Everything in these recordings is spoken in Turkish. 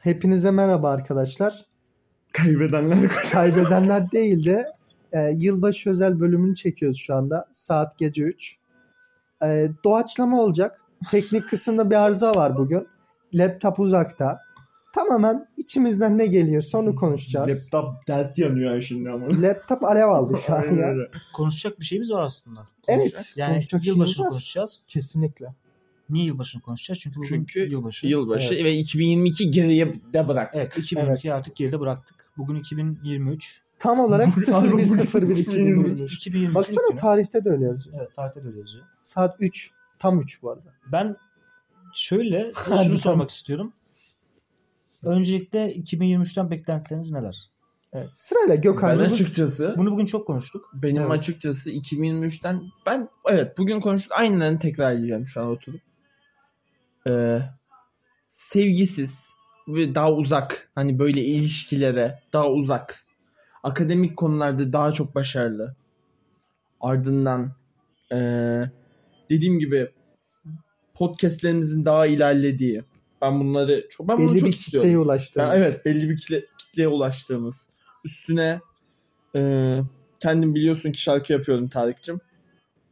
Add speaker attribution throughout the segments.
Speaker 1: Hepinize merhaba arkadaşlar.
Speaker 2: Kaybedenler
Speaker 1: Kaybedenler değil de e, yılbaşı özel bölümünü çekiyoruz şu anda. Saat gece 3. E, doğaçlama olacak. Teknik kısımda bir arıza var bugün. Laptop uzakta. Tamamen içimizden ne geliyorsa onu konuşacağız.
Speaker 2: Laptop dert yanıyor ya şimdi ama.
Speaker 1: Laptop alev aldı şu an
Speaker 2: Aynen
Speaker 1: ya.
Speaker 2: öyle.
Speaker 3: Konuşacak bir şeyimiz var aslında.
Speaker 1: Evet,
Speaker 3: Konuşacak. Yani
Speaker 1: konuşacak
Speaker 3: yılbaşını
Speaker 1: şeyimiz var.
Speaker 3: konuşacağız.
Speaker 1: Kesinlikle.
Speaker 3: Niye yılbaşını konuşacağız? Çünkü bugün
Speaker 2: Çünkü
Speaker 3: yılbaşı.
Speaker 2: Yılbaşı
Speaker 1: Evet.
Speaker 2: ve 2022 geriye de bırak.
Speaker 3: Evet 2002 artık geride bıraktık. Bugün 2023.
Speaker 1: Tam olarak
Speaker 2: Bugün- abi bugün-
Speaker 1: 0101
Speaker 3: Bugün 2023.
Speaker 1: Baksana
Speaker 3: günü.
Speaker 1: tarihte de öyle yazıyor.
Speaker 3: Evet tarihte de öyle yazıyor.
Speaker 1: Saat 3. Tam 3 bu arada.
Speaker 3: Ben şöyle
Speaker 1: Hadi
Speaker 3: şunu
Speaker 1: tamam.
Speaker 3: sormak istiyorum. Öncelikle 2023'ten beklentileriniz neler?
Speaker 1: Evet. Sırayla Gökhan.
Speaker 2: Ben
Speaker 1: Yıldız-
Speaker 2: açıkçası
Speaker 3: Bunu bugün çok konuştuk.
Speaker 2: benim
Speaker 1: Evet.
Speaker 2: açıkçası 2023'ten ben evet bugün konuştuk aynılarını tekrarlayacağım şu an oturup. Ee, sevgisiz ve daha uzak hani böyle ilişkilere daha uzak. Akademik konularda daha çok başarılı. Ardından ee, dediğim gibi podcastlerimizin daha ilerlediği. Ben bunları çok ben bunu
Speaker 1: belli
Speaker 2: çok
Speaker 1: bir
Speaker 2: istiyorum.
Speaker 1: kitleye ulaştı.
Speaker 2: Ya evet belli bir kitle, kitleye ulaştığımız. Üstüne e, kendin biliyorsun ki şarkı yapıyorum Tarık'cığım.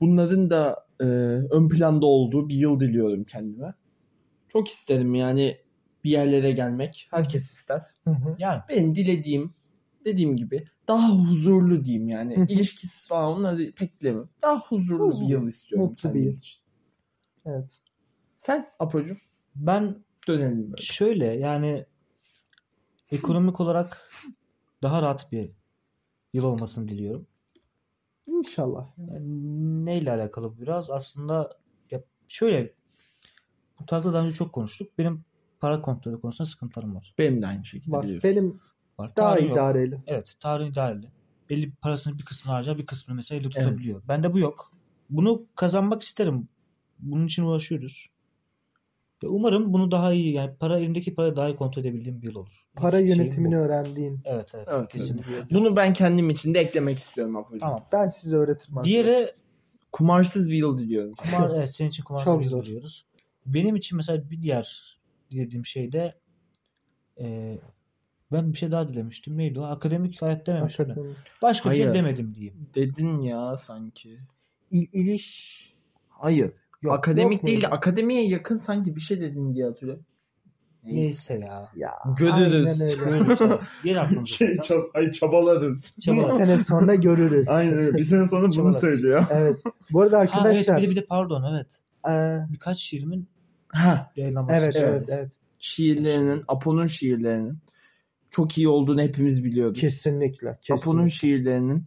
Speaker 2: Bunların da e, ön planda olduğu bir yıl diliyorum kendime. Çok isterim yani bir yerlere gelmek. Herkes ister.
Speaker 1: Hı hı.
Speaker 3: Yani
Speaker 2: Benim dilediğim dediğim gibi daha huzurlu diyeyim yani.
Speaker 1: Hı hı.
Speaker 2: İlişkisiz falan onları pek dilemiyorum. Daha huzurlu,
Speaker 1: Huzurlu,
Speaker 2: bir yıl istiyorum
Speaker 1: mutlu bir
Speaker 2: kendim
Speaker 1: yıl.
Speaker 2: için.
Speaker 1: Evet.
Speaker 2: Sen Apocuğum
Speaker 3: ben
Speaker 2: dönelim böyle.
Speaker 3: şöyle yani ekonomik olarak daha rahat bir yıl olmasını diliyorum.
Speaker 1: İnşallah.
Speaker 3: Yani neyle alakalı bu biraz? Aslında ya şöyle bu tarzda daha önce çok konuştuk. Benim para kontrolü konusunda sıkıntılarım var.
Speaker 2: Benim de aynı şekilde
Speaker 1: Var.
Speaker 2: biliyorsun.
Speaker 1: Benim
Speaker 3: var.
Speaker 1: daha
Speaker 3: Tarih yok.
Speaker 1: idareli.
Speaker 3: Evet tarih idareli. Belli bir parasını bir kısmını harcar bir kısmını mesela elde
Speaker 2: Evet.
Speaker 3: tutabiliyor. Bende bu yok. Bunu kazanmak isterim. Bunun için uğraşıyoruz. Ya umarım bunu daha iyi yani para elimdeki parayı daha iyi kontrol edebildiğim bir yıl olur.
Speaker 1: Para
Speaker 3: Şeyim
Speaker 1: yönetimini
Speaker 3: bu.
Speaker 1: öğrendiğin.
Speaker 3: Evet evet,
Speaker 2: Evet,
Speaker 3: kesinlikle.
Speaker 2: Bunu ben kendim için de eklemek istiyorum Apocuğum.
Speaker 3: Tamam.
Speaker 1: Ben size öğretirim. arkadaşlar.
Speaker 3: Diğeri
Speaker 2: kumarsız bir yıl diliyorum.
Speaker 3: Kumar evet senin için kumar
Speaker 1: Çok
Speaker 3: çok
Speaker 1: zor.
Speaker 3: diyoruz. Benim için mesela bir diğer dediğim şey de e, ben bir şey daha dilemiştim. Neydi o? Akademik hayat dememiştim. ben.
Speaker 1: Hakikaten.
Speaker 3: Başka bir şey
Speaker 2: Hayır.
Speaker 3: demedim diyeyim.
Speaker 2: Dedin ya sanki.
Speaker 1: İl, iliş.
Speaker 2: Hayır.
Speaker 1: Yok,
Speaker 2: akademik
Speaker 1: yok
Speaker 2: değil de
Speaker 1: muydu?
Speaker 2: akademiye yakın sanki bir şey dedin diye hatırlıyorum.
Speaker 3: Neyse ya.
Speaker 1: Ya.
Speaker 2: Gödürüz.
Speaker 1: Aynen öyle.
Speaker 3: Görürüz. evet. Geri aklımıza. Şey,
Speaker 2: Şey,
Speaker 3: takar.
Speaker 2: çab- ay çabalarız.
Speaker 1: Bir
Speaker 3: Çabalarız.
Speaker 1: sene sonra görürüz.
Speaker 2: Aynen öyle. Bir sene sonra bunu
Speaker 1: Çabalarız.
Speaker 2: söylüyor.
Speaker 1: Evet. Bu arada
Speaker 3: Ha,
Speaker 1: arkadaşlar.
Speaker 3: evet, bir, de, bir de pardon evet.
Speaker 1: eee,
Speaker 3: Birkaç şiirimin
Speaker 2: Ha,
Speaker 3: yayınlanması.
Speaker 1: evet,
Speaker 3: lazım.
Speaker 1: evet, evet.
Speaker 2: şiirlerinin, Apo'nun şiirlerinin çok iyi olduğunu hepimiz biliyorduk.
Speaker 1: Kesinlikle.
Speaker 2: Apo'nun
Speaker 1: kesinlikle.
Speaker 2: şiirlerinin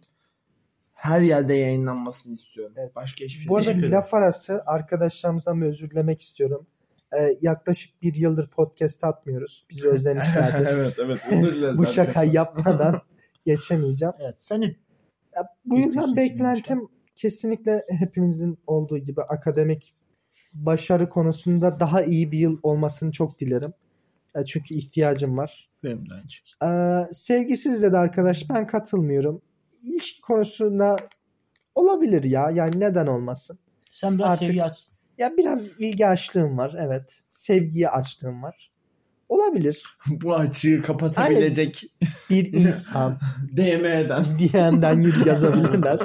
Speaker 2: her yerde yayınlanmasını istiyorum.
Speaker 1: Evet.
Speaker 2: Başka hiçbir şey
Speaker 1: Bu
Speaker 2: değil.
Speaker 1: arada laf arası arkadaşlarımızdan bir özür dilemek istiyorum. Eee, yaklaşık bir yıldır podcast atmıyoruz. Bizi özlemişlerdir.
Speaker 2: evet evet özür dileriz.
Speaker 1: Bu şaka yapmadan geçemeyeceğim.
Speaker 3: Evet. Seni
Speaker 1: Ya, bu yüzden
Speaker 3: Bekliyorsun
Speaker 1: beklentim kesinlikle hepimizin olduğu gibi akademik başarı konusunda daha iyi bir yıl olmasını çok dilerim. E, Çünkü ihtiyacım var.
Speaker 2: Benim de aynı şey.
Speaker 1: Ee, sevgisiz dedi arkadaş ben katılmıyorum. İlişki konusunda olabilir ya. Yani neden olmasın?
Speaker 3: sen biraz
Speaker 1: Artık-
Speaker 3: seviye açsın.
Speaker 1: Ya biraz ilgi açlığım var evet. Sevgiye açlığım var. Olabilir.
Speaker 2: Bu açığı kapatabilecek
Speaker 1: Bir insan
Speaker 2: DM'den.
Speaker 1: DM'den yürü yazabilirler.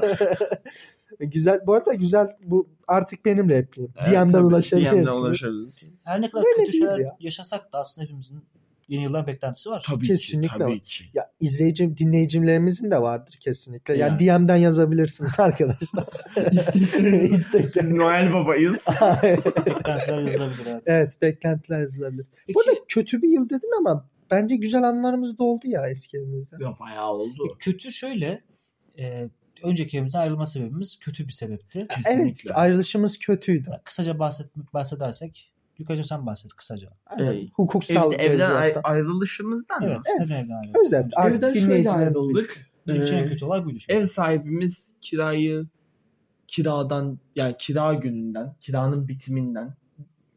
Speaker 1: güzel. Bu arada güzel bu artık benimle repliğim. DM'den ulaşabilirsiniz.
Speaker 3: Her ne kadar
Speaker 1: Böyle
Speaker 3: kötü
Speaker 1: değil
Speaker 3: şeyler
Speaker 1: ya.
Speaker 3: yaşasak da aslında hepimizin yeni yıldan beklentisi var.
Speaker 2: Tabii
Speaker 1: Kesinlikle
Speaker 2: ki. Tabii
Speaker 1: var.
Speaker 2: ki.
Speaker 1: Ya izleyici dinleyicimlerimizin de vardır kesinlikle. Yani, DM'den yazabilirsiniz arkadaşlar.
Speaker 2: Biz
Speaker 1: İstekler.
Speaker 2: Noel babayız.
Speaker 3: Beklentiler yazılabilir evet.
Speaker 1: evet beklentiler yazılabilir.
Speaker 3: Peki,
Speaker 1: Bu arada kötü bir yıl dedin ama bence güzel anılarımız da oldu ya eski evimizde.
Speaker 2: ya bayağı oldu.
Speaker 3: E, kötü şöyle e, önceki evimizden ayrılma sebebimiz kötü bir sebepti.
Speaker 1: Evet ayrılışımız kötüydü.
Speaker 3: Kısaca bahset, bahsedersek Yukarıcığım sen bahset kısaca.
Speaker 1: Aynen.
Speaker 2: Ee,
Speaker 1: Hukuksal
Speaker 2: evden
Speaker 1: mevzuatta.
Speaker 2: ay- ayrılışımızdan mı?
Speaker 3: Evet. Neden evden ayrıldın?
Speaker 1: Özet.
Speaker 3: Ev-
Speaker 1: Ay-
Speaker 2: Evden şöyle
Speaker 1: dinleyicilerimiz
Speaker 2: ayrıldık.
Speaker 1: bilsin.
Speaker 3: Bizim için en
Speaker 2: Ee,
Speaker 3: kötü olay buydu. şu an.
Speaker 2: Ev sahibimiz kirayı kiradan yani kira gününden, kiranın bitiminden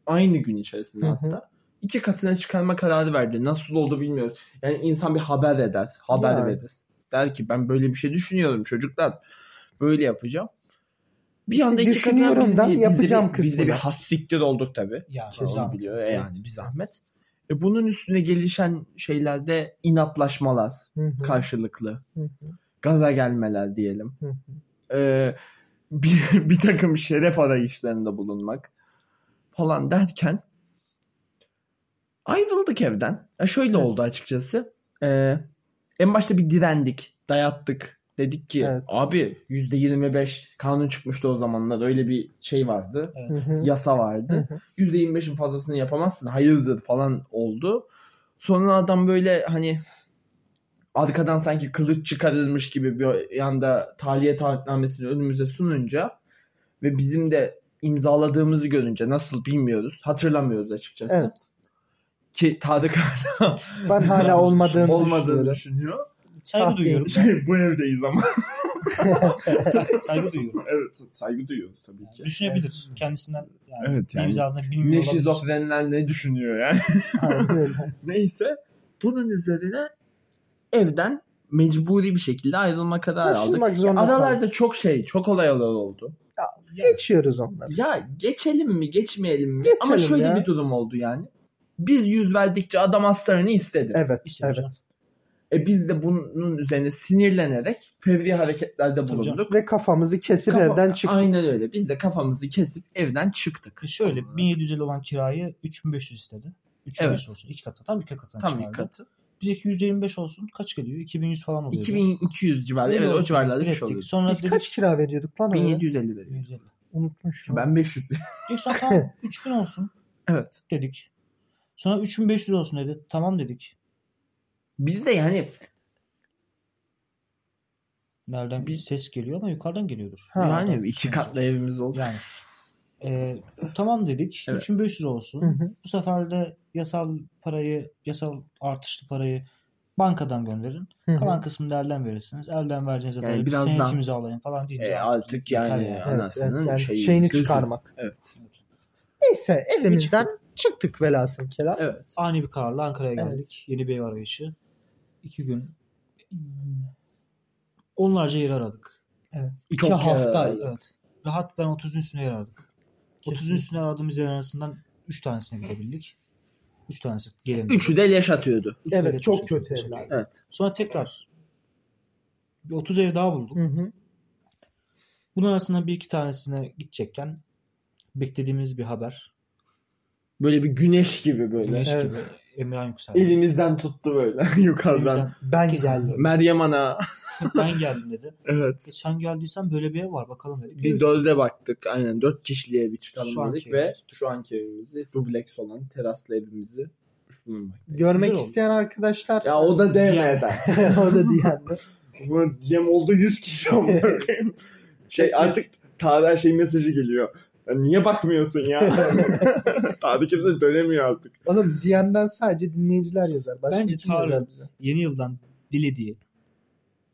Speaker 2: aynı gün içerisinde
Speaker 1: Hı hı.
Speaker 2: hatta iki katına çıkarma kararı verdi. Nasıl oldu bilmiyoruz. Yani insan bir haber eder, haber
Speaker 1: Yani.
Speaker 2: verir. Der ki ben böyle bir şey düşünüyorum çocuklar. Böyle yapacağım. Bir
Speaker 1: İşte
Speaker 2: anda iki katına
Speaker 1: düşünüyorum
Speaker 2: biz,
Speaker 1: da
Speaker 2: biz de
Speaker 1: yapacağım
Speaker 2: bir, şey biz de bir
Speaker 1: kısmına.
Speaker 2: hassiktir olduk tabii.
Speaker 3: Ya,
Speaker 2: Kesin
Speaker 3: zahmet.
Speaker 2: biliyor. E yani bir zahmet. E bunun üstüne gelişen şeylerde inatlaşmalar
Speaker 1: Hı hı.
Speaker 2: karşılıklı.
Speaker 1: Hı hı.
Speaker 2: Gaza gelmeler diyelim.
Speaker 1: Hı
Speaker 2: Ee, bir, bir takım şeref arayışlarında bulunmak falan derken ayrıldık evden. Ya şöyle
Speaker 1: Evet.
Speaker 2: oldu açıkçası. Ee, en başta bir direndik, dayattık. Dedik ki
Speaker 1: Evet.
Speaker 2: abi %25 kanun çıkmıştı o zamanlar. Öyle bir şey vardı.
Speaker 1: Hı
Speaker 3: Evet.
Speaker 1: hı.
Speaker 2: Yasa vardı.
Speaker 1: Hı hı.
Speaker 2: %25'in fazlasını yapamazsın hayırdır falan oldu. Sonra adam böyle hani arkadan sanki kılıç çıkarılmış gibi bir yanda tahliye taahhütnamesini önümüze sununca ve bizim de imzaladığımızı görünce nasıl bilmiyoruz. Hatırlamıyoruz açıkçası.
Speaker 1: Evet.
Speaker 2: Ki Tarık hala
Speaker 1: Ben hala olmadığını
Speaker 2: olmadığını
Speaker 1: düşünüyorum.
Speaker 2: düşünüyor.
Speaker 3: Saygı duyuyorum.
Speaker 2: Şey, bu evdeyiz ama.
Speaker 3: Sa- Saygı duyuyorum.
Speaker 2: evet saygı duyuyoruz tabii ki.
Speaker 3: Yani düşünebilir. Kendisinden yani
Speaker 2: Evet,
Speaker 3: evet,
Speaker 2: yani
Speaker 3: bilmiyor
Speaker 2: Ne
Speaker 3: olabilir.
Speaker 2: şizofrenler ne düşünüyor yani.
Speaker 1: Aynen öyle.
Speaker 2: Neyse bunun üzerine evden mecburi bir şekilde ayrılma kararı aldık.
Speaker 1: Taşınmak zorunda kaldık.
Speaker 2: Aralarda çok şey, çok olay olaylar oldu.
Speaker 1: Geçiyoruz onları.
Speaker 2: Ya geçelim mi, geçmeyelim mi? Ama
Speaker 1: Geçelim
Speaker 2: şöyle
Speaker 1: ya.
Speaker 2: bir durum oldu yani. Biz yüz verdikçe adam astarını istedi.
Speaker 1: Evet.
Speaker 3: İşte
Speaker 1: Evet.
Speaker 3: hocam.
Speaker 2: E biz de bunun üzerine sinirlenerek fevri hareketlerde
Speaker 3: Tabii canım.
Speaker 2: bulunduk.
Speaker 1: Ve kafamızı kesip
Speaker 2: Kafa-
Speaker 1: evden çıktık.
Speaker 2: Aynen öyle. Biz de kafamızı kesip evden çıktık.
Speaker 3: E Şöyle 1750 olan kirayı 3500 istedi. 3500
Speaker 2: Evet.
Speaker 3: olsun. İki katı. Tam iki katı.
Speaker 2: Tam bir katı.
Speaker 3: Bizdeki %25 olsun. Kaç geliyor? 2100 falan oluyor.
Speaker 2: 2200 civarı.
Speaker 3: Öyle
Speaker 2: Evet o
Speaker 3: olsun.
Speaker 2: civarlarda bir şey
Speaker 3: Ürettik.
Speaker 2: oldu.
Speaker 3: Sonra
Speaker 1: Biz
Speaker 3: dedik-
Speaker 1: kaç kira veriyorduk lan oraya?
Speaker 2: 1750 veriyor.
Speaker 3: 1750.
Speaker 1: Unutmuşum.
Speaker 2: Ben 500.
Speaker 3: Dedik sonra tamam 3000 olsun
Speaker 2: evet.
Speaker 3: dedik. Sonra 3500 olsun dedi. Tamam dedik.
Speaker 2: Biz de yani
Speaker 3: Nereden bir
Speaker 2: Biz-
Speaker 3: ses geliyor ama yukarıdan geliyordur.
Speaker 1: Ha,
Speaker 2: yani
Speaker 3: şey
Speaker 2: iki katlı evimiz oldu.
Speaker 3: Yani. E, tamam dedik.
Speaker 2: Evet.
Speaker 3: 3500 olsun.
Speaker 1: Hı hı.
Speaker 3: Bu sefer de yasal parayı, yasal artışlı parayı bankadan gönderin.
Speaker 1: Hı hı.
Speaker 3: Kalan kısmını da elden verirsiniz. Elden vereceğiniz
Speaker 2: Yani
Speaker 3: yani bir
Speaker 2: biraz
Speaker 3: senet
Speaker 2: daha-
Speaker 3: imzalayın falan deyince.
Speaker 2: E, artık
Speaker 3: yeter
Speaker 2: yani
Speaker 1: Evet,
Speaker 2: anasının
Speaker 1: evet, yani
Speaker 2: şeyi,
Speaker 1: şeyini
Speaker 2: gözü.
Speaker 1: çıkarmak.
Speaker 2: Evet.
Speaker 1: Neyse evimizden çıktık velhasıl kelam.
Speaker 2: Evet.
Speaker 3: Ani bir kararla Ankara'ya
Speaker 1: Evet.
Speaker 3: geldik. Yeni bir ev arayışı. İki gün. hmm, Onlarca yer aradık. İki
Speaker 2: Çok e,
Speaker 3: hafta.
Speaker 2: ya-
Speaker 3: Evet. Rahat ben 30'un üstüne yer aradık. 30'un
Speaker 1: e, Kesin.
Speaker 3: üstüne aradığımız yer arasından 3 tanesine gidebildik. 3 tanesi gelemedik.
Speaker 2: Üçü de leş atıyordu.
Speaker 3: Üç
Speaker 1: Evet,
Speaker 3: de
Speaker 1: çok
Speaker 3: geçmiştik.
Speaker 1: kötü evler.
Speaker 2: Evet.
Speaker 3: Sonra tekrar bir 30 ev daha bulduk.
Speaker 1: Hı hı.
Speaker 3: Bunun arasından bir iki tanesine gidecekken beklediğimiz bir haber.
Speaker 2: Böyle bir güneş gibi böyle.
Speaker 3: Güneş
Speaker 1: Evet.
Speaker 3: gibi Emirhan Yüksel.
Speaker 2: Elimizden tuttu böyle yukarıdan.
Speaker 3: Elimizden-
Speaker 1: Ben
Speaker 3: Kesin.
Speaker 1: geldim.
Speaker 2: Meryem Ana.
Speaker 3: ben geldim dedi. E,
Speaker 2: Evet.
Speaker 3: sen geldiysen böyle bir ev var bakalım dedi.
Speaker 2: Bir dölde baktık. Aynen. Dört kişiliğe bir çıkalım
Speaker 3: Şu anki
Speaker 2: dedik ve
Speaker 3: evimiz.
Speaker 2: şu anki evimizi dubleks olan teraslı evimizi bulunmaktayız.
Speaker 1: Görmek
Speaker 3: Güzel oldu.
Speaker 1: isteyen arkadaşlar
Speaker 2: Ya o da DM'den.
Speaker 1: o da diyendi.
Speaker 2: Bu DM oldu 100 kişi ama. şey artık Tarık'a şey mesajı geliyor. Ya niye bakmıyorsun ya? Tarık kimse dönemiyor artık.
Speaker 1: Oğlum DM'den sadece dinleyiciler yazar. Başka
Speaker 3: Bence
Speaker 1: kim
Speaker 3: Tarık.
Speaker 1: yazar bize?
Speaker 3: Yeni yıldan dilediği.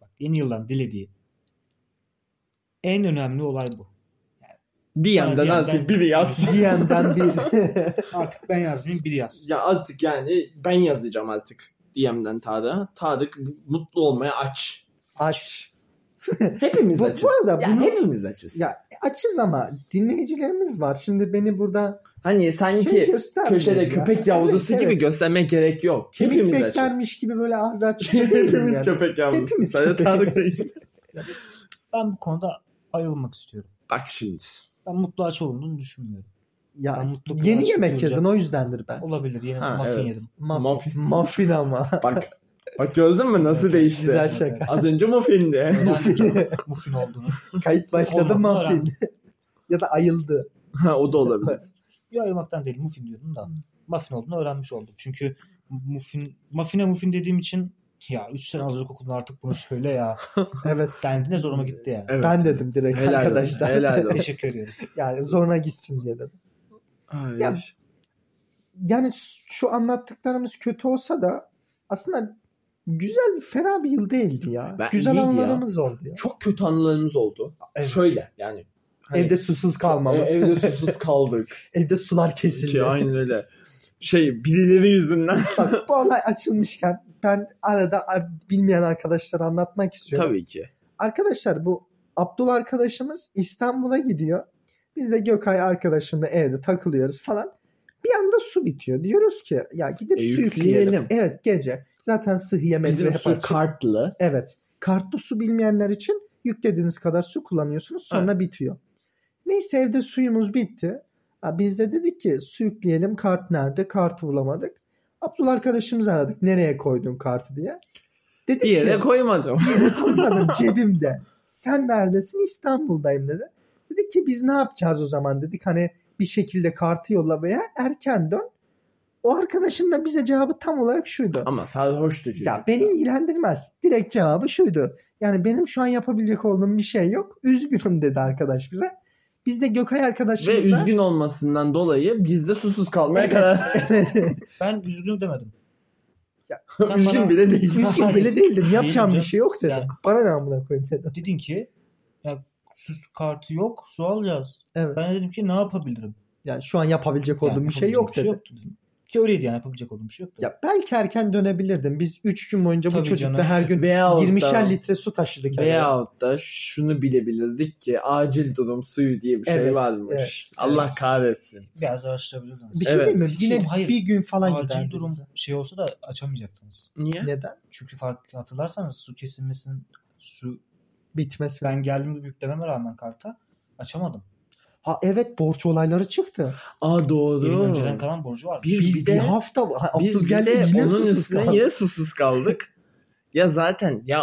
Speaker 3: Bak yeni yıldan dilediği. En önemli olay bu.
Speaker 2: DM'den
Speaker 3: DM'den
Speaker 2: artık biri yaz.
Speaker 1: DM'den bir.
Speaker 3: Artık ben yazmayayım biri yaz.
Speaker 2: ya artık yani ben yazacağım artık DM'den Tarık'a. Tarık mutlu olmaya aç.
Speaker 1: Aç.
Speaker 2: Hepimiz
Speaker 1: Bu- bu
Speaker 2: açız.
Speaker 1: arada
Speaker 2: Ya
Speaker 1: bunu-
Speaker 2: hepimiz açız.
Speaker 1: Ya açız ama dinleyicilerimiz var. Şimdi beni burada
Speaker 2: hani sanki
Speaker 1: şey göstermiyor
Speaker 2: köşede
Speaker 1: ya.
Speaker 2: köpek yavrusu
Speaker 1: Evet,
Speaker 2: gibi
Speaker 1: evet.
Speaker 2: göstermek gerek yok.
Speaker 1: Kemik
Speaker 2: Hepimiz açız.
Speaker 1: beklermiş gibi böyle ağzı açık.
Speaker 2: hepimiz
Speaker 1: yani.
Speaker 2: köpek yavrusu.
Speaker 1: Hepimiz
Speaker 2: Sadece
Speaker 1: köpek.
Speaker 2: Tarık değil.
Speaker 3: Ben bu konuda ayrılmak istiyorum.
Speaker 2: Bak şimdi.
Speaker 3: Ben mutlu aç olduğunu düşünmüyorum.
Speaker 1: Ya,
Speaker 3: Ben mutluluk
Speaker 1: yeni
Speaker 3: olarak
Speaker 1: yemek
Speaker 3: tutulacak.
Speaker 1: yedin o yüzdendir ben.
Speaker 3: Olabilir yeni
Speaker 2: Ha,
Speaker 3: muffin
Speaker 2: evet.
Speaker 3: yedim.
Speaker 1: Muffin.
Speaker 2: Muffin.
Speaker 1: Muffin ama.
Speaker 2: Bak. Bak gördün mü nasıl
Speaker 3: Evet,
Speaker 2: değişti?
Speaker 1: Güzel
Speaker 3: Evet,
Speaker 1: şaka.
Speaker 3: evet.
Speaker 2: Az önce muffindi.
Speaker 3: Muffin. muffin olduğunu.
Speaker 1: Kayıt başladı
Speaker 3: Olmadı,
Speaker 1: muffin. ya da ayıldı.
Speaker 2: Ha, o da olabilir.
Speaker 3: Bir ayırmaktan değil muffin diyordum da. Muffin olduğunu öğrenmiş oldum. Çünkü muffin, muffine muffin dediğim için ya 3 sene hazırlık okulunda artık bunu söyle ya.
Speaker 1: Evet.
Speaker 3: Dendi ne zoruma gitti yani.
Speaker 2: Evet.
Speaker 1: ben dedim direkt
Speaker 2: Helal olsun,
Speaker 1: arkadaşlar.
Speaker 2: helal olsun.
Speaker 3: Teşekkür ediyorum.
Speaker 1: Yani zoruna gitsin diye dedim.
Speaker 2: Ay.
Speaker 1: Ya, Yani şu anlattıklarımız kötü olsa da aslında güzel fena bir yıl değildi ya.
Speaker 2: Ben-
Speaker 1: güzel
Speaker 2: iyiydi ya.
Speaker 1: anılarımız oldu ya.
Speaker 2: çok kötü anılarımız oldu.
Speaker 1: Evet.
Speaker 2: Şöyle yani. hani-
Speaker 1: evde susuz kalmamız.
Speaker 2: E, evde susuz kaldık.
Speaker 1: evde sular kesildi.
Speaker 2: Ki aynen öyle. Şey birileri yüzünden.
Speaker 1: Bak, bu olay açılmışken ben arada ar- bilmeyen arkadaşlara anlatmak istiyorum.
Speaker 2: Tabii ki.
Speaker 1: Arkadaşlar bu Abdul arkadaşımız İstanbul'a gidiyor. Biz de Gökay arkadaşımla evde takılıyoruz falan. Bir anda su bitiyor. Diyoruz ki ya gidip
Speaker 2: E,
Speaker 1: su
Speaker 2: yükleyelim.
Speaker 1: yükleyelim. Evet gece. Zaten sıhhiye
Speaker 2: Bizim
Speaker 1: mezunu
Speaker 2: su kartlı.
Speaker 1: Evet. Kartlı su bilmeyenler için yüklediğiniz kadar su kullanıyorsunuz sonra
Speaker 2: Evet.
Speaker 1: bitiyor. Neyse evde suyumuz bitti. Ha, biz de dedik ki su yükleyelim kart nerede? Kartı bulamadık. Abdullah arkadaşımızı aradık. Nereye koydun kartı diye. Dedi
Speaker 2: Bir yere
Speaker 1: ki
Speaker 2: koymadım.
Speaker 1: koymadım cebimde. Sen neredesin? İstanbul'dayım dedi. Dedi ki biz ne yapacağız o zaman dedik. Hani bir şekilde kartı yolla veya erken dön. O arkadaşın da bize cevabı tam olarak şuydu.
Speaker 2: Ama sarhoştu çocuk.
Speaker 1: Ya beni ilgilendirmez. Direkt cevabı şuydu. Yani benim şu an yapabilecek olduğum bir şey yok. Üzgünüm dedi arkadaş bize. Biz de Gökay
Speaker 2: Ve
Speaker 1: arkadaşımızla
Speaker 2: üzgün olmasından dolayı biz de susuz kalmaya
Speaker 1: Evet.
Speaker 2: karar
Speaker 3: Ben üzgünüm demedim.
Speaker 1: Ya,
Speaker 3: Sen bana
Speaker 2: bile değil.
Speaker 1: üzgün bile değildim. Yapacağım bir
Speaker 3: canım.
Speaker 1: şey yok dedi.
Speaker 3: Yani.
Speaker 1: Bana ne amına koyayım dedi.
Speaker 3: dedin ki ya süs kartı yok su alacağız.
Speaker 1: Evet.
Speaker 3: Ben de dedim ki ne yapabilirim?
Speaker 1: Yani şu an yapabilecek
Speaker 3: Yani
Speaker 1: olduğum bir şey
Speaker 3: yapabilecek
Speaker 1: yok dedi.
Speaker 3: yoktu dedim. Ki öyleydi yani yapabilecek olduğum bir şey yoktu.
Speaker 1: Ya belki erken dönebilirdim. Biz 3 gün boyunca bu
Speaker 3: Tabii
Speaker 1: çocukla
Speaker 3: canım.
Speaker 1: her gün
Speaker 2: Veyahut da-
Speaker 1: 20'şer litre su taşıdık. eve.
Speaker 2: Veyahut da şunu bilebilirdik ki acil durum suyu diye bir şey
Speaker 1: Evet,
Speaker 2: varmış.
Speaker 1: evet,
Speaker 2: Allah
Speaker 3: evet.
Speaker 2: kahretsin.
Speaker 3: Biraz araştırabilirdiniz.
Speaker 1: bir şey
Speaker 2: Evet.
Speaker 1: değil mi?
Speaker 3: Hiç
Speaker 1: Yine
Speaker 3: yok, hayır.
Speaker 1: bir gün falan
Speaker 3: Acil
Speaker 1: giderdiniz.
Speaker 3: durum şey olsa da açamayacaktınız.
Speaker 2: Niye?
Speaker 1: Neden?
Speaker 3: Çünkü fark hatırlarsanız su kesilmesinin su
Speaker 1: Bitmesi.
Speaker 3: ben geldiğimde yüklememe rağmen karta açamadım.
Speaker 1: Ha evet borç olayları çıktı.
Speaker 2: Aa
Speaker 3: Evin
Speaker 2: doğru.
Speaker 3: önceden kalan borcu vardı.
Speaker 2: Bir-
Speaker 1: Biz
Speaker 2: bir
Speaker 1: bir,
Speaker 2: de-
Speaker 1: hafta ha,
Speaker 2: Biz
Speaker 1: Abdül
Speaker 2: bir
Speaker 1: geldi
Speaker 2: de
Speaker 1: yine
Speaker 2: onun
Speaker 1: susuz
Speaker 2: üstüne
Speaker 1: kaldı.
Speaker 2: yine susuz kaldık. ya zaten ya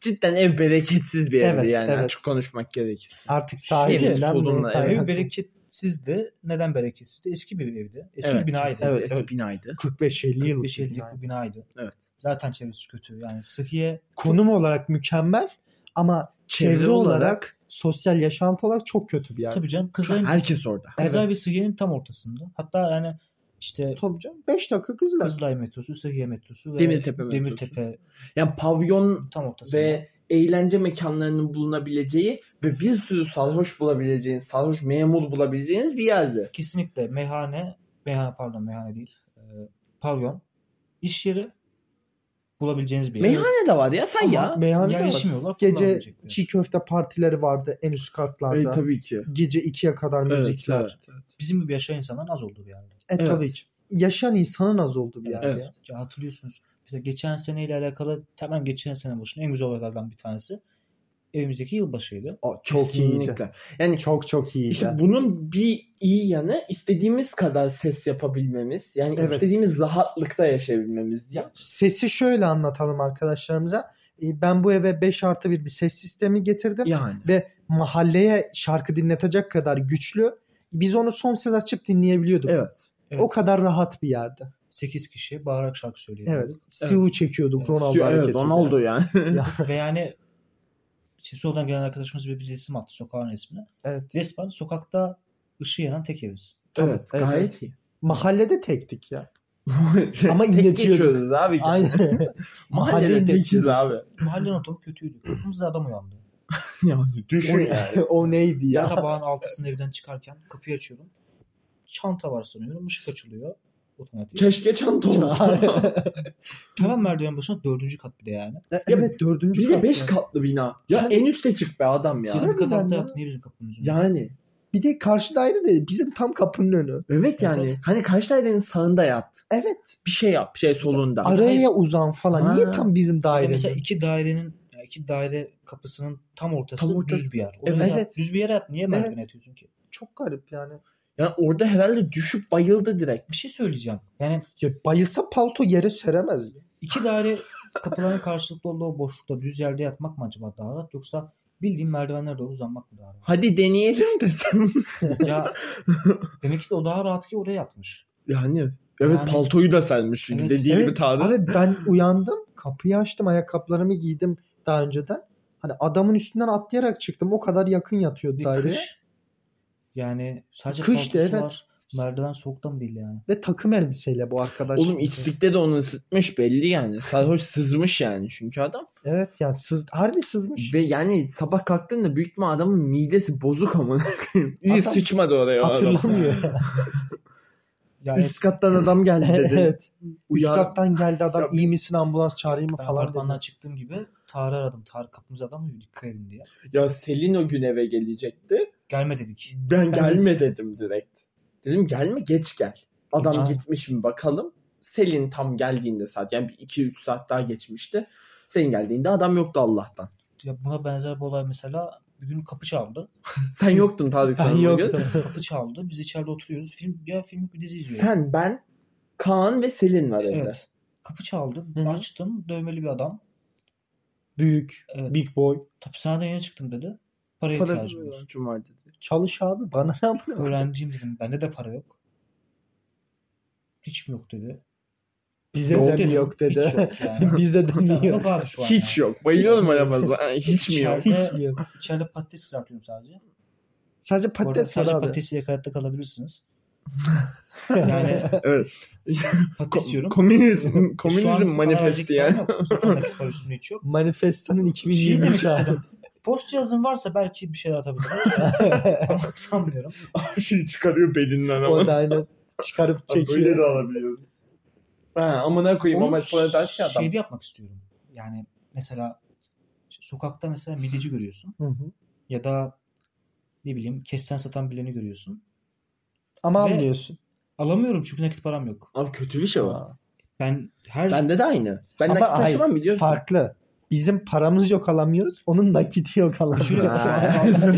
Speaker 2: cidden ev bereketsiz bir evdi
Speaker 1: Evet,
Speaker 2: yani
Speaker 1: evet.
Speaker 2: açık konuşmak gerekirse.
Speaker 1: Artık
Speaker 2: Şeyle,
Speaker 1: sahibinden mi?
Speaker 2: solunla,
Speaker 1: Kaynağı-
Speaker 3: Ev bereketsizdi. Neden bereketsizdi? Eski bir evdi. Eski bir binaydı.
Speaker 2: kesinlikle
Speaker 1: Evet,
Speaker 2: eski
Speaker 1: evet.
Speaker 2: binaydı.
Speaker 1: 45-50 yıllık.
Speaker 3: 45 50'lik
Speaker 1: yani.
Speaker 3: bir binaydı.
Speaker 2: Evet.
Speaker 3: Zaten çevresi kötü. Yani sıhhiye
Speaker 1: Konum olarak mükemmel ama çevre,
Speaker 2: Çevre
Speaker 1: olarak,
Speaker 2: olarak-
Speaker 1: sosyal yaşantı olarak çok kötü bir yer.
Speaker 3: tabii canım
Speaker 2: Şu an
Speaker 3: Kızılay,
Speaker 2: herkes orada.
Speaker 3: Kızılay
Speaker 1: Evet.
Speaker 3: ve sıhhiyenin tam ortasında. Hatta yani işte
Speaker 1: Tabii canım. 5 dakika kızlar.
Speaker 3: Kızılay metrosu, Sıhhiye metrosu ve
Speaker 2: Demirtepe metrosu.
Speaker 3: Demirtepe
Speaker 2: Yani pavyon
Speaker 3: tam ortasında.
Speaker 2: ve eğlence mekanlarının bulunabileceği ve bir sürü sarhoş bulabileceğiniz, sarhoş memur bulabileceğiniz bir yerdi.
Speaker 3: Kesinlikle meyhane, meyhane pardon meyhane değil. e, pavyon, iş yeri bulabileceğiniz bir yer.
Speaker 2: Meyhane de var ya say
Speaker 1: Ama
Speaker 2: ya.
Speaker 1: meyhanede var.
Speaker 3: Yerleşim olarak
Speaker 1: Gece
Speaker 3: kullanılabilecek bir yer.
Speaker 1: çiğ köfte partileri vardı en üst katlarda.
Speaker 2: E, tabii ki.
Speaker 1: Gece 2'ye kadar müzikler.
Speaker 2: Evet, evet.
Speaker 3: Bizim gibi yaşayan insanların az olduğu bir yerde.
Speaker 1: E, tabii ki. Yaşayan insanın az olduğu bir yer.
Speaker 2: Evet.
Speaker 1: ya.
Speaker 3: Ya hatırlıyorsunuz mesela geçen seneyle alakalı tamam geçen sene başında en güzel olaylardan bir tanesi evimizdeki yılbaşıydı.
Speaker 1: Aa, çok iyiydi.
Speaker 2: Kesinlikle. Yani
Speaker 1: Çok çok iyiydi.
Speaker 2: İşte bunun bir iyi yanı istediğimiz kadar ses yapabilmemiz. Yani
Speaker 1: Evet.
Speaker 2: istediğimiz rahatlıkta yaşayabilmemiz. Ya,
Speaker 1: Sesi şöyle anlatalım arkadaşlarımıza. E, Ben bu eve 5 artı 1 bir ses sistemi getirdim.
Speaker 2: yani.
Speaker 1: ve mahalleye şarkı dinletecek kadar güçlü. Biz onu son ses açıp dinleyebiliyorduk.
Speaker 2: Evet.
Speaker 1: O kadar rahat bir yerde.
Speaker 3: 8 kişi bağırarak şarkı
Speaker 1: Evet.
Speaker 3: söyleyebiliyorduk.
Speaker 1: Sivu çekiyorduk
Speaker 3: Evet.
Speaker 1: Ronaldo
Speaker 2: Sü-
Speaker 1: hareketi.
Speaker 2: evet Ronaldo yani.
Speaker 3: Ve yani işte soldan gelen arkadaşımız bir bize isim attı sokağın ismini.
Speaker 1: Evet.
Speaker 3: Resmen sokakta ışığı yanan tek eviz.
Speaker 2: evet
Speaker 1: evet.
Speaker 2: gayet iyi.
Speaker 1: Mahallede tektik ya.
Speaker 2: Ama
Speaker 1: Tek
Speaker 2: inletiyorduk.
Speaker 1: geçiyoruz
Speaker 2: abi.
Speaker 1: Aynen.
Speaker 2: Mahallede tekiz abi.
Speaker 3: Mahallenin ortamı kötüydü. Kapımızda adam uyandı.
Speaker 2: Yani düşün yani.
Speaker 1: o neydi ya?
Speaker 3: Sabahın altısında evden çıkarken kapıyı açıyorum. Çanta var sanıyorum. Işık açılıyor. Otomatik.
Speaker 2: Keşke çanta olsa.
Speaker 3: Hemen merdiven başına dördüncü kat bir de yani.
Speaker 1: evet dördüncü
Speaker 2: bir de
Speaker 1: kat
Speaker 2: 5
Speaker 1: ya.
Speaker 2: katlı bina. Ya
Speaker 1: Yani-
Speaker 2: en üste çık be adam ya.
Speaker 1: Yirmi-
Speaker 3: Yirmi kat
Speaker 1: Harbiden
Speaker 3: altta
Speaker 1: ya.
Speaker 3: yaptı. Niye bizim kapımızın?
Speaker 2: Yani.
Speaker 1: Bir de karşı daire de bizim tam kapının önü.
Speaker 2: Evet yani.
Speaker 3: evet.
Speaker 2: Hani kaç dairenin sağında yat.
Speaker 1: Evet.
Speaker 2: Bir şey yap. Şey solunda.
Speaker 1: Araya uzan falan.
Speaker 2: Ha.
Speaker 1: Niye tam bizim
Speaker 3: Bir de
Speaker 1: daire?
Speaker 3: mesela iki dairenin yani iki daire kapısının tam ortası,
Speaker 2: Tam ortası.
Speaker 3: düz bir yer.
Speaker 1: Evet.
Speaker 3: Oraya yat- düz bir yere at. Niye merdiven
Speaker 1: Evet.
Speaker 3: atıyorsun ki?
Speaker 1: Çok garip yani.
Speaker 2: Yani orada herhalde düşüp bayıldı direkt.
Speaker 3: Bir şey söyleyeceğim. Yani
Speaker 1: Ya bayılsa palto yere seremez. ya.
Speaker 3: İki daire kapıların karşılıklı olduğu o boşlukta düz yerde yatmak mı acaba daha rahat yoksa bildiğin merdivenlere doğru uzanmak mı daha rahat?
Speaker 2: Hadi deneyelim desem.
Speaker 3: ya demek ki de o daha rahat ki oraya yatmış.
Speaker 2: Yani evet
Speaker 3: Yani-
Speaker 2: paltoyu da sermiş çünkü
Speaker 3: Evet.
Speaker 2: dediği gibi
Speaker 1: Evet,
Speaker 2: Tarık.
Speaker 1: Abi ben uyandım. Kapıyı açtım. Ayakkabılarımı giydim daha önceden. Hani adamın üstünden atlayarak çıktım. O kadar yakın yatıyordu
Speaker 3: Bir
Speaker 1: daireye.
Speaker 3: kış. Yani sadece
Speaker 1: Kış da
Speaker 3: paltosu
Speaker 1: evet.
Speaker 3: var. Merdiven soğukta mı değil yani?
Speaker 1: Ve takım elbiseyle bu arkadaş.
Speaker 2: Oğlum içlikte de onu ısıtmış belli yani. Sarhoş sızmış yani çünkü adam.
Speaker 1: Evet ya sız, harbi sızmış.
Speaker 2: Ve yani sabah kalktığında büyük mü adamın midesi bozuk ama. İyi
Speaker 1: Adam-
Speaker 2: sıçmadı oraya o adam.
Speaker 1: Hatırlamıyor.
Speaker 3: Ya
Speaker 2: Üst kattan adam geldi dedi.
Speaker 1: evet. Üst
Speaker 2: Uyar-
Speaker 1: kattan geldi adam.
Speaker 2: Ya-
Speaker 1: iyi misin ambulans çağırayım mı
Speaker 3: ben
Speaker 1: falan
Speaker 3: apartmandan
Speaker 1: dedi.
Speaker 3: çıktığım gibi Tarık'ı aradım. Tarık kapımıza adam uyuyor dikkat edin diye.
Speaker 2: Ya Selin o gün eve gelecekti.
Speaker 3: Gelme dedik.
Speaker 2: Ben gelme dedim direkt. Dedim gelme geç gel. Adam
Speaker 3: Ha.
Speaker 2: gitmiş mi bakalım. Selin tam geldiğinde saat yani 2-3 saat daha geçmişti. Selin geldiğinde adam yoktu Allah'tan.
Speaker 3: Ya buna benzer bir olay mesela bir gün kapı çaldı.
Speaker 2: Sen yoktun Tarık
Speaker 1: Ben
Speaker 2: sen onu gör.
Speaker 1: yoktum.
Speaker 3: kapı çaldı. Biz içeride oturuyoruz. Film ya film bir dizi izliyoruz.
Speaker 2: Sen, ben, Kaan ve Selin var evde.
Speaker 3: Evet. Kapı çaldı.
Speaker 1: Hı hı.
Speaker 3: Açtım. Dövmeli bir adam.
Speaker 1: Büyük.
Speaker 3: Evet.
Speaker 1: Big boy.
Speaker 3: Hapishaneden yeni çıktım dedi. Paraya
Speaker 2: Para
Speaker 3: ihtiyacım var.
Speaker 2: ihtiyacım var dedi.
Speaker 1: Çalış abi bana ne yapıyorsun?
Speaker 3: Öğrenciyim dedim. Bende de para yok. Hiç mi yok dedi.
Speaker 1: Bize
Speaker 2: Yok
Speaker 1: de mi
Speaker 3: dedim.
Speaker 1: yok
Speaker 3: Hiç
Speaker 1: dedi.
Speaker 3: yok yani.
Speaker 1: Bize de
Speaker 3: Sen
Speaker 1: mi yok?
Speaker 3: yok abi şu an.
Speaker 2: Hiç
Speaker 3: ya.
Speaker 2: yok. Bayılıyorum
Speaker 3: Hiç mi yok?
Speaker 2: aramızda. Ha, Hiç mi yok?
Speaker 3: yok.
Speaker 1: Hiç mi yok?
Speaker 3: İçeride patates kızartıyorum sadece.
Speaker 1: Sadece
Speaker 3: Bu arada
Speaker 1: patates var
Speaker 3: sadece
Speaker 1: abi.
Speaker 3: patates yiyerek hayatta kalabilirsiniz. Yani
Speaker 2: Evet.
Speaker 3: patates yiyorum. E,
Speaker 2: Komünizm,
Speaker 3: Şu an
Speaker 2: komünizm
Speaker 3: sana verecek
Speaker 2: manifesti
Speaker 3: param
Speaker 2: yani.
Speaker 3: yok. Zaten nakit para üstünde hiç yok.
Speaker 1: Manifestanın
Speaker 3: Şey demek
Speaker 1: 2023 abi.
Speaker 3: istedim. Post cihazın varsa belki bir şeyler atabilirim. Ama sanmıyorum.
Speaker 2: Şey çıkarıyor belinden
Speaker 1: o da aynen çıkarıp çekiyor.
Speaker 2: alabiliyoruz. Ha, amına koyayım ama
Speaker 3: Onu
Speaker 2: sonra ders ya şey adam.
Speaker 3: Şeyde yapmak istiyorum. Yani mesela sokakta mesela midyeci görüyorsun.
Speaker 1: Hı hı.
Speaker 3: Ya da ne bileyim kesten satan birini görüyorsun.
Speaker 1: Ama
Speaker 3: Ve-
Speaker 1: anlıyorsun.
Speaker 3: Alamıyorum çünkü nakit param yok.
Speaker 2: Abi kötü bir şey o.
Speaker 3: Ben her
Speaker 2: Bende de aynı. Ben
Speaker 1: Ama
Speaker 2: nakit
Speaker 1: hayır,
Speaker 2: taşımam biliyorsun.
Speaker 1: Farklı. Bizim paramız yok alamıyoruz. Onun nakiti yok
Speaker 3: Şöyle
Speaker 1: alamıyoruz.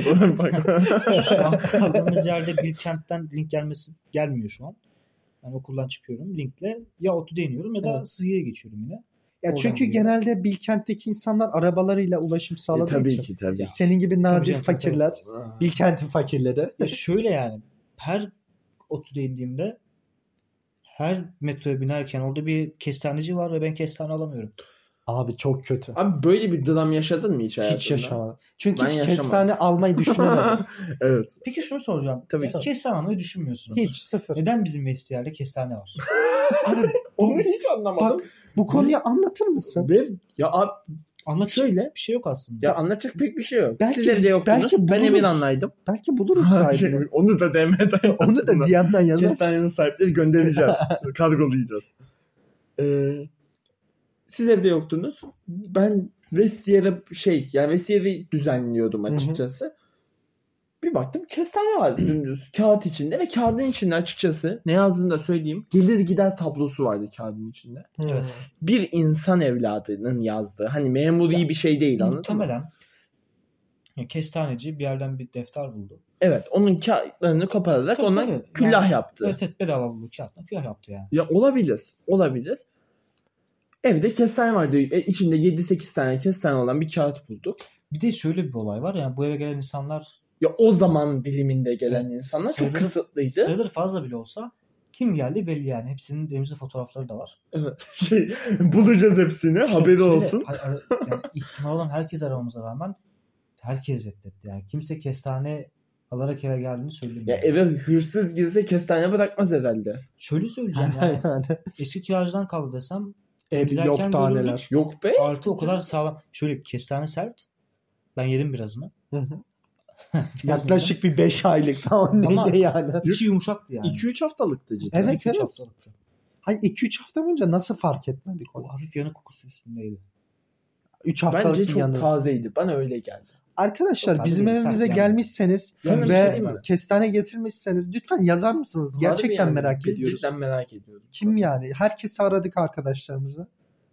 Speaker 3: şu an-
Speaker 2: Ha. Buna bak.
Speaker 3: şu an kaldığımız yerde Bilkent'ten link gelmesi gelmiyor şu an. Ben okuldan çıkıyorum linkle ya ODTÜ'de iniyorum ya da
Speaker 1: Evet.
Speaker 3: Sığı'ya geçiyorum yine.
Speaker 1: ya
Speaker 3: Oradan
Speaker 1: çünkü
Speaker 3: geliyor.
Speaker 1: genelde Bilkent'teki insanlar arabalarıyla ulaşım
Speaker 2: E,
Speaker 1: sağladığı
Speaker 2: tabii
Speaker 1: için.
Speaker 2: ki tabii.
Speaker 1: Senin gibi nadir
Speaker 3: canım, tabii,
Speaker 1: fakirler. Bilkent'in fakirleri.
Speaker 3: Ya şöyle yani her ODTÜ'de indiğimde her metroya binerken orada bir kestaneci var ve ben kestane alamıyorum.
Speaker 1: Abi çok kötü.
Speaker 2: Abi böyle bir dram yaşadın mı hiç hayatında?
Speaker 1: Hiç yaşamadım. Çünkü
Speaker 2: Ben
Speaker 1: hiç
Speaker 2: yaşamadım.
Speaker 1: kestane almayı düşünemedim.
Speaker 2: evet.
Speaker 3: Peki şunu soracağım.
Speaker 2: Tabii
Speaker 3: Siz
Speaker 1: ki.
Speaker 3: Kestane almayı düşünmüyorsunuz.
Speaker 1: hiç sıfır.
Speaker 3: Neden bizim vestiyerde kestane var?
Speaker 1: Abi,
Speaker 2: Onu hiç anlamadım.
Speaker 1: bu konuyu anlatır mısın?
Speaker 2: Ve ya abi
Speaker 3: Anlatacak
Speaker 2: şöyle
Speaker 3: bir şey yok aslında.
Speaker 2: ya anlatacak pek bir şey yok.
Speaker 1: Belki-
Speaker 2: Siz evde yoktunuz.
Speaker 1: belki
Speaker 2: ben
Speaker 1: buluruz.
Speaker 2: emin anlaydım.
Speaker 1: Belki buluruz sahibini.
Speaker 2: Şey, Onu da DM'den
Speaker 1: Onu da DM'den yazar.
Speaker 2: Kestanenin sahipleri göndereceğiz. Ee, Kargolayacağız. siz evde yoktunuz. Ben Vestiye'de şey yani Vestiye'de düzenliyordum
Speaker 1: Hı hı.
Speaker 2: açıkçası. Bir baktım kestane var dümdüz kağıt içinde ve kağıdın içinde açıkçası ne yazdığını da söyleyeyim. Gelir gider tablosu vardı kağıdın içinde.
Speaker 3: Evet.
Speaker 2: Bir insan evladının yazdığı hani memuri bir şey değil anladın mı?
Speaker 3: Muhtemelen ya kestaneci bir yerden bir defter buldu.
Speaker 2: Evet onun kağıtlarını kopararak
Speaker 3: Tabii,
Speaker 2: ondan
Speaker 3: tabii.
Speaker 2: küllah
Speaker 3: Yani-
Speaker 2: yaptı.
Speaker 3: Evet evet bedava buldu kağıtla külah yaptı yani.
Speaker 2: Ya olabilir. Olabilir. Evde kestane vardı. E, içinde 7-8 tane kestane olan bir kağıt bulduk.
Speaker 3: Bir de şöyle bir olay var yani bu eve gelen insanlar
Speaker 2: Ya o zaman diliminde gelen
Speaker 3: Evet,
Speaker 2: insanlar çok
Speaker 3: sayılır-
Speaker 2: kısıtlıydı.
Speaker 3: sayılır fazla bile olsa kim geldi belli yani. Hepsinin elimizde fotoğrafları da var.
Speaker 2: Şey, bulacağız hepsini. Haberi
Speaker 3: Şöyle,
Speaker 2: olsun.
Speaker 3: hay- ara- yani ihtimal olan herkes aramamıza rağmen herkes reddetti. Yani kimse kestane alarak eve geldiğini
Speaker 2: Ya e-
Speaker 3: söylemiyor.
Speaker 2: eve hırsız girse kestane bırakmaz herhalde.
Speaker 3: Şöyle söyleyeceğim yani.
Speaker 1: Yani
Speaker 3: Eski kiracıdan kaldı desem
Speaker 1: Ev E, yok
Speaker 3: Temizlerken
Speaker 1: taneler.
Speaker 2: Yok be.
Speaker 3: artı o kadar sağlam. Şöyle kestane sert. Ben yedim birazını.
Speaker 1: Hı hı.
Speaker 3: Birazını.
Speaker 1: Yaklaşık bir 5 aylık falan
Speaker 3: Ama-
Speaker 1: neydi yani.
Speaker 3: İçi yumuşaktı yani.
Speaker 2: 2-3 haftalıktı cidden.
Speaker 1: Evet
Speaker 3: İki üç
Speaker 1: evet.
Speaker 3: haftalıktı.
Speaker 1: Hayır 2-3 hafta boyunca nasıl fark etmedik
Speaker 3: O
Speaker 1: onu?
Speaker 3: hafif yanık kokusu üstündeydi.
Speaker 1: 3
Speaker 2: Bence
Speaker 1: haftalık
Speaker 2: çok
Speaker 1: yanı.
Speaker 2: tazeydi. Bana öyle geldi.
Speaker 1: Arkadaşlar
Speaker 3: Çok
Speaker 1: bizim
Speaker 3: taze değil,
Speaker 1: evimize
Speaker 3: sert yani.
Speaker 1: gelmişseniz
Speaker 2: Sana bir şey
Speaker 1: ve
Speaker 2: diyeyim mi?
Speaker 1: kestane getirmişseniz lütfen yazar mısınız? Gerçekten
Speaker 2: Harbi yani,
Speaker 1: merak ediyoruz.
Speaker 2: Biz cidden merak ediyoruz.
Speaker 1: Kim yani? Herkesi aradık arkadaşlarımızı.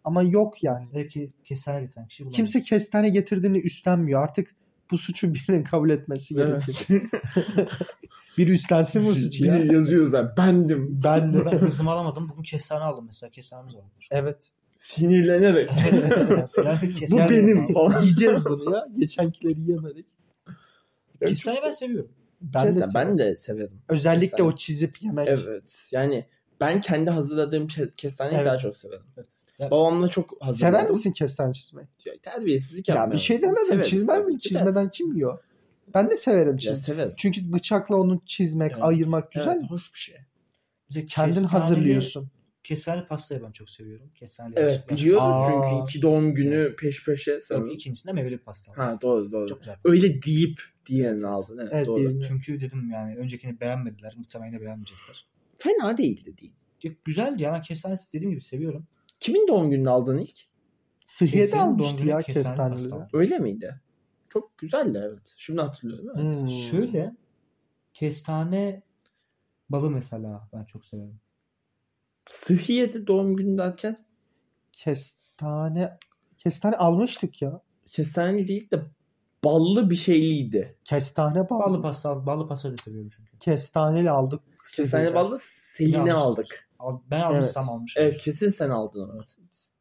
Speaker 1: Ama yok yani.
Speaker 3: Belki kestane getiren kişi bulamadı.
Speaker 1: Kimse kestane getirdiğini üstlenmiyor. Artık bu suçu birinin kabul etmesi
Speaker 2: Evet.
Speaker 1: gerekiyor. Bir üstlensin bu suçu ya.
Speaker 2: Biri yazıyor zaten. Bendim.
Speaker 1: Ben de.
Speaker 3: ben kızımı alamadım. Bugün kestane aldım mesela. Kestanemiz varmış.
Speaker 1: Evet.
Speaker 2: Sinirlenerek.
Speaker 3: evet evet. Yani silah
Speaker 2: Bu
Speaker 3: bir kestane
Speaker 2: benim
Speaker 3: lazım.
Speaker 2: falan.
Speaker 1: Yiyeceğiz bunu ya. Geçenkileri yemedik.
Speaker 3: Kestaneyi ben seviyorum.
Speaker 1: Ben de,
Speaker 2: Kestane ben de severim.
Speaker 1: Özellikle
Speaker 2: Kestane.
Speaker 1: o çizip yemek.
Speaker 2: Evet. Yani ben kendi hazırladığım ke- kestaneyi
Speaker 1: Evet.
Speaker 2: daha çok severim.
Speaker 3: Evet.
Speaker 2: Babamla çok hazırladım.
Speaker 1: Sever misin kestane çizmeyi?
Speaker 2: Ya, terbiyesizlik
Speaker 1: Ya,
Speaker 2: yapmıyorum.
Speaker 1: bir şey demedim.
Speaker 2: Severiz
Speaker 1: Çizmez
Speaker 2: tabii
Speaker 1: mi?
Speaker 2: ki de.
Speaker 1: Çizmeden kim yiyor? Ben de severim
Speaker 2: Ya,
Speaker 1: çizmeyi.
Speaker 2: severim.
Speaker 1: Çünkü bıçakla onu çizmek,
Speaker 2: Evet.
Speaker 1: ayırmak güzel.
Speaker 2: Evet, hoş bir şey.
Speaker 3: Bize
Speaker 1: Kendin
Speaker 3: kestaneli-
Speaker 1: hazırlıyorsun.
Speaker 3: Kestane pastayı ben çok seviyorum. Kestaneli
Speaker 2: Evet
Speaker 3: yaşlı-
Speaker 2: biliyoruz
Speaker 1: Aa.
Speaker 2: çünkü iki doğum günü
Speaker 3: Evet.
Speaker 2: peş peşe sanırım.
Speaker 3: Yok ikincisinde meyveli pasta. var.
Speaker 2: Ha doğru doğru.
Speaker 3: Çok güzel.
Speaker 2: Öyle deyip diğerini
Speaker 3: Evet, evet.
Speaker 2: aldın. Evet,
Speaker 1: Evet,
Speaker 2: doğru.
Speaker 1: birini-
Speaker 3: Çünkü dedim yani öncekini beğenmediler. Muhtemelen de beğenmeyecekler.
Speaker 2: Fena değildi değil.
Speaker 3: Ya, güzeldi ya. Ben kestane dediğim gibi seviyorum.
Speaker 2: Kimin doğum gününü aldın ilk?
Speaker 1: Sıhhiye de
Speaker 3: Kestane
Speaker 1: almıştı
Speaker 3: dondurma
Speaker 1: ya
Speaker 3: kestaneli pasta
Speaker 1: kestaneleri.
Speaker 3: var.
Speaker 2: Öyle miydi? Çok güzeldi evet. Şimdi hatırlıyorum. Evet.
Speaker 1: Hmm.
Speaker 3: Şöyle kestane balı mesela ben çok severim.
Speaker 2: Sıhhiye'de doğum günü derken
Speaker 1: Kestane kestane almıştık ya.
Speaker 2: kestane değil de ballı bir şeyliydi.
Speaker 1: Kestane bağlı.
Speaker 3: Ballı pasta, ballı pasta da seviyorum çünkü.
Speaker 1: Kestaneli aldık.
Speaker 2: Kestane ballı Selin'i
Speaker 3: Yanlış.
Speaker 2: aldık.
Speaker 3: Al- Ben almışsam
Speaker 1: Evet.
Speaker 3: almışım.
Speaker 2: Evet kesin sen aldın onu.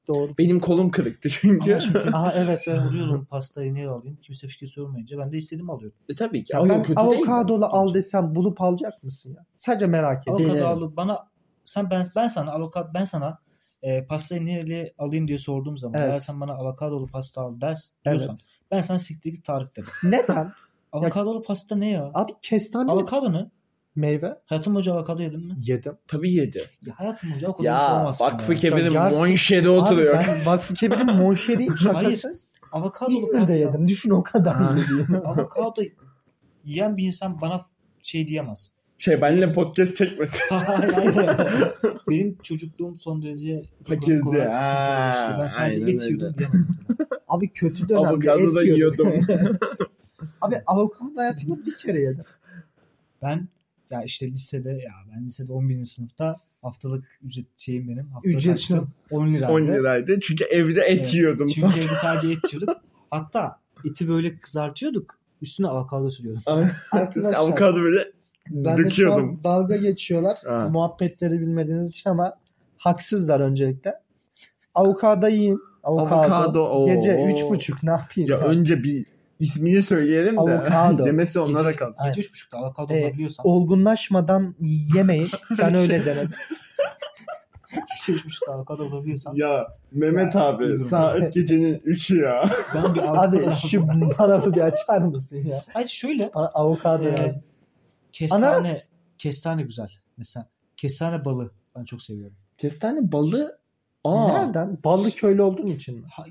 Speaker 1: Doğru.
Speaker 2: Benim kolum kırıktı çünkü.
Speaker 3: Ama şimdi
Speaker 1: Aha, evet,
Speaker 3: evet,
Speaker 1: evet.
Speaker 3: soruyorum pastayı niye alayım? Kimse fikir sormayınca ben de istediğimi alıyorum.
Speaker 2: E, tabii ki.
Speaker 1: Ya
Speaker 2: Ama
Speaker 1: ben
Speaker 2: kötü değil mi?
Speaker 1: avokadolu al desem bulup alacak mısın ya? Sadece merak ettim.
Speaker 3: Avokado
Speaker 2: Denerim.
Speaker 3: alıp bana sen ben ben sana avokado ben sana e, pastayı nereli alayım diye sorduğum zaman
Speaker 1: Evet.
Speaker 3: eğer sen bana avokadolu pasta al ders
Speaker 1: Evet.
Speaker 3: diyorsan ben sana siktir git Tarık derim.
Speaker 1: Neden?
Speaker 3: Avokadolu pasta ne ya?
Speaker 1: Abi kestane
Speaker 3: Avokado ne?
Speaker 1: meyve
Speaker 3: Hayatım boyunca avokado yedin mi?
Speaker 1: yedim.
Speaker 2: Tabii yedi.
Speaker 3: Ya hayatım boyunca avokado hiç
Speaker 2: Ya
Speaker 3: olmazsın
Speaker 2: vakfı
Speaker 3: ya.
Speaker 2: kebirim
Speaker 1: Ya yarısı-
Speaker 2: Monşe'de oturuyor.
Speaker 1: Abi ben Vakfı Kebir'in monşeri şakasız
Speaker 3: Avokadolu
Speaker 1: İzmir'de
Speaker 3: pasta.
Speaker 1: yedim. Düşün o kadar
Speaker 2: Ha.
Speaker 1: yediğimi.
Speaker 3: Avokado yiyen bir insan bana şey diyemez.
Speaker 2: Şey benle podcast çekmesin.
Speaker 3: hayır hayır. Benim çocukluğum son derece
Speaker 2: Fakirdi.
Speaker 3: ekonomik olarak sıkıntılı
Speaker 2: Ha,
Speaker 3: geçti. Ben sadece
Speaker 2: aynen
Speaker 3: et yiyordum
Speaker 2: öyle.
Speaker 3: diyemez mesela.
Speaker 1: Abi kötü dönemde
Speaker 2: Avokado da
Speaker 1: et yiyordum.
Speaker 2: yiyordum.
Speaker 1: Abi avokado hayatımda bir kere yedim.
Speaker 3: Ben ya işte lisede ya ben lisede 11. sınıfta haftalık ücret şeyim benim. Haftalık
Speaker 1: Ücretim.
Speaker 3: açtım. 10 liraydı.
Speaker 2: 10 liraydı. Çünkü evde et
Speaker 3: Evet.
Speaker 2: yiyordum.
Speaker 3: Çünkü evde sadece et yiyorduk. Hatta eti böyle kızartıyorduk. Üstüne avokado sürüyordum.
Speaker 1: Arkadaşlar-
Speaker 2: Avokado böyle
Speaker 1: Ben de şu
Speaker 2: döküyordum.
Speaker 1: an dalga geçiyorlar.
Speaker 2: Ha.
Speaker 1: Muhabbetleri bilmediğiniz için ama haksızlar öncelikle. Avokado yiyin. Avokado.
Speaker 2: Avokado, oo.
Speaker 1: Gece üç buçuk ne yapayım?
Speaker 2: Ya
Speaker 1: ben?
Speaker 2: önce bir ismini söyleyelim de
Speaker 1: Avokado.
Speaker 2: demesi onlara
Speaker 3: Gece-
Speaker 2: kalsın.
Speaker 3: Gece 3.30'da avokado
Speaker 1: Ee,
Speaker 3: olabiliyorsan.
Speaker 1: Olgunlaşmadan yemeyin. Ben öyle denedim.
Speaker 3: Gece 3.30'da avokado olabiliyorsan.
Speaker 2: Ya Mehmet abi
Speaker 3: bilmiyorum.
Speaker 2: saat gecenin 3'ü ya.
Speaker 3: Ben bir avokado
Speaker 1: Abi şu bana bir açar mısın ya?
Speaker 3: Hayır şöyle.
Speaker 1: Bana avokado
Speaker 3: Ee,
Speaker 1: lazım.
Speaker 3: Kestane,
Speaker 1: Ananas.
Speaker 3: kestane güzel. Mesela kestane balı ben çok seviyorum.
Speaker 2: Kestane balı
Speaker 1: Nereden? Ballı köylü olduğun için mi?
Speaker 3: Ha-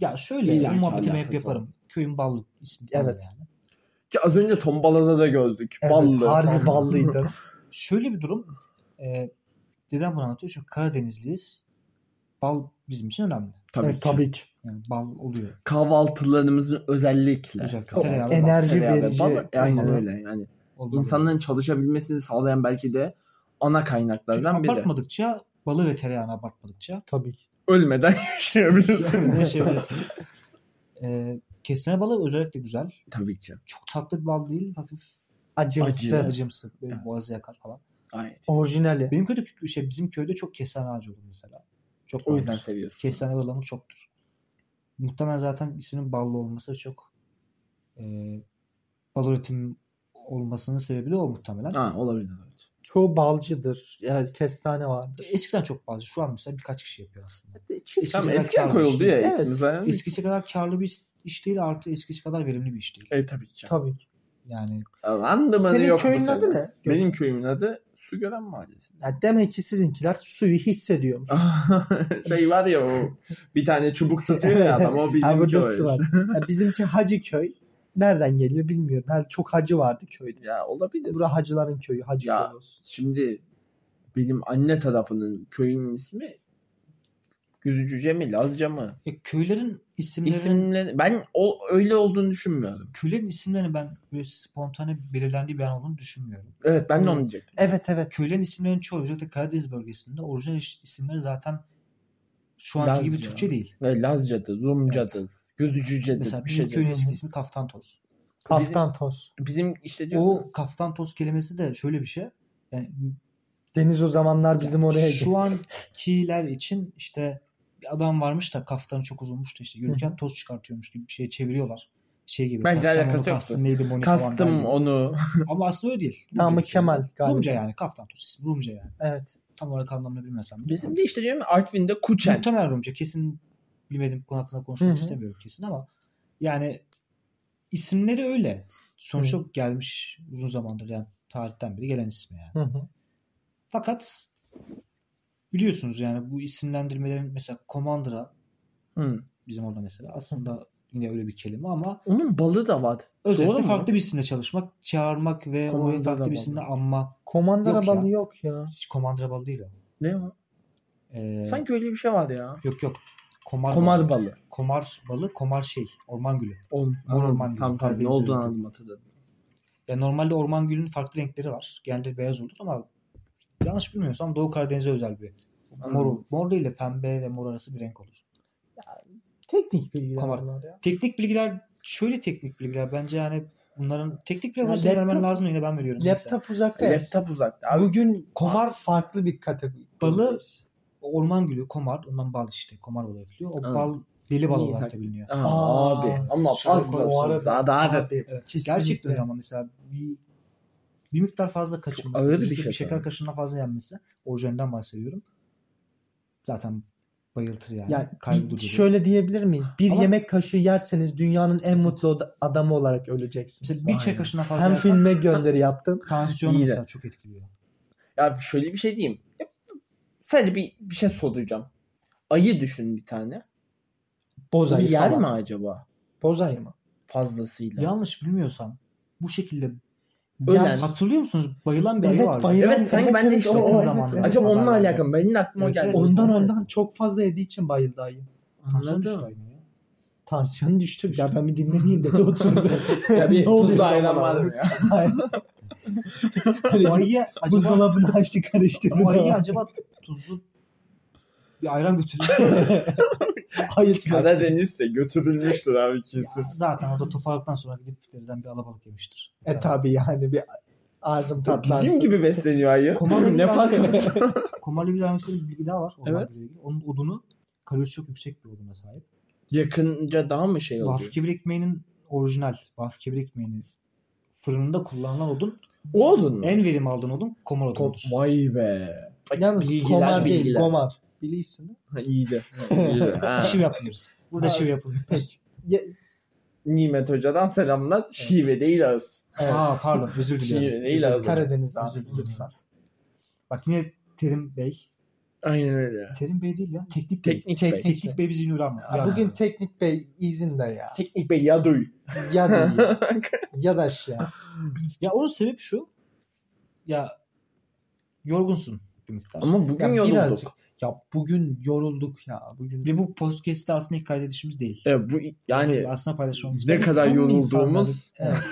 Speaker 3: ya şöyle
Speaker 2: İlla
Speaker 3: bu
Speaker 2: ki
Speaker 3: muhabbetimi hep
Speaker 2: alakası
Speaker 3: yaparım.
Speaker 2: var.
Speaker 3: Köyün ballı ismi.
Speaker 1: Evet.
Speaker 3: yani.
Speaker 2: Ki az önce tombalada da gördük.
Speaker 1: Evet,
Speaker 2: ballı.
Speaker 1: harbi ballıydı.
Speaker 3: Şöyle bir durum. Ee, neden bunu anlatıyor? Çünkü Karadenizliyiz. Bal bizim için önemli.
Speaker 2: Tabii,
Speaker 1: Evet,
Speaker 2: ki.
Speaker 1: tabii ki.
Speaker 3: Yani bal oluyor.
Speaker 2: Kahvaltılarımızın özellikle.
Speaker 3: Güzel.
Speaker 1: O
Speaker 3: Tereyağlı bal.
Speaker 1: enerji
Speaker 2: Tereyağı ve
Speaker 1: verici.
Speaker 2: balı. E, Aynen
Speaker 1: kısmı.
Speaker 2: öyle yani.
Speaker 3: Olmalı.
Speaker 2: İnsanların çalışabilmesini sağlayan belki de ana
Speaker 3: Çünkü
Speaker 2: kaynaklardan biri.
Speaker 3: abartmadıkça balı ve tereyağını abartmadıkça
Speaker 1: Tabii ki.
Speaker 2: Ölmeden yaşayabilirsiniz.
Speaker 3: yaşayabilirsiniz. Ee, kestane balı özellikle güzel.
Speaker 2: tabii ki.
Speaker 3: Çok tatlı bir bal değil. Hafif
Speaker 1: Acımsı.
Speaker 2: Acı.
Speaker 3: acımsı. Böyle
Speaker 2: Evet.
Speaker 3: boğazı yakar falan.
Speaker 2: Aynen.
Speaker 1: Orijinali.
Speaker 3: Benim köyde kö- şey bizim köyde çok kestane ağacı olur mesela. Çok
Speaker 2: O yüzden
Speaker 3: vardır.
Speaker 2: seviyorsun.
Speaker 3: kestane balamı çoktur. Muhtemelen zaten isminin ballı olması çok e, bal üretim olmasının sebebi de o muhtemelen.
Speaker 2: Ha, olabilir. Evet.
Speaker 1: Çoğu balcıdır. Yani kestane vardır.
Speaker 3: Eskiden çok bazı. Şu an mesela birkaç kişi yapıyor aslında.
Speaker 1: Çift
Speaker 3: Tamam,
Speaker 2: Tam
Speaker 3: Eskiden
Speaker 2: eskiden
Speaker 3: kalmış
Speaker 2: koyuldu
Speaker 3: değil
Speaker 2: ya
Speaker 1: mi?
Speaker 2: ismi
Speaker 1: Evet.
Speaker 2: zaten.
Speaker 3: Eskisi kadar karlı bir iş değil artı eskisi kadar verimli bir iş değil.
Speaker 2: E tabii ki.
Speaker 1: Tabii ki.
Speaker 3: Yani
Speaker 2: Randımanı
Speaker 1: Senin
Speaker 2: yok bu
Speaker 1: köyün
Speaker 2: sene.
Speaker 1: adı ne?
Speaker 2: Benim köyümün adı Sugören Mahallesi.
Speaker 1: Ya demek ki sizinkiler suyu hissediyormuş.
Speaker 2: şey var ya o bir tane çubuk tutuyor ya adam o
Speaker 1: Ha,
Speaker 2: bizimki
Speaker 1: burada
Speaker 2: o
Speaker 1: su
Speaker 2: işte.
Speaker 1: Ya bizimki hacı köy. Nereden geliyor bilmiyorum. Her çok hacı vardı köyde.
Speaker 2: Ya olabilir.
Speaker 1: Bura hacıların köyü. Hacı
Speaker 2: Ya.
Speaker 1: köyü olsun.
Speaker 2: Şimdi benim anne tarafının köyünün ismi Gürcüce mi Lazca mı?
Speaker 3: e, köylerin isimlerin
Speaker 2: İsimleri ben o öyle olduğunu düşünmüyorum.
Speaker 3: köylerin isimlerini ben böyle spontane belirlendiği bir an olduğunu düşünmüyorum.
Speaker 2: Evet ben de
Speaker 1: Hı.
Speaker 2: onu diyecektim.
Speaker 1: Evet evet.
Speaker 3: köylerin isimlerinin çoğu özellikle Karadeniz bölgesinde orijinal iş- isimleri zaten şu anki
Speaker 2: Lazca.
Speaker 3: gibi Türkçe değil.
Speaker 2: Ve Lazcadır, Rumcadır, Gürcücedir
Speaker 3: Mesela
Speaker 2: bir şey
Speaker 1: şey
Speaker 3: bizim
Speaker 2: şeydir.
Speaker 3: köyün eski ismi Kaftantos.
Speaker 1: Kaftan toz.
Speaker 2: Bizim işte diyor.
Speaker 3: O Kaftantos kelimesi de şöyle bir şey. Yani
Speaker 1: Deniz o zamanlar bizim oraya geldi.
Speaker 3: şu ankiler için işte bir adam varmış da kaftanı çok uzunmuş da işte
Speaker 1: Hı
Speaker 3: yürürken toz çıkartıyormuş gibi bir şeye çeviriyorlar. Şey gibi.
Speaker 2: Bence
Speaker 3: Kastamonu,
Speaker 2: alakası yoktu.
Speaker 3: Kastım neydi Monika Van der
Speaker 2: kastım
Speaker 3: gibi.
Speaker 2: onu.
Speaker 3: Ama aslında öyle değil. Rumca
Speaker 1: Namık
Speaker 3: bir kelime.
Speaker 1: Kemal galiba.
Speaker 3: Rumca yani Kaftantos ismi Rumca yani.
Speaker 1: Evet.
Speaker 3: Tam olarak anlamını bilmesem de.
Speaker 2: Bizim de işte diyorum ya, Artvin'de Kuçen.
Speaker 3: Muhtemelen Rumca. Kesin bilmediğim konu hakkında konuşmak
Speaker 1: şey- Hı hı.
Speaker 3: istemiyorum kesin ama yani isimleri öyle. Sonuçta gelmiş uzun zamandır yani tarihten beri gelen ismi yani.
Speaker 1: Hı hı.
Speaker 3: Fakat biliyorsunuz yani bu isimlendirmelerin mesela Commander'a
Speaker 2: Hı.
Speaker 3: bizim orada mesela aslında yine öyle bir kelime ama
Speaker 2: Onun balı da var.
Speaker 3: özellikle
Speaker 2: Doğru mu?
Speaker 3: farklı bir isimle çalışmak, çağırmak ve o
Speaker 2: Commander'a
Speaker 3: farklı
Speaker 2: bağlı.
Speaker 3: bir isimle anma.
Speaker 1: Komandara
Speaker 3: Yok ya.
Speaker 1: balı yok ya.
Speaker 3: Hiç Commander'a bağlı değil o.
Speaker 2: Ne o?
Speaker 3: Ee,
Speaker 2: Sanki öyle bir şey vardı ya.
Speaker 3: Yok yok. Komar,
Speaker 2: Komar
Speaker 3: balı.
Speaker 2: balı.
Speaker 3: Komar balı, komar şey. Orman gülü.
Speaker 2: Oğlum,
Speaker 3: Orman gibi,
Speaker 2: tam tam ne
Speaker 3: Karadeniz
Speaker 2: olduğunu
Speaker 3: özgü.
Speaker 2: anladım hatırladım.
Speaker 3: Yani normalde orman gülünün farklı renkleri var. Genelde beyaz olur ama Yanlış bilmiyorsam Doğu Karadeniz'e özel bir mor, mor değil de pembe ve mor arası bir renk olur.
Speaker 1: Teknik bilgiler
Speaker 3: Kamera.
Speaker 1: bunlar ya.
Speaker 3: Teknik bilgiler şöyle teknik bilgiler bence yani bunların teknik bir
Speaker 1: Ya
Speaker 3: hafızayı vermen
Speaker 1: laptop-
Speaker 3: lazım yine ben veriyorum. Mesela.
Speaker 1: Laptop uzakta. ya.
Speaker 2: Laptop uzakta. Abi,
Speaker 1: Bugün
Speaker 3: Komar-
Speaker 1: komar farklı bir kategori.
Speaker 3: Balı- Orman gülü, komar, ondan bal işte. Komar balı yapılıyor. O
Speaker 2: Anladım.
Speaker 3: bal deli bal
Speaker 2: Niye
Speaker 3: olarak
Speaker 2: zaten-
Speaker 3: da biliniyor.
Speaker 2: Aa,
Speaker 1: Aa,
Speaker 2: abi ama
Speaker 1: şaka bu arada.
Speaker 2: fazlası zaten.
Speaker 1: Abi,
Speaker 3: Evet,
Speaker 1: kesinlikle.
Speaker 3: Gerçekten öyle ama mesela bir, bir miktar fazla kaçınması.
Speaker 2: ağır bir
Speaker 3: özellikle
Speaker 2: şey
Speaker 3: şeker
Speaker 2: tabii.
Speaker 3: kaşığından fazla yenmesi. Orijinalinden bahsediyorum. Zaten bayıltır yani.
Speaker 1: Yani
Speaker 3: Kaygı
Speaker 1: bir-
Speaker 3: durduruyor.
Speaker 1: şöyle diyebilir miyiz? Bir
Speaker 3: Ama-
Speaker 1: yemek kaşığı yerseniz dünyanın en mutlu oda- adamı olarak öleceksiniz.
Speaker 3: Mesela bir çay
Speaker 2: Aynen.
Speaker 3: kaşığından fazla
Speaker 1: Hem
Speaker 3: yersen
Speaker 1: filme gönderi yaptım.
Speaker 3: tansiyonu
Speaker 2: İyi de.
Speaker 3: mesela çok etkiliyor.
Speaker 2: Ya şöyle bir şey diyeyim. Ya, Sadece bir, bir şey soracağım. Ayı düşün bir tane. O
Speaker 1: Bozayı
Speaker 2: bir yer
Speaker 1: falan.
Speaker 2: mi acaba?
Speaker 1: Bozayı mı?
Speaker 2: Fazlasıyla.
Speaker 3: Yanlış bilmiyorsam bu şekilde
Speaker 2: Ölen.
Speaker 3: Yani hatırlıyor musunuz? Bayılan bir ayı vardı.
Speaker 2: Evet, sanki ben de işte o-
Speaker 1: evet,
Speaker 3: zamanda.
Speaker 1: evet.
Speaker 2: Acaba onunla
Speaker 3: Haberlerde.
Speaker 2: alakalı mı? Benim aklıma
Speaker 3: Evet,
Speaker 2: geldi.
Speaker 3: evet.
Speaker 1: Ondan
Speaker 3: Kesinlikle.
Speaker 1: ondan çok fazla yediği için bayıldı ayı.
Speaker 3: Tansiyon düştü
Speaker 2: Anladım. Hani
Speaker 3: ayının ya.
Speaker 1: Tansiyonu düştü. Ya ben bir dinleneyim dedi oturdu.
Speaker 2: Ya bir
Speaker 1: Ne oluyor
Speaker 2: tuzlu
Speaker 1: şu
Speaker 2: ayran
Speaker 1: an
Speaker 2: var
Speaker 1: bana?
Speaker 2: mı ya?
Speaker 3: O Hani ayıya
Speaker 1: Hani
Speaker 3: acaba,
Speaker 1: Buzdolabını açtı karıştırdı.
Speaker 3: o ayıya acaba tuzlu bir ayran götürüyor.
Speaker 1: Hayır çıkarttı.
Speaker 2: Karadeniz'se götürülmüştür abi kesin.
Speaker 3: Zaten o da toparladıktan sonra gidip denizden bir alabalık yemiştir.
Speaker 1: E tabi yani bir ağzım tatlansın.
Speaker 2: gibi besleniyor ayı.
Speaker 3: Komando
Speaker 2: ne
Speaker 3: bir
Speaker 2: farkı?
Speaker 3: Komarlı bir tanesi şey, bir bilgi daha var. ormanla
Speaker 2: Evet.
Speaker 3: ilgili. Onun odunu kalorisi çok yüksek bir oduna sahip.
Speaker 2: Yakınca daha mı şey oluyor?
Speaker 3: Vahfi kebir ekmeğinin orijinal Vahfi kebir ekmeğinin fırınında kullanılan odun
Speaker 2: O odun mu?
Speaker 3: en verim aldığın odun komar odunudur.
Speaker 2: Ko- Vay be. Bak,
Speaker 1: Yalnız
Speaker 2: bilgiler,
Speaker 1: komar değil,
Speaker 2: bilgiler.
Speaker 1: komar. Bilirsin. değil mi?
Speaker 2: Ha, İyiydi. İyiydi. Ha.
Speaker 3: Şiv yapmıyoruz. Burada
Speaker 1: Ha.
Speaker 3: şiv yapılıyor.
Speaker 1: Peki. Ye-
Speaker 2: Nimet Hoca'dan selamlar. Şive değil ağız.
Speaker 1: Evet.
Speaker 3: Aa pardon özür
Speaker 2: Şive
Speaker 3: diliyorum.
Speaker 2: değil ağız.
Speaker 1: Karadeniz abi
Speaker 3: Özür dilerim.
Speaker 1: lütfen.
Speaker 3: Bak yine Terim Bey.
Speaker 2: Aynen öyle.
Speaker 3: Terim Bey değil ya. Teknik Bey.
Speaker 2: Teknik bey.
Speaker 3: Teknik Bey bizi yine uğramıyor.
Speaker 1: Ya bugün Teknik Bey izinde ya.
Speaker 2: Teknik bey ya duy.
Speaker 1: Ya da ya da şey ya.
Speaker 3: Ya onun sebep şu. Ya yorgunsun bir miktar.
Speaker 2: Ama bugün
Speaker 1: Ya
Speaker 2: yorulduk.
Speaker 1: birazcık. Ya bugün yorulduk ya. Bugün
Speaker 3: Ve bu podcast'te aslında ilk kaydedişimiz değil.
Speaker 2: Evet, bu yani
Speaker 3: aslında paylaşmamız
Speaker 2: ne
Speaker 3: lazım.
Speaker 2: kadar
Speaker 1: Samimi
Speaker 2: yorulduğumuz
Speaker 1: evet.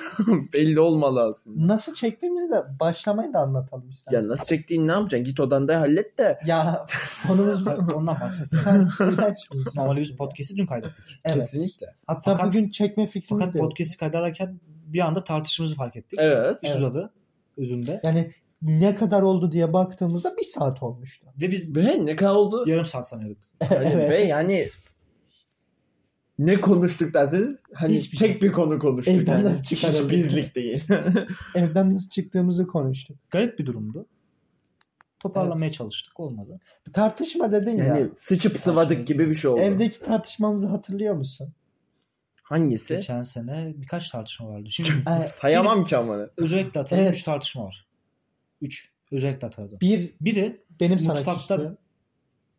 Speaker 2: belli olmalı aslında.
Speaker 1: nasıl çektiğimizi de başlamayı da anlatalım
Speaker 2: Ya
Speaker 1: istersen.
Speaker 2: nasıl çektiğini ne yapacaksın? Git odanda hallet de.
Speaker 1: Ya konumuz bu.
Speaker 3: Hayır, Ondan bahsediyorum.
Speaker 1: sen iğrenç bir insansın.
Speaker 3: Normalde biz podcast'i dün kaydettik.
Speaker 1: Evet.
Speaker 2: Kesinlikle.
Speaker 1: Hatta
Speaker 3: Fakat-
Speaker 1: bugün çekme fikrimiz
Speaker 3: Fakat
Speaker 1: de yok.
Speaker 3: podcast'i kaydederken bir anda tartışmamızı fark ettik.
Speaker 2: Evet.
Speaker 3: İş
Speaker 1: Evet.
Speaker 3: uzadı özünde.
Speaker 1: Yani ne kadar oldu diye baktığımızda bir saat olmuştu.
Speaker 3: Ve biz
Speaker 2: Ve ne kadar oldu?
Speaker 3: yarım saat sanıyorduk.
Speaker 2: Hani
Speaker 1: Evet.
Speaker 2: Ve yani ne konuştuk derseniz hani
Speaker 1: Hiçbir
Speaker 2: tek
Speaker 1: şey.
Speaker 2: bir konu konuştuk.
Speaker 1: Evden
Speaker 2: yani.
Speaker 1: nasıl çıkarabiliriz?
Speaker 2: Hiç bizlik değil.
Speaker 1: Evden nasıl çıktığımızı konuştuk.
Speaker 3: Garip bir durumdu. Toparlamaya çalıştık olmadı.
Speaker 1: Tartışma dedin ya.
Speaker 2: yani sıçıp sıvadık gibi bir şey oldu.
Speaker 1: Evdeki tartışmamızı hatırlıyor musun?
Speaker 2: Hangisi?
Speaker 3: Geçen sene birkaç tartışma vardı. Şimdi
Speaker 1: Ee,
Speaker 2: Sayamam ki ama.
Speaker 3: özellikle hatırladığım
Speaker 1: Evet.
Speaker 3: 3 tartışma var. 3 özellikle hatırladım.
Speaker 1: bir
Speaker 3: Biri
Speaker 1: benim sana
Speaker 3: mutfakta
Speaker 1: küstüğüm-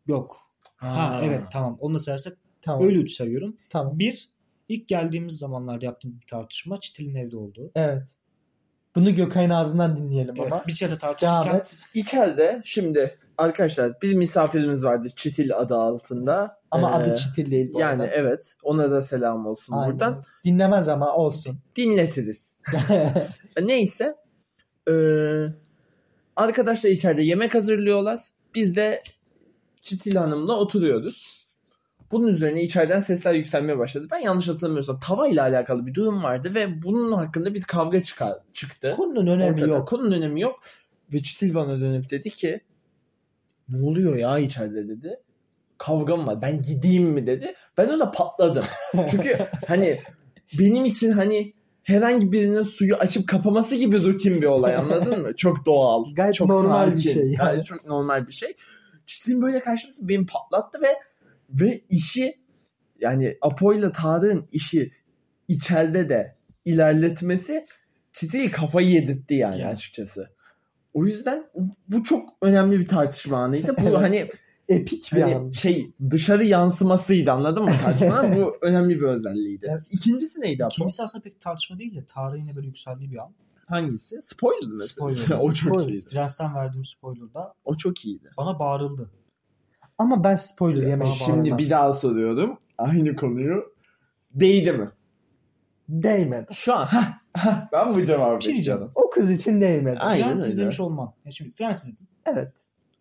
Speaker 3: yok. Ha, evet tamam onu da sayarsak
Speaker 1: Tamam.
Speaker 3: öyle 3 sayıyorum.
Speaker 1: Tamam.
Speaker 3: Bir ilk geldiğimiz zamanlarda yaptığım bir tartışma Çitil'in evde oldu.
Speaker 1: Evet. Bunu Gökay'ın ağzından dinleyelim
Speaker 3: Evet,
Speaker 1: ama.
Speaker 3: bir çete tartışırken
Speaker 1: Devam et.
Speaker 2: İçeride şimdi arkadaşlar bir misafirimiz vardı Çitil adı altında.
Speaker 1: Ama
Speaker 2: Ee,
Speaker 1: adı Çitil değil bu
Speaker 2: Yani
Speaker 1: arada.
Speaker 2: evet ona da selam olsun
Speaker 1: Aynen.
Speaker 2: buradan.
Speaker 1: Dinlemez ama olsun.
Speaker 2: Dinletiriz. Neyse. Ee, arkadaşlar içeride yemek hazırlıyorlar. Biz de Çitil Hanım'la oturuyoruz. Bunun üzerine içeriden sesler yükselmeye başladı. Ben yanlış hatırlamıyorsam tavayla alakalı bir durum vardı ve bunun hakkında bir kavga çıkar, çıktı.
Speaker 1: Konunun önemi
Speaker 2: Ortada.
Speaker 1: yok.
Speaker 2: Konunun önemi yok. Ve Çitil bana dönüp dedi ki ne oluyor ya içeride dedi. Kavgam var ben gideyim mi dedi. Ben ona patladım. Çünkü hani benim için hani herhangi birinin suyu açıp kapaması gibi rutin bir olay anladın mı? Çok doğal.
Speaker 1: Gayet
Speaker 2: çok
Speaker 1: normal bir
Speaker 2: sakin.
Speaker 1: şey yani.
Speaker 2: Gayet çok normal bir şey. Çitin böyle karşımıza beni patlattı ve ve işi yani Apo'yla Tarık'ın işi içeride de ilerletmesi Çitin'i kafayı yedirtti yani
Speaker 3: Yani.
Speaker 2: açıkçası. O yüzden bu çok önemli bir tartışma anıydı. Bu
Speaker 1: Evet.
Speaker 2: hani
Speaker 1: Epik bir
Speaker 2: Hani
Speaker 1: an.
Speaker 2: şey dışarı yansımasıydı anladın mı tartışmanın? Bu önemli bir özelliğiydi.
Speaker 1: Evet.
Speaker 2: İkincisi neydi Apo?
Speaker 3: ikincisi aslında pek tartışma değil de Tarık'ın yine böyle yükseldiği bir an.
Speaker 2: Hangisi? Spoiler mı?
Speaker 3: Spoiler.
Speaker 2: o çok
Speaker 1: Spoiler.
Speaker 2: iyiydi.
Speaker 3: Prens'ten verdiğim spoiler'da
Speaker 2: O çok iyiydi.
Speaker 3: bana bağırıldı.
Speaker 1: Ama ben spoiler yemeyi
Speaker 2: Şimdi bir daha soruyorum. Aynı konuyu. Değdi mi?
Speaker 1: Değmedi.
Speaker 2: Şu an. hah, hah, ben bu cevabı
Speaker 3: Bir şey diyeceğim.
Speaker 2: bekliyorum.
Speaker 1: O kız için değmedi.
Speaker 2: Aynen
Speaker 3: Prens
Speaker 2: öyle.
Speaker 3: izlemiş olman. Ya şimdi Prens izledim.
Speaker 1: Evet.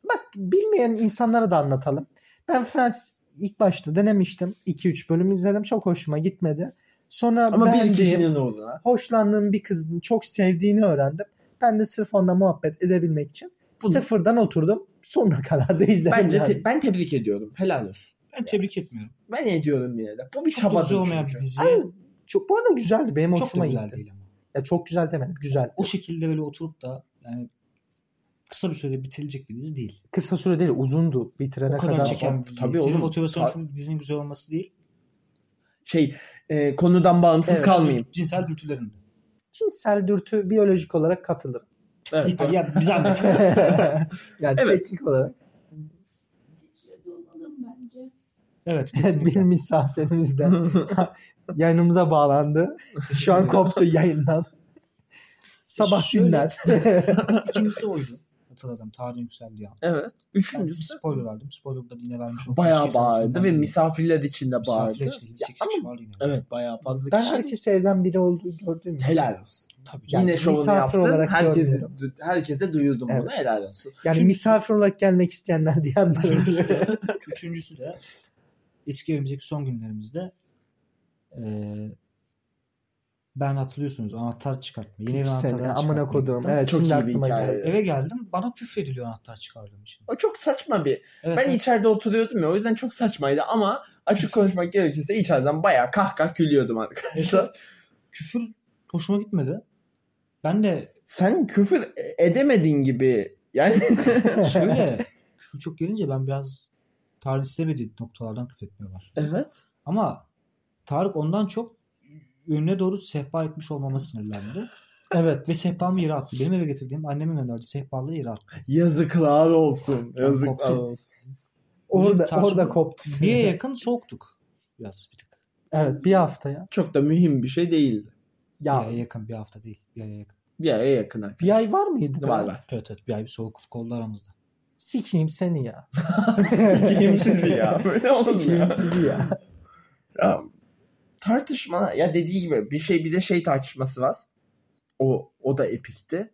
Speaker 1: Bak bilmeyen insanlara da anlatalım. Ben Friends ilk başta denemiştim. 2-3 bölüm izledim. Çok hoşuma gitmedi. Sonra
Speaker 2: Ama bir
Speaker 1: beğendiğim-
Speaker 2: kişinin ne oldu ha?
Speaker 1: hoşlandığım bir kızın çok sevdiğini öğrendim. Ben de sırf onunla muhabbet edebilmek için
Speaker 2: Bunu-
Speaker 1: sıfırdan oturdum. Sonuna kadar da izledim.
Speaker 2: Bence
Speaker 1: yani.
Speaker 2: te- ben tebrik ediyorum. Helal olsun.
Speaker 3: Ben tebrik etmiyorum.
Speaker 2: Ben ediyorum yine de. Bu bir
Speaker 3: Çok da
Speaker 2: çabadır
Speaker 3: güzel olmayan bir
Speaker 2: çünkü.
Speaker 3: dizi.
Speaker 1: Abi, çok, bu arada güzeldi. Benim
Speaker 3: Çok da
Speaker 1: hoşuma
Speaker 3: güzel
Speaker 1: gitti.
Speaker 3: değil ama.
Speaker 1: Ya çok güzel demedim. Güzel.
Speaker 3: O şey- şekilde böyle oturup da yani kısa bir sürede bitirilecek bir dizi değil.
Speaker 1: Kısa süre değil uzundu. Bitirene
Speaker 3: O kadar,
Speaker 1: kadar.
Speaker 3: çeken bir dizi.
Speaker 2: Tabii
Speaker 3: Tabii Senin
Speaker 2: oğlum.
Speaker 3: motivasyonun
Speaker 2: Ta-
Speaker 3: şu dizinin güzel olması değil.
Speaker 2: Şey e, konudan bağımsız
Speaker 1: Evet.
Speaker 2: kalmayayım.
Speaker 3: Cinsel dürtülerinde.
Speaker 1: Cinsel dürtü biyolojik olarak katılır.
Speaker 2: Evet.
Speaker 3: Gitme ya bir zahmet.
Speaker 1: yani
Speaker 2: Evet.
Speaker 1: teknik olarak.
Speaker 4: Türkiye'de olalım bence.
Speaker 3: evet
Speaker 1: bir
Speaker 3: kesinlikle.
Speaker 1: misafirimiz de yayınımıza bağlandı. Şu an koptu yayından. Sabah
Speaker 3: Şöyle-
Speaker 1: dinler.
Speaker 3: İkincisi oydu. Hatırladım. Tarihin yükseldiği an.
Speaker 2: evet.
Speaker 3: Ben bir
Speaker 2: Üçüncüsü
Speaker 3: spoiler verdim. Spoiler'da yine vermiş oldum.
Speaker 2: bayağı
Speaker 3: Keşke
Speaker 2: bağırdı
Speaker 3: sesinden
Speaker 2: ve
Speaker 3: değil.
Speaker 2: misafirler içinde bağırdı.
Speaker 3: Misafirler içinde.
Speaker 2: Ya
Speaker 3: 8
Speaker 2: ama-
Speaker 3: şey, kişi vardı yine.
Speaker 2: Evet bayağı fazla
Speaker 1: ben
Speaker 2: kişi.
Speaker 1: herkesi evden biri olduğu gördüğüm için.
Speaker 2: Helal olsun.
Speaker 3: Tabii canım.
Speaker 2: Yine şovunu
Speaker 1: misafir
Speaker 2: yaptın.
Speaker 1: olarak
Speaker 2: herkesi,
Speaker 1: görmüyorum.
Speaker 2: herkese duyurdum
Speaker 1: Evet.
Speaker 2: bunu. Helal olsun.
Speaker 1: Yani
Speaker 3: Çünkü-
Speaker 1: misafir olarak gelmek isteyenler diye anlıyorum.
Speaker 3: Üçüncüsü de, üçüncüsü de eski evimizdeki son günlerimizde eee ben hatırlıyorsunuz anahtar çıkartma. Yeni bir
Speaker 1: Seni
Speaker 3: anahtar
Speaker 1: amına koduğum. Evet
Speaker 2: Çok
Speaker 1: şimdi
Speaker 2: iyi bir
Speaker 1: aklıma
Speaker 2: hikaye.
Speaker 1: geldi.
Speaker 3: Eve geldim bana küfrediliyor anahtar çıkardığım için.
Speaker 2: O çok saçma bir.
Speaker 3: Evet,
Speaker 2: ben
Speaker 3: evet.
Speaker 2: içeride oturuyordum ya o yüzden çok saçmaydı ama açık konuşmak gerekirse içeriden bayağı kahkah gülüyordum arkadaşlar.
Speaker 3: küfür hoşuma gitmedi. Ben de
Speaker 2: Sen küfür edemedin gibi yani
Speaker 3: şöyle küfür çok gelince ben biraz Tarık'ın istemediği noktalardan küfretmeye var.
Speaker 2: Evet.
Speaker 3: Ama Tarık ondan çok önüne doğru sehpa etmiş olmama sinirlendi.
Speaker 1: Evet.
Speaker 3: Ve sehpamı yere attı. Benim eve getirdiğim annemin gönderdiği sehpalığı yere attı.
Speaker 2: Yazıklar olsun. Yazıklar
Speaker 3: Koptu.
Speaker 2: olsun.
Speaker 1: Orada
Speaker 3: tartışma-
Speaker 1: orada koptu. seni.
Speaker 3: Niye yakın soğuktuk. Biraz bir tık.
Speaker 1: Evet bir hafta ya.
Speaker 2: Çok da mühim bir şey değildi.
Speaker 3: Bir
Speaker 1: Ya
Speaker 3: aya yakın bir hafta değil. Bir aya yakın.
Speaker 2: Bir aya yakın. arkadaş.
Speaker 1: bir ay var mıydı? be?
Speaker 2: Var var.
Speaker 3: Evet evet bir ay bir soğukluk oldu aramızda.
Speaker 1: Sikeyim seni ya.
Speaker 2: Sikeyim sizi ya. Böyle olmuyor.
Speaker 1: Sikeyim sizi ya.
Speaker 2: Ya, tartışma ya dediği gibi bir şey bir de şey tartışması var. O o da epikti.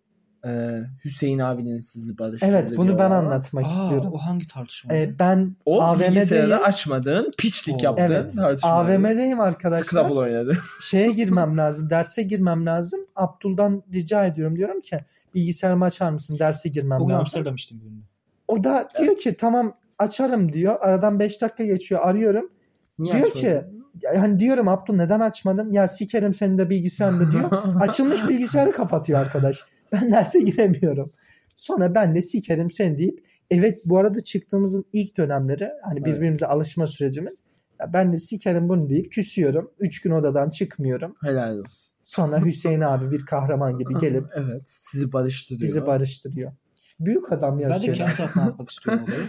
Speaker 2: Ee, Hüseyin abinin sizi barıştırdı.
Speaker 1: Evet bunu
Speaker 2: bir
Speaker 1: ben
Speaker 2: olay var.
Speaker 1: anlatmak
Speaker 3: Aa,
Speaker 1: istiyorum.
Speaker 3: O hangi tartışma?
Speaker 1: Ee, ben
Speaker 2: O şey
Speaker 1: AVM'deyim.
Speaker 2: bilgisayarı açmadığın, piçlik
Speaker 3: Oo.
Speaker 2: yaptığın
Speaker 1: Evet.
Speaker 2: tartışma.
Speaker 1: AVM'deyim arkadaşlar.
Speaker 2: Scrabble oynadı.
Speaker 1: şeye girmem lazım. Derse girmem lazım. Abdul'dan rica ediyorum. Diyorum ki bilgisayarımı açar mısın? Derse girmem
Speaker 3: o gün
Speaker 1: lazım.
Speaker 3: Amsterdam içtim bir ünlü.
Speaker 1: O da diyor ki tamam açarım diyor. Aradan 5 dakika geçiyor. Arıyorum.
Speaker 2: Niye
Speaker 1: diyor
Speaker 2: açmadın?
Speaker 1: ki yani diyorum Abdul neden açmadın? Ya sikerim senin de bilgisayarında diyor. Açılmış bilgisayarı kapatıyor arkadaş. Ben derse giremiyorum. Sonra ben de sikerim seni deyip evet bu arada çıktığımızın ilk dönemleri hani
Speaker 2: Evet.
Speaker 1: birbirimize alışma sürecimiz. Ya ben de sikerim bunu deyip küsüyorum. 3 gün odadan çıkmıyorum.
Speaker 2: Helal olsun.
Speaker 1: Sonra Hüseyin abi bir kahraman gibi gelip
Speaker 2: Evet. Sizi barıştırıyor.
Speaker 1: bizi barıştırıyor. Büyük adam ya.
Speaker 3: Ben de
Speaker 1: Hüseyin.
Speaker 3: kendi tarafından anlatmak istiyorum olayı.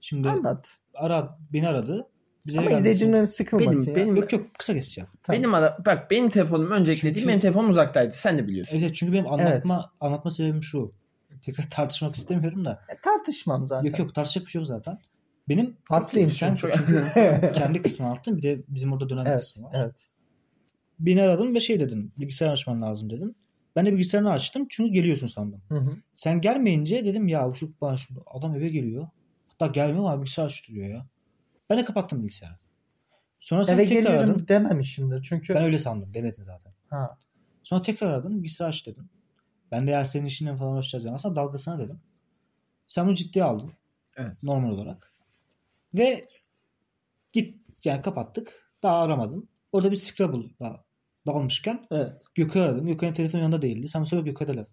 Speaker 3: Şimdi
Speaker 1: Anlat.
Speaker 3: ara, beni aradı. Bize
Speaker 1: Ama
Speaker 3: eve geldi.
Speaker 1: izleyicilerim sıkılmasın.
Speaker 2: Benim-
Speaker 1: ya.
Speaker 2: benim-
Speaker 3: Yok yok kısa geçeceğim.
Speaker 1: Tamam.
Speaker 2: Benim ara- bak benim telefonum öncelikle
Speaker 3: Çünkü-
Speaker 2: değil benim telefonum uzaktaydı. Sen de biliyorsun.
Speaker 3: Evet evet, çünkü benim anlatma anlatma sebebim şu. Tekrar tartışmak istemiyorum da.
Speaker 1: E, tartışmam zaten.
Speaker 3: Yok yok tartışacak bir şey yok zaten. Benim
Speaker 1: Haklıyım
Speaker 3: sen
Speaker 1: çünkü.
Speaker 3: çünkü kendi kısmını anlattın bir de bizim orada dönen
Speaker 1: Evet,
Speaker 3: kısmı var.
Speaker 1: evet.
Speaker 3: Beni aradın ve şey dedin. Bilgisayar açman lazım dedin. Ben de bilgisayarını açtım çünkü geliyorsun sandım.
Speaker 1: Hı hı.
Speaker 3: Sen gelmeyince dedim ya bu şu bana şu adam eve geliyor. Hatta gelmiyor ama bilgisayar açtırıyor ya. Ben de kapattım bilgisayarı. Sonra sen
Speaker 1: Eve
Speaker 3: tekrar
Speaker 1: geliyorum
Speaker 3: aradın.
Speaker 1: dememişimdir. Çünkü e,
Speaker 3: Ben öyle sandım demedin zaten.
Speaker 1: ha,
Speaker 3: Sonra tekrar aradım. Bilgisayar aç dedim. Ben de ya senin işinle falan uğraşacağız yani. Aslında dalgasına dedim. Sen bunu ciddiye aldın.
Speaker 2: Evet.
Speaker 3: Normal olarak. Ve git yani kapattık. Daha aramadım. Orada bir Scrabble'da dalmışken
Speaker 2: Evet.
Speaker 3: Gökay aradım. Gökay'ın telefonu yanında değildi. Sen mesela Gökay'da laf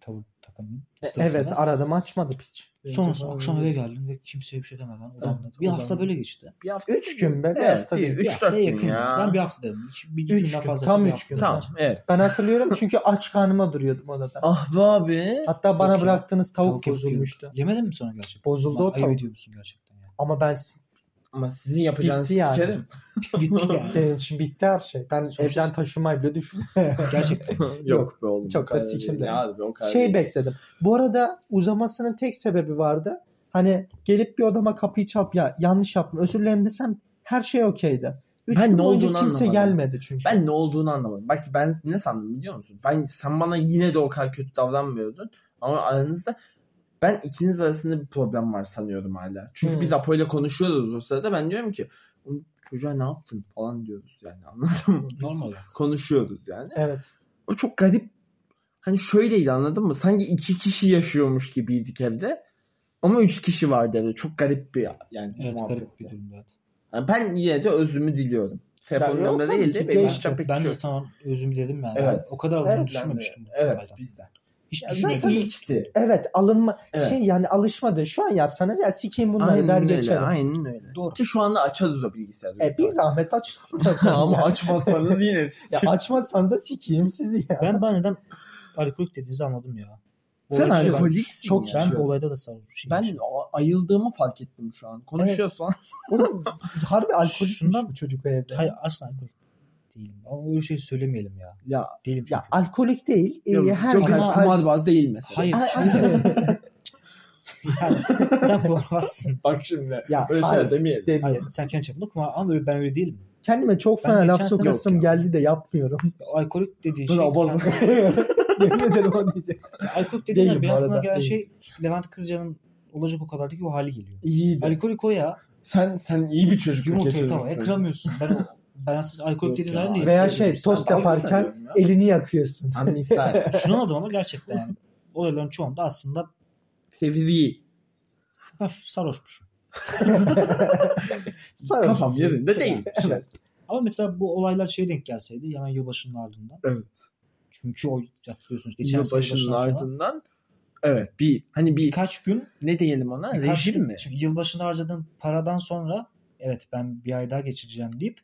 Speaker 3: tavır takım.
Speaker 1: e, evet aradım açmadı piç.
Speaker 3: Sonrası akşam eve geldim ve kimseye bir şey demeden odamda.
Speaker 2: Evet,
Speaker 3: bir
Speaker 2: odamda.
Speaker 3: hafta böyle geçti.
Speaker 2: Bir hafta
Speaker 1: Üç gün be. Bir
Speaker 2: Evet,
Speaker 1: hafta
Speaker 2: değil,
Speaker 1: değil.
Speaker 2: Üç,
Speaker 3: bir haftaya
Speaker 2: dört gün
Speaker 3: yakın.
Speaker 2: ya.
Speaker 3: Ben bir hafta dedim. Bir, bir
Speaker 1: Üç
Speaker 3: gün daha
Speaker 1: gün,
Speaker 3: fazla.
Speaker 1: tam üç
Speaker 3: bir hafta
Speaker 1: gün.
Speaker 3: dedim.
Speaker 2: Tamam evet.
Speaker 1: Ben hatırlıyorum çünkü aç karnıma duruyordum odada.
Speaker 2: Ah be abi.
Speaker 1: Hatta bana
Speaker 3: Yok ya.
Speaker 1: bıraktığınız tavuk,
Speaker 3: yapıyorduk.
Speaker 1: bozulmuştu.
Speaker 3: Yemedin mi sonra gerçekten?
Speaker 1: Bozuldu
Speaker 3: Ulan
Speaker 1: o tavuk.
Speaker 3: Ayıp ediyor musun gerçekten ya?
Speaker 1: Ama ben s-
Speaker 2: Ama sizin yapacağınız
Speaker 1: Bitti yani.
Speaker 2: sikerim.
Speaker 3: Gitti yani.
Speaker 1: benim için bitti her şey. Ben
Speaker 3: Sonuçta-
Speaker 1: evden taşınmayı bile düşündüm.
Speaker 3: gerçekten.
Speaker 1: Yok
Speaker 2: be oğlum.
Speaker 1: çok
Speaker 2: o
Speaker 1: da
Speaker 2: kadar
Speaker 1: sikim
Speaker 2: değil.
Speaker 1: de.
Speaker 2: Ya abi, o kadar
Speaker 1: şey
Speaker 2: değil.
Speaker 1: bekledim. Bu arada uzamasının tek sebebi vardı. Hani gelip bir odama kapıyı çarp ya yanlış yaptım özür dilerim desem her şey okeydi. Üç
Speaker 2: Ben
Speaker 1: gün
Speaker 2: ne
Speaker 1: boyunca
Speaker 2: olduğunu
Speaker 1: kimse
Speaker 2: anlamadım.
Speaker 1: gelmedi çünkü.
Speaker 2: Ben ne olduğunu anlamadım. Bak ben ne sandım biliyor musun? Ben sen bana yine de o kadar kötü davranmıyordun. Ama aranızda Ben ikiniz arasında bir problem var sanıyordum hala. Çünkü
Speaker 3: Hmm.
Speaker 2: biz Apo'yla konuşuyoruz o sırada. Ben diyorum ki "Oğlum, çocuğa ne yaptın falan diyoruz yani anladın mı? Biz
Speaker 3: Normal.
Speaker 2: Konuşuyoruz yani.
Speaker 1: Evet.
Speaker 2: O çok garip. Hani şöyleydi anladın mı? Sanki iki kişi yaşıyormuş gibiydik evde. Ama üç kişi vardı evde. Çok garip bir yani
Speaker 3: Evet garip
Speaker 2: muhabbetti.
Speaker 3: bir durum. Evet.
Speaker 2: Yani ben yine de özümü diliyorum. Telefonun
Speaker 1: yok,
Speaker 2: yanında
Speaker 1: tabii
Speaker 2: değil
Speaker 1: ki
Speaker 2: de
Speaker 1: değil.
Speaker 2: benim
Speaker 1: Ben-
Speaker 2: yapacak
Speaker 3: ben,
Speaker 2: pek bir şey
Speaker 3: de
Speaker 2: yok.
Speaker 3: tamam özüm dedim yani.
Speaker 2: Evet.
Speaker 3: O kadar
Speaker 1: Evet, ben
Speaker 3: aldığını
Speaker 1: de.
Speaker 3: düşünmemiştim. şey
Speaker 2: Evet
Speaker 3: Normalden.
Speaker 2: bizden.
Speaker 3: Hiç
Speaker 1: Ya
Speaker 3: düşünmedim.
Speaker 1: zaten-
Speaker 2: İlkti.
Speaker 1: Evet alınma
Speaker 2: Evet.
Speaker 1: şey yani alışma diyor. Şu an yapsanız ya sikeyim bunları
Speaker 2: Aynen
Speaker 1: der
Speaker 2: öyle,
Speaker 1: geçerim.
Speaker 2: Aynen öyle.
Speaker 3: Doğru.
Speaker 2: Ki şu anda açarız o bilgisayarı.
Speaker 1: E bir zahmet aç.
Speaker 2: Ama açmazsanız yine.
Speaker 1: ya açmazsanız da sikeyim sizi ya.
Speaker 3: Ben ben neden alkolik dediğinizi anladım ya. Bu
Speaker 2: Sen
Speaker 3: olayda-
Speaker 2: alkoliksin.
Speaker 3: Çok
Speaker 2: ya.
Speaker 3: ben bu olayda da sarhoş bir şey.
Speaker 2: Ben
Speaker 3: yaşadım.
Speaker 2: a- ayıldığımı fark ettim şu an. Konuşuyoruz falan.
Speaker 1: Oğlum harbi alkolikmiş
Speaker 3: Şundan-
Speaker 1: bu çocuk o evde.
Speaker 3: Hayır asla alkolik değilim. Ama öyle şey söylemeyelim ya.
Speaker 2: Ya,
Speaker 3: Değilim çünkü.
Speaker 1: Ya alkolik değil. e,
Speaker 2: yok,
Speaker 1: her
Speaker 2: yok,
Speaker 1: gün
Speaker 2: yani
Speaker 3: Ama-
Speaker 2: kumarbaz değil mesela.
Speaker 3: Hayır.
Speaker 1: Ay-
Speaker 3: şimdi de- yani, sen kumarbazsın.
Speaker 2: Bak şimdi.
Speaker 1: Ya,
Speaker 2: Öyle
Speaker 1: hayır.
Speaker 2: şeyler demeyelim.
Speaker 1: Demiyorum.
Speaker 3: Hayır, sen kendi çapında kumar ama öyle- ben öyle değilim.
Speaker 1: Kendime çok
Speaker 3: Ben
Speaker 1: fena laf
Speaker 3: geçen sene-
Speaker 1: sokasım
Speaker 3: Yok ya.
Speaker 1: geldi de yapmıyorum.
Speaker 3: Ya, Alkolik dediğin şey...
Speaker 2: Dur abazım.
Speaker 1: Yemin ederim o diyecek.
Speaker 3: Alkolik dediğin
Speaker 1: Değilim
Speaker 3: şey, benim
Speaker 1: bu
Speaker 3: aklıma
Speaker 1: arada,
Speaker 3: gelen
Speaker 1: değilim.
Speaker 3: şey Levent Kırca'nın olacak o kadardaki o hali geliyor.
Speaker 2: İyiydi.
Speaker 3: Alkolik o ya.
Speaker 2: Sen sen iyi bir çocukluk
Speaker 3: Yumurtayı
Speaker 2: geçirmişsin.
Speaker 3: tamam ya, kıramıyorsun. Ben, o- ben siz alkolik
Speaker 2: Yok
Speaker 3: dediğin
Speaker 2: ya.
Speaker 3: halde değilim.
Speaker 1: Veya
Speaker 3: Ben
Speaker 1: şey
Speaker 3: değilim.
Speaker 1: tost
Speaker 3: Sen-
Speaker 1: yaparken elini yakıyorsun.
Speaker 2: Tam misal.
Speaker 3: Şunu anladım ama gerçekten yani. Olayların çoğunda aslında
Speaker 2: Fevri.
Speaker 3: hafif sarhoşmuş.
Speaker 1: Sarhoş.
Speaker 2: Kafam yerinde değil.
Speaker 1: Evet.
Speaker 3: Ama mesela bu olaylar şeye denk gelseydi hemen yılbaşının ardından.
Speaker 2: Evet.
Speaker 3: Çünkü o hatırlıyorsunuz geçen sene
Speaker 2: Yılbaşının
Speaker 3: yılbaşından sonra
Speaker 2: ardından evet bir hani bir
Speaker 3: birkaç gün
Speaker 2: ne diyelim ona
Speaker 3: birkaç
Speaker 2: rejim
Speaker 3: gün-
Speaker 2: mi?
Speaker 3: Şimdi yılbaşında harcadığın paradan sonra evet ben bir ay daha geçireceğim deyip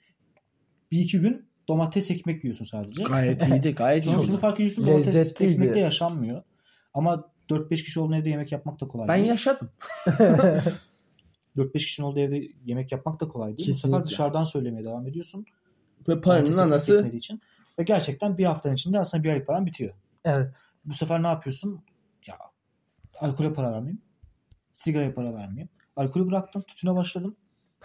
Speaker 3: bir iki gün domates ekmek yiyorsun sadece.
Speaker 2: Gayet iyiydi gayet
Speaker 3: Sonra şunu
Speaker 2: iyiydi.
Speaker 3: fark ediyorsun domates
Speaker 1: Lezzetliydi.
Speaker 3: ekmek de yaşanmıyor. Ama 4-5 kişi olduğun evde yemek yapmak da kolay
Speaker 2: Ben
Speaker 3: değil.
Speaker 2: yaşadım.
Speaker 3: 4-5 kişinin olduğu evde yemek yapmak da kolay değil. Bu
Speaker 2: Kesinlikle.
Speaker 3: sefer dışarıdan söylemeye devam ediyorsun.
Speaker 2: Ve
Speaker 3: Domates
Speaker 2: paranın
Speaker 3: ekmek
Speaker 2: anası
Speaker 3: yetmediği için. Ve gerçekten bir haftanın içinde aslında bir aylık paran bitiyor.
Speaker 1: evet.
Speaker 3: Bu sefer ne yapıyorsun? Ya alkole para vermeyeyim. Sigaraya para vermeyeyim. Alkolü bıraktım. Tütüne başladım.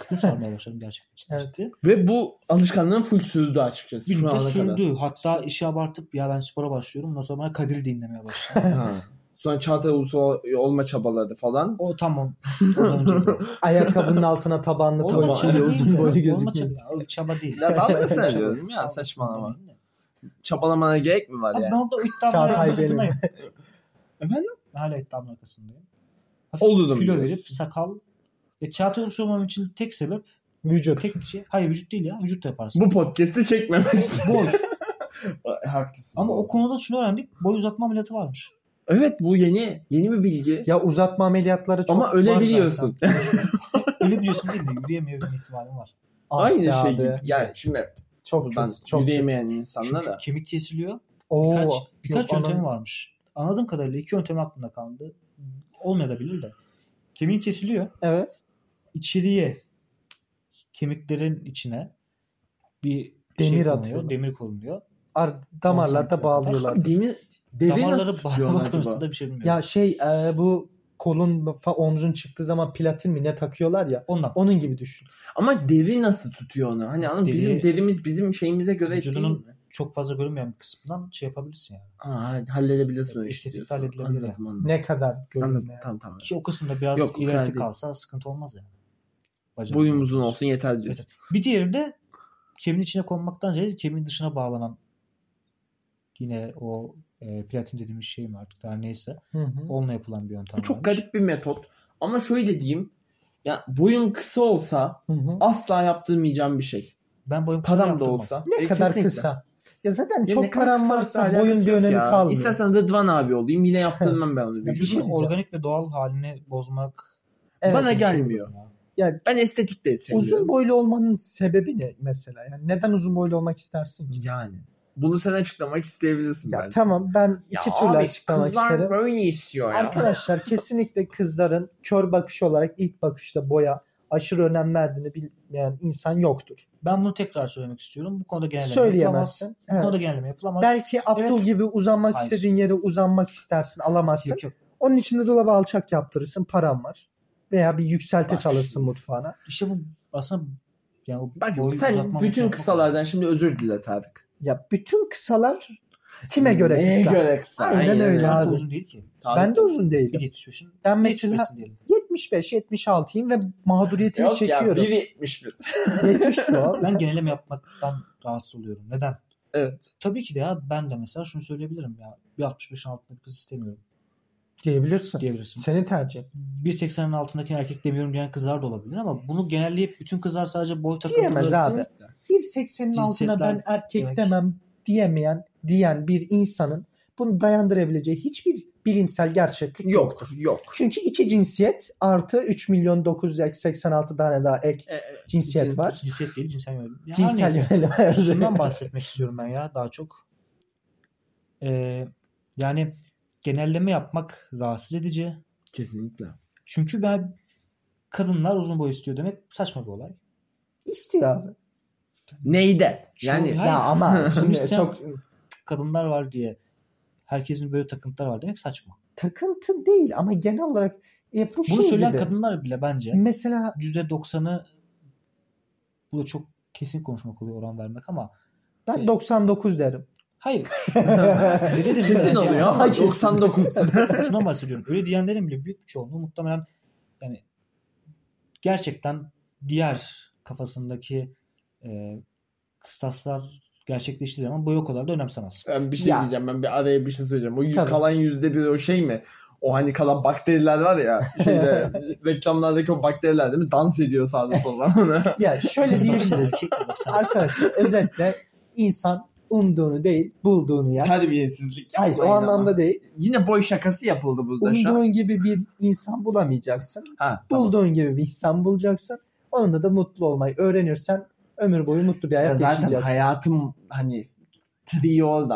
Speaker 3: Tütün sarmaya başladım gerçekten. Ciddi
Speaker 1: Evet.
Speaker 3: ciddi.
Speaker 2: ve bu alışkanlığın full sürdü açıkçası
Speaker 3: Bir
Speaker 2: şu
Speaker 3: müddet
Speaker 2: ana
Speaker 3: sürdü.
Speaker 2: kadar.
Speaker 3: Hatta işi abartıp ya ben spora başlıyorum. O zaman Kadir dinlemeye başladım.
Speaker 2: Ha. Sonra Çağatay Ulusoy olma çabaları falan.
Speaker 3: o tamam. Ondan önce de.
Speaker 1: Ayakkabının altına tabanlı
Speaker 3: Olma
Speaker 1: ponçiyle
Speaker 3: çaba değil
Speaker 1: uzun
Speaker 3: de,
Speaker 1: boylu
Speaker 3: olma
Speaker 1: gözükmüyor.
Speaker 3: Çaba, o çaba değil.
Speaker 2: Ya dalga
Speaker 3: Olma
Speaker 2: sen
Speaker 3: çaba.
Speaker 2: diyorum ya,
Speaker 3: Dalga
Speaker 2: saçmalama.
Speaker 3: sen demeyin de.
Speaker 2: Çabalamana gerek mi var
Speaker 3: Abi
Speaker 2: yani?
Speaker 3: Ben orada o iddianın
Speaker 1: Çağatay
Speaker 3: arkasındayım.
Speaker 2: Efendim?
Speaker 3: Hala iddianın arkasındayım.
Speaker 2: Olurum
Speaker 3: Kilo
Speaker 2: diyorsun.
Speaker 3: verip sakal. E, Çağatay Ulusoy olmam için tek sebep
Speaker 1: Vücut.
Speaker 3: Tek bir şey. Hayır vücut değil ya. Vücut da yaparsın.
Speaker 2: Bu podcast'i çekmemek.
Speaker 3: Boy.
Speaker 2: Haklısın.
Speaker 3: Ama o konuda şunu öğrendik. Boy uzatma ameliyatı varmış.
Speaker 2: Evet bu yeni yeni bir bilgi.
Speaker 1: Ya uzatma ameliyatları çok
Speaker 2: Ama ölebiliyorsun.
Speaker 1: Var
Speaker 3: Öyle biliyorsun değil mi? Yürüyemiyor bir ihtimalim var.
Speaker 2: Aynı şey gibi. Yani şimdi
Speaker 1: Ah Çok
Speaker 2: buradan
Speaker 1: kötü, çok
Speaker 2: yürüyemeyen
Speaker 3: Çünkü
Speaker 2: insanlara
Speaker 3: kemik kesiliyor.
Speaker 1: Oo,
Speaker 3: Birkaç, birkaç
Speaker 1: yok,
Speaker 3: yöntemi
Speaker 1: anam-
Speaker 3: varmış. Anladığım kadarıyla iki yöntem aklımda kaldı. Olmayabilir de. Kemik kesiliyor.
Speaker 1: Evet.
Speaker 3: İçeriye kemiklerin içine bir
Speaker 1: Demir
Speaker 3: şey
Speaker 1: atıyorlar.
Speaker 3: konuyor. Demir konuluyor.
Speaker 1: Ar
Speaker 3: santimetre
Speaker 1: damarlarda bağlıyorlar.
Speaker 2: Abi demir deri nasıl
Speaker 3: Damarları
Speaker 2: tutuyorsun
Speaker 3: bağlamak
Speaker 2: acaba?
Speaker 3: konusunda bir şey bilmiyorum.
Speaker 1: Ya şey e, bu kolun fa- omzun çıktığı zaman platin mi ne takıyorlar ya.
Speaker 3: Ondan.
Speaker 1: Onun gibi düşün.
Speaker 2: Ama deri nasıl tutuyor onu? Hani anladın mı?
Speaker 3: Deri-
Speaker 2: bizim derimiz bizim şeyimize göre
Speaker 3: Vücudunun-
Speaker 2: değil mi?
Speaker 3: Çok fazla görünmeyen bir kısmından şey yapabilirsin yani.
Speaker 2: Aa, halledebilirsin onu.
Speaker 3: Evet, estetik
Speaker 2: diyorsun.
Speaker 3: halledilebilir
Speaker 2: Anladım anladım.
Speaker 1: Ne Şey- kadar
Speaker 2: Anladım
Speaker 1: görünme.
Speaker 2: tamam tamam.
Speaker 3: Ki o kısımda biraz
Speaker 2: Yok, o kadar
Speaker 3: ileride
Speaker 2: değil.
Speaker 3: kalsa sıkıntı olmaz yani. Bacak.
Speaker 2: Boyum uzun olsun yeter diyor.
Speaker 3: Evet. Bir diğeri de kemiğin içine konmaktan ziyade kemiğin dışına bağlanan yine o e, platin dediğimiz şey mi artık daha neyse.
Speaker 1: Hı hı.
Speaker 3: Onunla yapılan bir yöntem
Speaker 2: Bu çok
Speaker 3: varmış.
Speaker 2: garip bir metot. Ama şöyle diyeyim. Ya boyum kısa olsa
Speaker 1: Hı hı.
Speaker 2: asla yaptırmayacağım bir şey.
Speaker 3: Ben boyum kısa
Speaker 2: Param da
Speaker 3: yaptırmam.
Speaker 2: olsa.
Speaker 1: Ne
Speaker 2: E,
Speaker 1: kadar
Speaker 2: kesinlikle.
Speaker 1: kısa. Ya zaten
Speaker 2: Ya ne
Speaker 1: çok
Speaker 2: kadar
Speaker 1: paran
Speaker 2: kısa
Speaker 1: varsa
Speaker 2: alakası
Speaker 1: boyun bir
Speaker 2: yok
Speaker 1: önemi
Speaker 2: ya.
Speaker 1: kalmıyor.
Speaker 2: İstersen Rıdvan abi olayım yine yaptırmam ben onu.
Speaker 1: Ya bir
Speaker 3: Vücudun
Speaker 1: şey diyeceğim.
Speaker 3: organik ve doğal halini bozmak
Speaker 1: Evet.
Speaker 2: Bana
Speaker 3: Çok
Speaker 2: gelmiyor.
Speaker 3: ya.
Speaker 2: Ben estetik de
Speaker 1: uzun
Speaker 2: seviyorum.
Speaker 1: boylu olmanın sebebi ne mesela? Yani neden uzun boylu olmak istersin ki?
Speaker 2: Yani. Bunu sen açıklamak isteyebilirsin
Speaker 1: Ya
Speaker 2: belki.
Speaker 1: tamam ben
Speaker 2: Ya
Speaker 1: iki türlü
Speaker 2: abi,
Speaker 1: açıklamak
Speaker 2: kızlar
Speaker 1: isterim.
Speaker 2: böyle istiyor ya.
Speaker 1: Arkadaşlar kesinlikle kızların kör bakış olarak ilk bakışta boya aşırı önem verdiğini bilmeyen insan yoktur.
Speaker 3: Ben bunu tekrar söylemek istiyorum. Bu konuda genelleme
Speaker 1: Söyleyemezsin.
Speaker 3: yapılamaz.
Speaker 1: Evet.
Speaker 3: Bu konuda genelleme yapılamaz.
Speaker 1: Belki Abdul
Speaker 3: Evet.
Speaker 1: gibi uzanmak
Speaker 3: Hayır.
Speaker 1: istediğin yere uzanmak istersin alamazsın.
Speaker 3: Yok, yok.
Speaker 1: Onun için de dolaba alçak yaptırırsın paran var. Veya bir yükselte
Speaker 2: Bak
Speaker 1: çalışsın
Speaker 2: şimdi.
Speaker 1: mutfağına.
Speaker 3: İşte bu aslında yani o
Speaker 2: Bak
Speaker 3: boyu uzatma
Speaker 2: sen bütün
Speaker 3: mekanizması-
Speaker 2: kısalardan şimdi özür dile Tarık.
Speaker 1: Ya bütün kısalar Kime göre
Speaker 2: Neye
Speaker 1: kısa?
Speaker 2: göre kısa?
Speaker 1: Aynen öyle
Speaker 3: Tarih
Speaker 1: abi.
Speaker 3: de uzun değil ki.
Speaker 2: Tarih-
Speaker 1: Ben de uzun
Speaker 3: Bir
Speaker 1: değilim.
Speaker 3: 75'in.
Speaker 1: Ben mesela
Speaker 3: 75'sin diyelim.
Speaker 1: 75-76'yım ve mağduriyetimi
Speaker 2: Yok ya
Speaker 1: çekiyorum.
Speaker 2: 1.71.
Speaker 1: 70 mi o?
Speaker 3: Ben geneleme yapmaktan rahatsız oluyorum. Neden?
Speaker 2: Evet.
Speaker 3: Tabii ki de ya ben de mesela şunu söyleyebilirim ya. Bir 65'in altında bir kız istemiyorum
Speaker 1: Diyebilirsin.
Speaker 3: diyebilirsin.
Speaker 1: Senin tercih.
Speaker 3: 1.80'in altındaki erkek demiyorum diyen kızlar da olabilir ama bunu genelleyip bütün kızlar sadece boy
Speaker 1: Diyemez
Speaker 3: takıntıları
Speaker 1: abi. 1.80'in altına ben
Speaker 3: Cinsiyetler
Speaker 1: erkek
Speaker 3: demek.
Speaker 1: demem diyemeyen diyen bir insanın bunu dayandırabileceği hiçbir bilimsel gerçeklik
Speaker 2: Yok. Yok.
Speaker 1: Çünkü iki cinsiyet artı 3 milyon 986 tane daha ek
Speaker 2: E, e,
Speaker 1: cinsiyet
Speaker 2: cinsiyet.
Speaker 1: var.
Speaker 3: cinsiyet değil cinsel yönelim. Ya her
Speaker 1: Cinsel
Speaker 3: neyse.
Speaker 1: yönelim.
Speaker 3: Şundan bahsetmek istiyorum ben ya daha çok. Ee, yani genelleme yapmak rahatsız edici.
Speaker 2: Kesinlikle.
Speaker 3: Çünkü ben kadınlar uzun boy istiyor demek saçma bir olay.
Speaker 1: İstiyor abi.
Speaker 2: Neyde?
Speaker 3: Şu-
Speaker 2: Yani
Speaker 3: Hayır.
Speaker 1: Ya ama şimdi
Speaker 3: Şimdi sen-
Speaker 1: çok
Speaker 3: Kadınlar var diye herkesin böyle takıntılar var demek saçma.
Speaker 1: takıntı değil ama genel olarak e, bu
Speaker 3: Bunu
Speaker 1: şey
Speaker 3: söyleyen
Speaker 1: gibi.
Speaker 3: kadınlar bile bence
Speaker 1: Mesela
Speaker 3: %90'ı bu da çok kesin konuşmak oluyor oran vermek ama
Speaker 1: ben 99 derim.
Speaker 3: hayır. Ne dedim ben?
Speaker 2: kesin
Speaker 3: Ya
Speaker 2: oluyor ama
Speaker 3: saçma.
Speaker 2: 99.
Speaker 3: Şundan bahsediyorum. Öyle diyenlerin bile büyük bir çoğunluğu muhtemelen yani gerçekten diğer kafasındaki e, kıstaslar gerçekleştiği zaman boyu o kadar da önemsemez.
Speaker 2: Ben bir şey
Speaker 1: Ya.
Speaker 2: diyeceğim. Ben bir araya bir şey söyleyeceğim. O y-
Speaker 1: Tabii.
Speaker 2: kalan yüzde bir o şey mi? O hani kalan bakteriler var ya şeyde reklamlardaki o bakteriler değil mi? Dans ediyor sağda solda.
Speaker 1: Ya şöyle diyebiliriz. Arkadaşlar özetle insan umduğunu değil bulduğunu yer.
Speaker 2: Terbiyesizlik.
Speaker 1: Hayır o
Speaker 2: yapmayın ama.
Speaker 1: anlamda değil.
Speaker 2: Yine boy şakası yapıldı burada şu an.
Speaker 1: Umduğun gibi bir insan bulamayacaksın.
Speaker 2: Ha, tamam.
Speaker 1: Bulduğun gibi bir insan bulacaksın. Onunla da mutlu olmayı öğrenirsen ömür boyu mutlu bir hayat
Speaker 2: Ya zaten
Speaker 1: yaşayacaksın.
Speaker 2: hayatım hani trio'da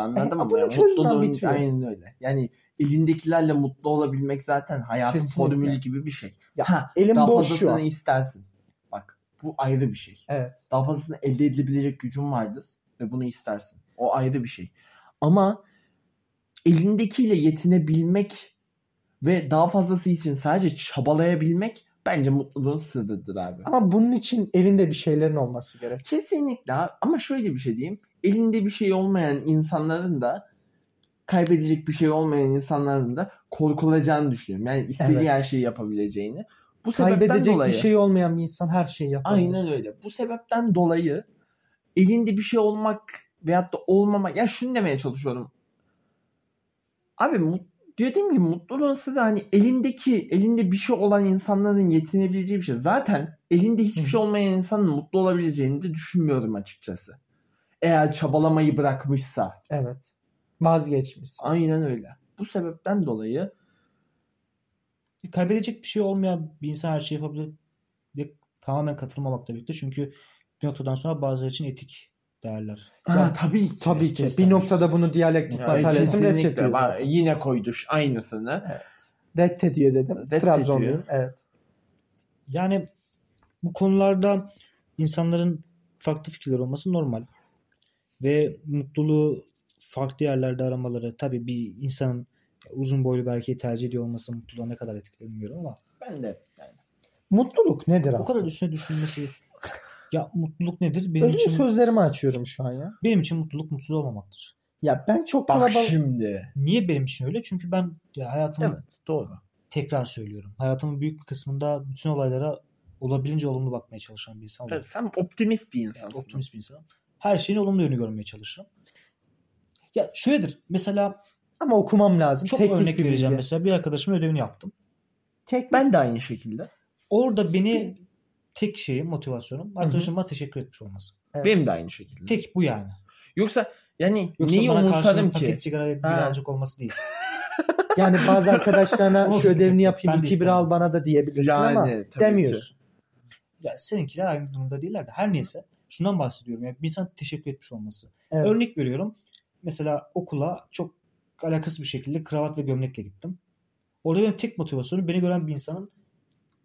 Speaker 2: anladın
Speaker 1: E,
Speaker 2: mı?
Speaker 1: bunun
Speaker 2: Yani
Speaker 1: çözümden
Speaker 2: mutluluğun-
Speaker 1: bitiyor.
Speaker 2: Aynen öyle. Yani elindekilerle mutlu olabilmek zaten hayatın
Speaker 1: Kesinlikle.
Speaker 2: formülü gibi bir şey.
Speaker 1: Ya,
Speaker 2: ha,
Speaker 1: Elim
Speaker 2: daha
Speaker 1: boş şu
Speaker 2: fazlasını
Speaker 1: an.
Speaker 2: istersin. Bak bu ayrı bir şey.
Speaker 1: Evet.
Speaker 2: Daha fazlasını elde edilebilecek gücün vardır ve bunu istersin. O ayrı bir şey. Ama elindekiyle yetinebilmek ve daha fazlası için sadece çabalayabilmek bence mutluluğun sırrıdır abi.
Speaker 1: Ama bunun için elinde bir şeylerin olması gerek.
Speaker 2: Kesinlikle abi. ama şöyle bir şey diyeyim. Elinde bir şey olmayan insanların da kaybedecek bir şey olmayan insanların da korkulacağını düşünüyorum. Yani istediği
Speaker 1: Evet.
Speaker 2: her şeyi yapabileceğini. Bu sebepten
Speaker 1: Kaybedecek
Speaker 2: dolayı.
Speaker 1: bir şey olmayan bir insan her şeyi yapar.
Speaker 2: Aynen öyle. Bu sebepten dolayı elinde bir şey olmak veyahut da olmamak. Ya şunu demeye çalışıyorum. Abi mut, dediğim gibi mutluluğun sırrı hani elindeki elinde bir şey olan insanların yetinebileceği bir şey. Zaten elinde hiçbir
Speaker 3: Hı.
Speaker 2: şey olmayan insanın mutlu olabileceğini de düşünmüyorum açıkçası. Eğer çabalamayı bırakmışsa.
Speaker 1: Evet. Vazgeçmiş.
Speaker 2: Aynen öyle. Bu sebepten dolayı
Speaker 3: Kaybedecek bir şey olmayan bir insan her şeyi yapabilir ve tamamen katılmamakla birlikte çünkü bir noktadan sonra bazıları için etik değerler.
Speaker 2: ha, tabii ki.
Speaker 1: Tabii ki.
Speaker 3: İster
Speaker 1: Bir
Speaker 3: istemez.
Speaker 1: noktada bunu diyalektik
Speaker 2: Ya,
Speaker 1: materyalizm
Speaker 2: kesinlikle.
Speaker 1: reddediyor.
Speaker 2: Bak,
Speaker 1: zaten.
Speaker 2: Yine koyduş aynısını.
Speaker 1: Reddediyor dedim.
Speaker 2: Reddediyor.
Speaker 1: Trabzonluyum. Evet.
Speaker 3: Yani bu konularda insanların farklı fikirler olması normal. Ve mutluluğu farklı yerlerde aramaları tabii bir insanın uzun boylu bir erkeği tercih ediyor olması mutluluğa ne kadar etkili bilmiyorum ama
Speaker 2: Ben de
Speaker 1: Mutluluk nedir
Speaker 3: o
Speaker 1: abi?
Speaker 3: kadar üstüne düşünmesi ya mutluluk nedir? Benim
Speaker 1: Özür
Speaker 3: için
Speaker 1: sözlerimi açıyorum şu an ya.
Speaker 3: benim için mutluluk mutsuz olmamaktır.
Speaker 1: Ya ben çok
Speaker 2: Bak
Speaker 1: kalabalık
Speaker 2: şimdi.
Speaker 3: Niye benim için öyle? Çünkü ben ya hayatımın
Speaker 2: Evet doğru.
Speaker 3: tekrar söylüyorum. Hayatımın büyük bir kısmında bütün olaylara olabildiğince olumlu bakmaya çalışan bir insan. oldum.
Speaker 2: Evet, sen optimist bir
Speaker 3: Yani
Speaker 2: insansın.
Speaker 3: optimist bir insanım. Her şeyin olumlu yönünü görmeye çalışırım. Ya şöyledir. Mesela
Speaker 1: ama okumam lazım.
Speaker 3: çok
Speaker 1: Hani Teknik
Speaker 3: örnek
Speaker 1: bir
Speaker 3: vereceğim
Speaker 1: bilgi.
Speaker 3: mesela. Bir arkadaşımın ödevini yaptım.
Speaker 1: Teknik
Speaker 2: Ben de aynı şekilde.
Speaker 3: Orada beni tek şeyim, motivasyonum arkadaşıma teşekkür etmiş olması.
Speaker 1: Evet.
Speaker 2: Benim de aynı şekilde.
Speaker 3: Tek bu yani.
Speaker 2: Yoksa yani
Speaker 3: Yoksa
Speaker 2: neyi
Speaker 3: bana
Speaker 2: umursarım
Speaker 3: karşılık
Speaker 2: ki?
Speaker 3: paket sigara ve bir
Speaker 2: Ha.
Speaker 3: alacak olması değil.
Speaker 1: Yani bazı arkadaşlarına
Speaker 3: Olsun.
Speaker 1: şu ödevini
Speaker 3: Ben
Speaker 1: yapayım
Speaker 3: de
Speaker 1: iki bir
Speaker 3: istemem.
Speaker 1: al bana da diyebilirsin ama
Speaker 2: tabii ki.
Speaker 1: demiyorsun.
Speaker 3: Ya seninkiler aynı durumda değiller de her neyse. Şundan bahsediyorum. Yani bir insan teşekkür etmiş olması.
Speaker 1: Evet.
Speaker 3: Örnek veriyorum. Mesela okula çok alakasız bir şekilde kravat ve gömlekle gittim. Orada benim tek motivasyonum beni gören bir insanın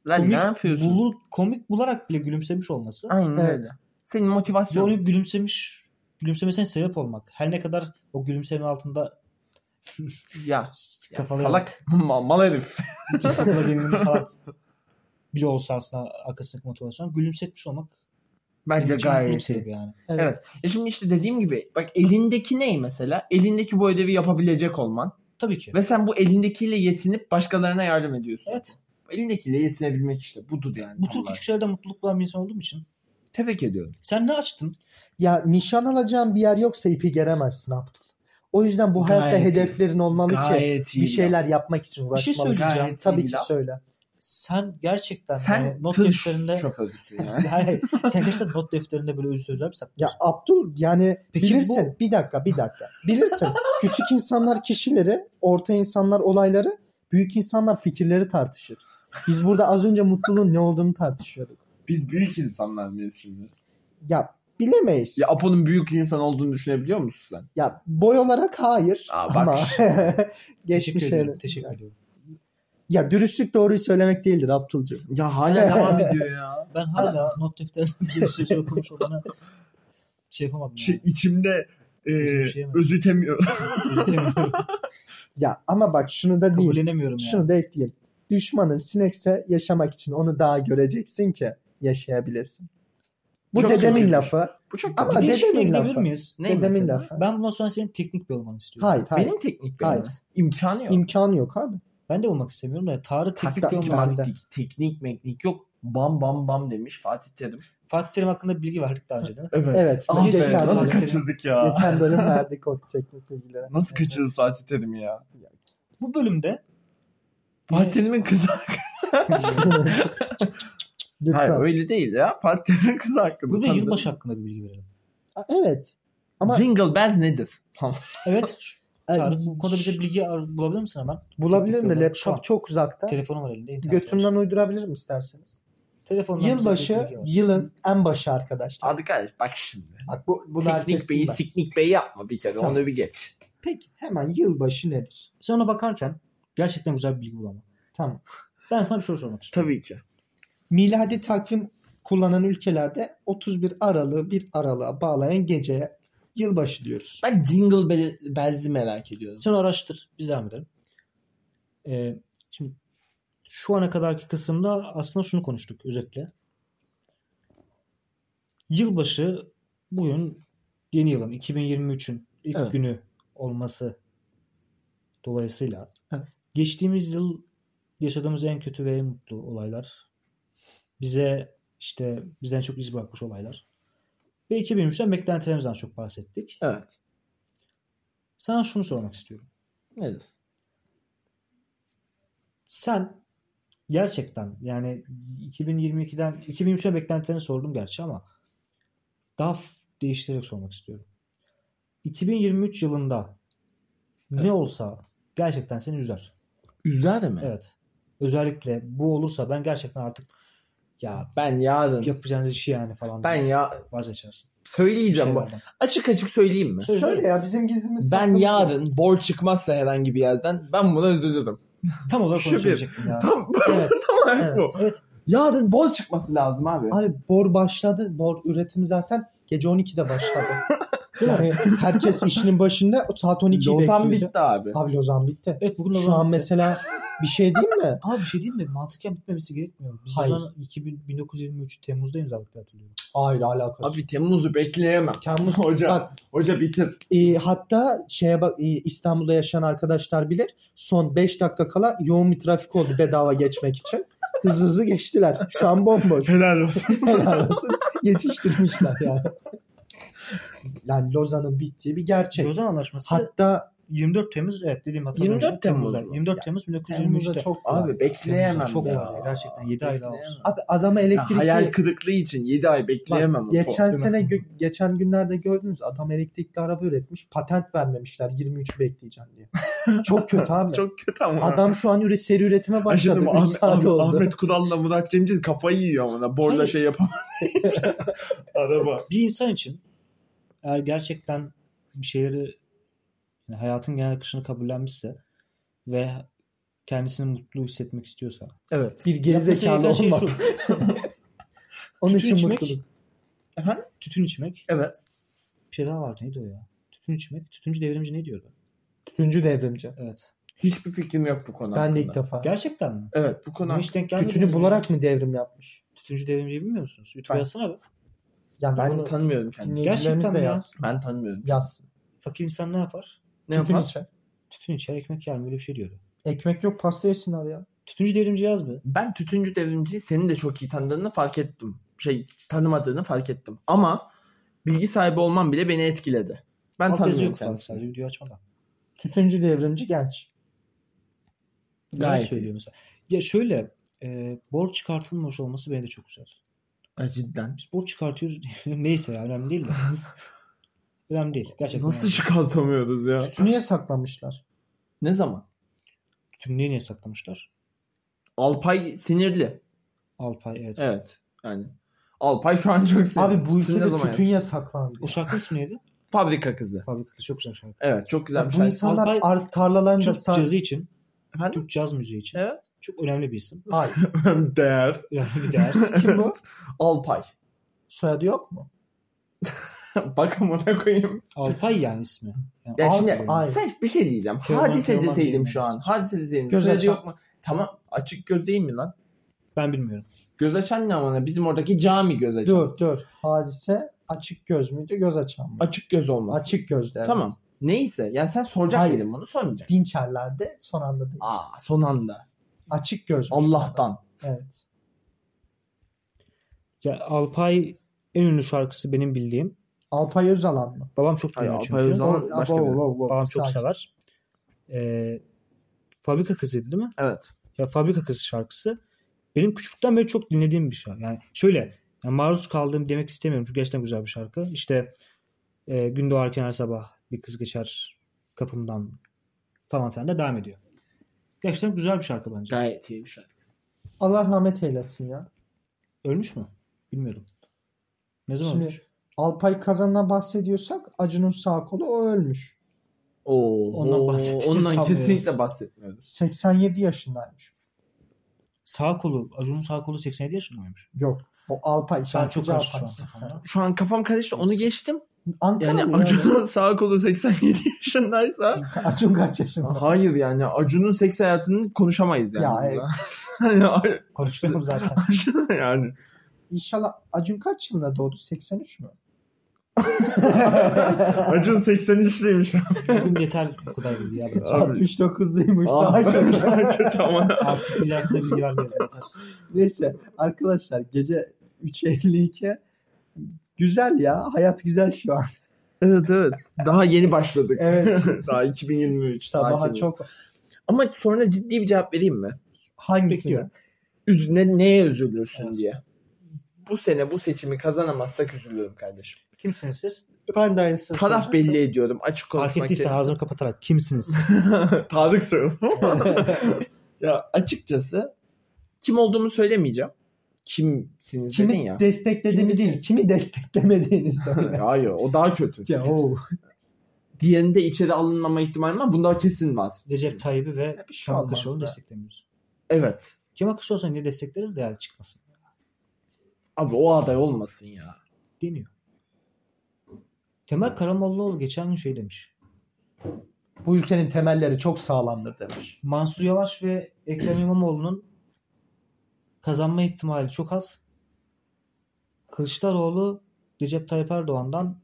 Speaker 2: Lan
Speaker 3: komik,
Speaker 2: ne yapıyorsun?
Speaker 3: bulur, komik bularak bile gülümsemiş olması.
Speaker 2: Aynen
Speaker 1: Evet.
Speaker 2: öyle. Senin
Speaker 3: Ve
Speaker 2: motivasyonun.
Speaker 3: onu gülümsemiş gülümsemesine sebep olmak. Her ne kadar o gülümsemenin altında
Speaker 2: Ya, ya
Speaker 3: kafaları
Speaker 2: salak. Ma- mal herif.
Speaker 3: kafaları birbirine falan bile olsa aslında arkasındaki motivasyon gülümsetmiş olmak
Speaker 2: Bence
Speaker 3: Benim için mutluluk
Speaker 2: gayet iyi.
Speaker 3: sebebi yani.
Speaker 1: Evet.
Speaker 2: Evet. E şimdi işte dediğim gibi bak elindeki ne mesela? Elindeki bu ödevi yapabilecek olman.
Speaker 3: Tabii ki.
Speaker 2: Ve sen bu elindekiyle yetinip başkalarına yardım ediyorsun.
Speaker 3: Evet.
Speaker 2: Elindekiyle yetinebilmek işte budur yani.
Speaker 3: Bu tür
Speaker 2: Vallahi.
Speaker 3: küçük şeylerden mutluluk bulan bir insan olduğum için.
Speaker 2: Tebrik ediyorum.
Speaker 3: Sen ne açtın?
Speaker 1: Ya nişan alacağın bir yer yoksa ipi geremezsin Abdul. O yüzden bu hayatta
Speaker 2: Gayet iyi.
Speaker 1: hedeflerin olmalı ki
Speaker 2: iyi.
Speaker 1: bir şeyler yapmak için
Speaker 3: Bir şey
Speaker 1: uğraşmalısın.
Speaker 3: söyleyeceğim.
Speaker 2: Gayet iyi
Speaker 1: Tabii
Speaker 2: bir
Speaker 1: ki
Speaker 2: laf.
Speaker 1: söyle.
Speaker 3: Sen gerçekten
Speaker 2: Sen
Speaker 3: yani Hani not
Speaker 2: tır
Speaker 3: defterinde
Speaker 2: şoförüsün yani.
Speaker 3: hayır, hayır. Sen gerçekten not defterinde böyle özür özel mi
Speaker 1: Ya
Speaker 3: saklıyorsun?
Speaker 1: Abdul yani
Speaker 3: Peki
Speaker 1: bilirsin bir dakika bir dakika. Bilirsin küçük insanlar kişileri, orta insanlar olayları, büyük insanlar fikirleri tartışır. Biz burada az önce mutluluğun ne olduğunu tartışıyorduk.
Speaker 2: Biz büyük insanlar mıyız şimdi?
Speaker 1: Ya bilemeyiz.
Speaker 2: Ya
Speaker 1: Ya,
Speaker 2: Apo'nun büyük insan olduğunu düşünebiliyor musun sen?
Speaker 1: boy olarak hayır
Speaker 2: Aa, bak
Speaker 1: ama
Speaker 2: işte.
Speaker 1: geçmiş
Speaker 3: teşekkür ediyorum.
Speaker 1: şeyler-
Speaker 3: Teşekkür ediyorum.
Speaker 1: Ya dürüstlük doğruyu söylemek değildir Abdulcuğum.
Speaker 2: Ya hala devam ediyor ya.
Speaker 3: Ben hala not defterinde bir şey söz okumuş olduğuna şey yapamadım.
Speaker 2: Şey,
Speaker 3: Yani.
Speaker 2: içimde e,
Speaker 3: Hiçbir şey yemedim.
Speaker 2: özütemiyor.
Speaker 3: Üzülemiyorum.
Speaker 1: Ya ama bak şunu da değil.
Speaker 3: Kabullenemiyorum yani.
Speaker 1: Şunu da ekleyeyim. Düşmanın sinekse yaşamak için onu daha göreceksin ki yaşayabilesin. Bu
Speaker 2: Çok
Speaker 1: dedemin
Speaker 2: kötü.
Speaker 1: lafı.
Speaker 2: Bu çok
Speaker 1: Ama
Speaker 3: Bir
Speaker 1: dedemin
Speaker 3: değişikliğe gidebilir
Speaker 1: lafı.
Speaker 3: miyiz?
Speaker 2: Ne
Speaker 1: dedemin
Speaker 2: mesela?
Speaker 1: lafı.
Speaker 3: Ben bundan sonra senin teknik bir olmanı istiyorum.
Speaker 1: Hayır hayır.
Speaker 2: Benim teknik benim.
Speaker 1: Hayır.
Speaker 2: İmkanı yok.
Speaker 1: İmkanı yok abi.
Speaker 3: Ben de olmak istemiyorum da Tarık teknik
Speaker 2: Taktik,
Speaker 3: bir
Speaker 1: Taktik
Speaker 3: olmasın.
Speaker 1: var.
Speaker 2: taktik, teknik, meknik yok. Bam bam bam demiş Fatih Terim.
Speaker 3: Fatih Terim hakkında bilgi verdik daha önce değil mi?
Speaker 2: Evet.
Speaker 1: Evet.
Speaker 2: Ah be,
Speaker 1: geçen,
Speaker 2: nasıl
Speaker 3: Fatih
Speaker 2: kaçırdık ya?
Speaker 1: geçen bölüm verdik o teknik bilgileri.
Speaker 2: Nasıl kaçırırız Fatih Terim'i ya?
Speaker 3: Bu bölümde
Speaker 2: Fatih Terim'in kızı Hayır
Speaker 1: Lütfen.
Speaker 2: öyle değil ya. Fatih Terim'in kızı hakkında.
Speaker 3: bu da
Speaker 2: Tabii.
Speaker 3: yılbaşı hakkında bir bilgi verelim.
Speaker 1: Evet. Ama-
Speaker 2: Jingle Bells nedir?
Speaker 3: Evet. şu-
Speaker 1: Ee,
Speaker 3: Tarık bu konuda bize bilgi ar- bulabilir misin hemen?
Speaker 1: Bulabilirim de
Speaker 3: Teknik
Speaker 1: laptop
Speaker 3: şu an
Speaker 1: çok uzakta.
Speaker 3: Telefonum var elinde. internet var.
Speaker 1: Götümden uydurabilirim isterseniz.
Speaker 3: Telefondan bize
Speaker 1: Yılbaşı
Speaker 3: bilgi var.
Speaker 1: yılın en başı arkadaşlar.
Speaker 2: Hadi kardeş bak şimdi.
Speaker 1: Bak bu bunu herkes
Speaker 2: Teknik Bey'i
Speaker 1: bilmez.
Speaker 2: Siknik Bey yapma bir kere.
Speaker 1: Tamam.
Speaker 2: Onu bir geç.
Speaker 1: Peki hemen yılbaşı nedir?
Speaker 3: Sen ona bakarken gerçekten güzel bir bilgi bulamam.
Speaker 1: Tamam.
Speaker 3: Ben sana bir soru sormak istiyorum.
Speaker 2: Tabii ki.
Speaker 1: Miladi takvim kullanan ülkelerde 31 Aralık'ı bir aralığa bağlayan geceye yılbaşı diyoruz.
Speaker 2: Ben Jingle Bell, Bells'i merak ediyorum.
Speaker 3: Sen araştır. Biz devam edelim. Ee, şimdi şu ana kadarki kısımda aslında şunu konuştuk özetle. Yılbaşı bugün yeni yılın 2023'ün ilk
Speaker 2: Evet.
Speaker 3: günü olması dolayısıyla
Speaker 2: Evet.
Speaker 3: geçtiğimiz yıl yaşadığımız en kötü ve en mutlu olaylar bize işte bizden çok iz bırakmış olaylar ve 2023'ten beklentilerimizden çok bahsettik.
Speaker 2: Evet.
Speaker 3: Sana şunu sormak istiyorum.
Speaker 2: Nedir?
Speaker 3: sen gerçekten yani 2022'den 2023'e beklentilerini sordum gerçi ama daha f- değiştirerek sormak istiyorum. 2023 yılında
Speaker 2: Evet.
Speaker 3: ne olsa gerçekten seni üzer.
Speaker 2: Üzer mi?
Speaker 3: Evet. Özellikle bu olursa ben gerçekten artık ya
Speaker 2: Ben yarın.
Speaker 3: yapacağınız işi yani falan
Speaker 2: Ben
Speaker 3: diye
Speaker 2: ya
Speaker 3: vazgeçersin.
Speaker 2: söyleyeceğim. bu.
Speaker 3: Şeylerden.
Speaker 2: Açık açık söyleyeyim mi?
Speaker 3: Söyle.
Speaker 1: Söyle ya bizim gizlimiz
Speaker 2: Ben
Speaker 1: saklımız yok.
Speaker 2: yarın borç çıkmazsa herhangi bir yerden ben buna üzülürüm.
Speaker 3: Tam olarak
Speaker 2: Şu
Speaker 3: onu
Speaker 2: bir-
Speaker 3: söyleyecektim ya.
Speaker 2: Tam,
Speaker 1: Evet.
Speaker 2: tam olarak
Speaker 1: Evet.
Speaker 2: bu.
Speaker 3: Evet.
Speaker 2: Yarın borç çıkması lazım abi.
Speaker 1: Abi bor başladı. Bor üretimi zaten gece 12'de başladı. yani herkes işinin başında saat 12'yi
Speaker 2: Lozan
Speaker 1: bekliyordu.
Speaker 2: bitti abi.
Speaker 1: Abi Lozan bitti.
Speaker 3: Evet bugün
Speaker 1: Şu an
Speaker 3: Lozan-
Speaker 1: mesela bir şey diyeyim mi?
Speaker 3: Abi bir şey diyeyim mi? Mantıken bitmemesi gerekmiyor. Biz
Speaker 1: Hayır.
Speaker 3: Lozan'ı 2000 1923 Temmuz'da imzaladık diye hatırlıyorum.
Speaker 1: Hayır alakası.
Speaker 2: Abi Temmuz'u bekleyemem.
Speaker 1: Temmuz
Speaker 2: Hoca,
Speaker 1: Bak
Speaker 2: hoca bitir.
Speaker 1: E, hatta şeye bak e, İstanbul'da yaşayan arkadaşlar bilir. Son 5 dakika kala yoğun bir trafik oldu bedava geçmek için. Hızlı hızlı geçtiler. Şu an bomboş.
Speaker 2: Helal olsun.
Speaker 1: Helal olsun. Yetiştirmişler yani. Yani Lozan'ın bittiği bir gerçek.
Speaker 3: Lozan Anlaşması
Speaker 1: Hatta
Speaker 3: 24 Temmuz evet dediğim hatırlamıyorum.
Speaker 2: 24 Temmuz
Speaker 3: Temmuz'da.
Speaker 2: mu?
Speaker 3: 24 Temmuz 1923'te.
Speaker 1: Temmuz'da çok
Speaker 2: Abi bekleyemem.
Speaker 3: Temmuz'da çok
Speaker 2: ya.
Speaker 3: var. Gerçekten 7 ay daha
Speaker 2: Bekleyemem.
Speaker 3: olsun.
Speaker 1: Abi adama
Speaker 2: Ya hayal
Speaker 1: elektrikli
Speaker 2: kırıklığı için 7 ay bekleyemem.
Speaker 1: şey- Bak,
Speaker 2: ama.
Speaker 1: geçen
Speaker 3: Değil mi?
Speaker 1: sene gö- geçen günlerde gördünüz adam elektrikli araba üretmiş. Patent vermemişler 23'ü bekleyeceğim diye. Çok kötü abi.
Speaker 2: çok kötü ama.
Speaker 1: Adam şu an üre seri üretime
Speaker 2: Ay şimdi
Speaker 1: başladı.
Speaker 2: bu
Speaker 1: 3
Speaker 2: Ahmet,
Speaker 1: saat
Speaker 2: Ahmet-
Speaker 1: oldu.
Speaker 2: Ahmet Kural'la Murat Cemcir kafayı yiyor amına. Borla
Speaker 3: Hayır.
Speaker 2: şey yapamıyor. Araba.
Speaker 3: Bir insan için eğer gerçekten bir şeyleri yani hayatın genel akışını kabullenmişse ve kendisini mutlu hissetmek istiyorsa.
Speaker 2: Evet.
Speaker 1: Bir
Speaker 3: Yapması
Speaker 1: gerizekalı
Speaker 3: gereken şey
Speaker 1: olmak.
Speaker 3: şu.
Speaker 1: Onun için
Speaker 3: Tütün içmek.
Speaker 1: mutluluk.
Speaker 3: Tütün içmek.
Speaker 2: Evet.
Speaker 3: Bir şey daha vardı neydi o ya? Tütün içmek. Tütüncü devrimci ne diyordu?
Speaker 1: Tütüncü devrimci.
Speaker 3: Evet.
Speaker 2: Hiçbir fikrim yok bu konu
Speaker 1: Ben de ilk
Speaker 2: hakkında.
Speaker 1: defa.
Speaker 3: Gerçekten mi?
Speaker 2: Evet bu konu
Speaker 3: Buna hiç denk gelmediniz
Speaker 1: Tütünü
Speaker 3: mi?
Speaker 1: bularak mı devrim yapmış?
Speaker 3: Tütüncü devrimciyi bilmiyor musunuz? YouTube'a
Speaker 1: Ben-
Speaker 3: yazsana be.
Speaker 1: Yani
Speaker 2: Ben
Speaker 1: bunu
Speaker 2: tanımıyorum kendisini.
Speaker 1: dinleyicilerimiz de
Speaker 3: Gerçekten ya.
Speaker 1: yazsın.
Speaker 2: Ben tanımıyorum.
Speaker 1: Yazsın.
Speaker 3: Fakir insan ne yapar?
Speaker 2: Ne
Speaker 1: Tütün
Speaker 2: yapar?
Speaker 1: içer.
Speaker 3: Tütün içer ekmek yer mi? Öyle bir şey diyordu.
Speaker 1: Ekmek yok pasta yesinler ya.
Speaker 3: Tütüncü devrimci yaz be.
Speaker 2: Ben tütüncü devrimciyi senin de çok iyi tanıdığını fark ettim. Şey tanımadığını fark ettim. Ama bilgi sahibi olmam bile beni etkiledi. Ben
Speaker 3: Alt yazı
Speaker 2: tanımıyorum
Speaker 3: yok falan sadece
Speaker 2: kendisini.
Speaker 3: video açmadan.
Speaker 1: Tütüncü devrimci genç.
Speaker 3: Gayet
Speaker 2: Gayet
Speaker 3: söylüyor mesela. Ya şöyle e, borç çıkartılmamış olması beni de çok güzel.
Speaker 2: Ay, cidden.
Speaker 3: Biz borç çıkartıyoruz. Neyse ya, önemli değil de. önemli değil. Gerçekten.
Speaker 2: Nasıl
Speaker 3: önemli.
Speaker 2: çıkartamıyoruz ya?
Speaker 1: Tütünü niye saklamışlar?
Speaker 2: Ne zaman?
Speaker 3: Tütünlüğü niye saklamışlar?
Speaker 2: Alpay sinirli.
Speaker 3: Alpay evet.
Speaker 2: Evet. Yani. Alpay şu an çok sinirli.
Speaker 1: Abi bu
Speaker 2: Tütün
Speaker 1: ülkede
Speaker 2: zaman
Speaker 1: tütün
Speaker 2: yazdın?
Speaker 1: ya saklandı.
Speaker 3: O şarkı ismi neydi?
Speaker 2: Fabrika kızı.
Speaker 3: Fabrika çok güzel şarkı.
Speaker 2: Evet çok güzel
Speaker 1: Ya
Speaker 2: bir
Speaker 1: bu
Speaker 2: şarkı.
Speaker 1: insanlar
Speaker 3: Alpay-
Speaker 1: ar- tarlalarında
Speaker 3: Türk
Speaker 1: sar...
Speaker 3: cazı için,
Speaker 2: Efendim?
Speaker 3: Türk caz müziği için.
Speaker 2: Evet.
Speaker 3: Çok önemli bir isim.
Speaker 1: Hayır.
Speaker 2: Değer.
Speaker 3: Önemli bir değer.
Speaker 1: Kim bu?
Speaker 2: Alpay.
Speaker 1: Soyadı yok mu?
Speaker 2: Bak amına koyayım.
Speaker 3: Alpay yani ismi. Yani
Speaker 2: Ya
Speaker 3: Alpay.
Speaker 2: şimdi
Speaker 1: Ay.
Speaker 2: sen bir şey diyeceğim.
Speaker 3: Teoman,
Speaker 2: hadise
Speaker 3: Teoman
Speaker 2: deseydim
Speaker 3: diyelim
Speaker 2: şu an.
Speaker 3: yani.
Speaker 2: Hadise deseydim.
Speaker 1: Göz
Speaker 2: Göz
Speaker 1: açan-
Speaker 2: yok mu? Tamam açık göz değil mi lan?
Speaker 3: Ben bilmiyorum.
Speaker 2: Göz açan ne amına? Bizim oradaki cami göz açan.
Speaker 1: Dur dur. Hadise açık göz müydü? Göz açan mı?
Speaker 2: Açık göz olmaz.
Speaker 1: Açık gözde. evet.
Speaker 2: Tamam. Neyse. Yani sen soracak
Speaker 1: Hayır.
Speaker 2: mıydın bunu? Sormayacak.
Speaker 1: Dinçerlerde son anda değil.
Speaker 2: Aa son anda.
Speaker 1: Açık göz.
Speaker 2: Allah'tan.
Speaker 1: Evet.
Speaker 3: Ya Alpay en ünlü şarkısı benim bildiğim.
Speaker 1: Alpay Özalan mı?
Speaker 3: Babam çok
Speaker 2: Hayır,
Speaker 3: dinliyor çünkü.
Speaker 2: Alpay Özalan-
Speaker 1: O-
Speaker 2: başka
Speaker 1: o-
Speaker 2: biri.
Speaker 1: o- o- o-
Speaker 3: Babam çok
Speaker 1: sakin.
Speaker 3: sever. Ee, fabrika kızıydı değil mi?
Speaker 2: Evet.
Speaker 3: Ya fabrika kızı şarkısı benim küçüklükten beri çok dinlediğim bir şarkı. Yani şöyle yani maruz kaldığım demek istemiyorum çünkü gerçekten güzel bir şarkı. İşte e, gün doğarken her sabah bir kız geçer kapımdan falan filan da devam ediyor. Gerçekten güzel bir şarkı bence.
Speaker 2: Gayet iyi bir şey. şarkı.
Speaker 1: Allah rahmet eylesin ya.
Speaker 3: Ölmüş mü? Bilmiyorum. Ne zaman
Speaker 1: Şimdi-
Speaker 3: ölmüş?
Speaker 1: Alpay Kazan'dan bahsediyorsak Acun'un sağ kolu o ölmüş.
Speaker 2: Oo,
Speaker 3: Ondan
Speaker 2: oo,
Speaker 3: bahsettiğini
Speaker 2: Ondan
Speaker 3: sanmıyorum.
Speaker 2: kesinlikle bahsetmiyoruz.
Speaker 1: 87 yaşındaymış.
Speaker 3: Sağ kolu, Acun'un sağ kolu 87 yaşında mıymış?
Speaker 1: Yok. O Alpay.
Speaker 3: Ben
Speaker 1: şarkıcı
Speaker 3: çok karşı şu an
Speaker 1: Alpay.
Speaker 3: kafamda.
Speaker 2: Şu an kafam karıştı. Onu geçtim.
Speaker 1: Ankaralı
Speaker 2: Yani Acun'un sağ kolu 87 yaşındaysa
Speaker 1: Acun kaç yaşında?
Speaker 2: Hayır yani Acun'un seks hayatını konuşamayız yani.
Speaker 1: Ya,
Speaker 2: burada.
Speaker 1: evet.
Speaker 2: Yani hayır.
Speaker 3: Konuşmuyorum zaten.
Speaker 2: Acun yani.
Speaker 1: İnşallah Acun kaç yılında doğdu? 83 mü?
Speaker 2: Acun 83'liymiş.
Speaker 3: Bugün yeter bu kadar bilgi ya bence.
Speaker 2: Abi.
Speaker 1: 69'luymuş. Daha kötü.
Speaker 2: Daha kötü ama.
Speaker 3: Artık bir dakika bilgi vermeyelim yeter.
Speaker 1: Neyse arkadaşlar gece 3.52 güzel ya. Hayat güzel şu an.
Speaker 2: Evet evet. Daha yeni başladık.
Speaker 1: Evet.
Speaker 2: Daha 2023.
Speaker 1: Sabaha
Speaker 2: sakiniz.
Speaker 1: çok
Speaker 2: Ama sonra ciddi bir cevap vereyim mi?
Speaker 1: hangisini?
Speaker 3: Bekliyorum.
Speaker 2: Üz ne- neye üzülürsün
Speaker 3: Evet.
Speaker 2: diye. Bu sene bu seçimi kazanamazsak üzülürüm kardeşim.
Speaker 3: Kimsiniz siz?
Speaker 1: Ben de aynısını
Speaker 2: Taraf
Speaker 1: söyleyeceğim.
Speaker 2: belli ediyorum. Açık
Speaker 3: Fark
Speaker 2: konuşmak
Speaker 3: ettiysen ağzını kapatarak kimsiniz siz?
Speaker 2: Tarık soyalım. ya açıkçası kim olduğumu söylemeyeceğim. Kimsiniz dedin
Speaker 1: Kimi
Speaker 2: ya.
Speaker 1: desteklediğimi
Speaker 2: Kimi
Speaker 1: değil, kimi desteklemediğini söyle.
Speaker 2: Hayır o daha kötü.
Speaker 1: ya, oh. o.
Speaker 2: Diğerinde içeri alınmama ihtimali var. Bunda kesin var.
Speaker 3: Recep Tayyip'i ve
Speaker 1: Bir şey
Speaker 3: Kemal
Speaker 1: olmaz
Speaker 3: Kılıçdaroğlu'nu
Speaker 1: be.
Speaker 3: desteklemiyoruz.
Speaker 2: Evet.
Speaker 3: Kemal Kılıçdaroğlu'nu niye destekleriz de yani çıkmasın.
Speaker 2: Abi o aday olmasın ya.
Speaker 3: Deniyor. Temel Karamollaoğlu geçen gün şey demiş.
Speaker 1: Bu ülkenin temelleri çok sağlamdır demiş.
Speaker 3: Mansur Yavaş ve Ekrem İmamoğlu'nun kazanma ihtimali çok az. Kılıçdaroğlu Recep Tayyip Erdoğan'dan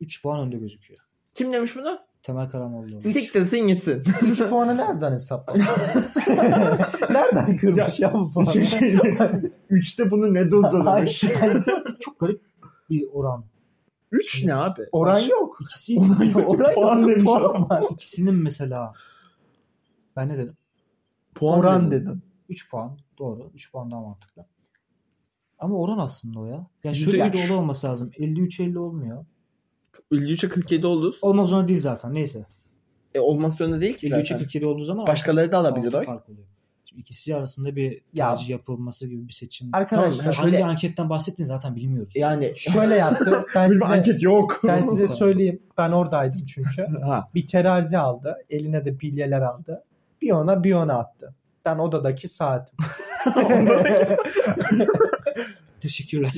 Speaker 3: 3 puan önde gözüküyor.
Speaker 2: Kim demiş bunu?
Speaker 3: Temel Karamollaoğlu.
Speaker 2: Siktirsin gitsin.
Speaker 1: 3 puanı nereden hesapladın? nereden kırmış ya, şey bu puanı?
Speaker 2: Şey- Üçte bunu ne Şey- dozdurmuş?
Speaker 1: Hayır,
Speaker 3: Çok garip bir oran.
Speaker 2: Üç ne abi?
Speaker 1: Oran yok.
Speaker 3: İkisi,
Speaker 1: Oran
Speaker 2: Puan
Speaker 1: yok.
Speaker 2: demiş
Speaker 1: Puan var.
Speaker 3: ikisinin mesela ben ne dedim?
Speaker 2: Puan
Speaker 1: Oran
Speaker 2: dedi.
Speaker 1: dedin.
Speaker 3: 3 puan doğru. 3 puan daha mantıklı. Ama oran aslında o ya. Yani
Speaker 2: Yüzde
Speaker 3: şöyle bir
Speaker 2: üç.
Speaker 3: de oran olması lazım. 53-50 olmuyor.
Speaker 2: 53'e 47 oldu.
Speaker 3: Olmak zorunda değil zaten. Neyse.
Speaker 2: E, olmak zorunda değil ki
Speaker 3: 53'e
Speaker 2: zaten.
Speaker 3: 47 olduğu zaman
Speaker 2: Başkaları da
Speaker 3: altı
Speaker 2: alabilir oy.
Speaker 3: fark oluyor. Şimdi ikisi arasında bir
Speaker 1: Ya.
Speaker 3: tercih yapılması gibi bir seçim.
Speaker 1: Arkadaşlar
Speaker 2: Tamam,
Speaker 3: Hangi
Speaker 2: şöyle-
Speaker 3: anketten bahsettiğini zaten bilmiyoruz.
Speaker 2: Yani
Speaker 1: şöyle yaptı. Ben
Speaker 2: bir
Speaker 1: size,
Speaker 2: anket yok.
Speaker 1: ben size söyleyeyim. Ben oradaydım çünkü.
Speaker 2: ha.
Speaker 1: Bir terazi aldı. Eline de bilyeler aldı. Bir ona bir ona attı. Ben odadaki saatim.
Speaker 3: Teşekkürler.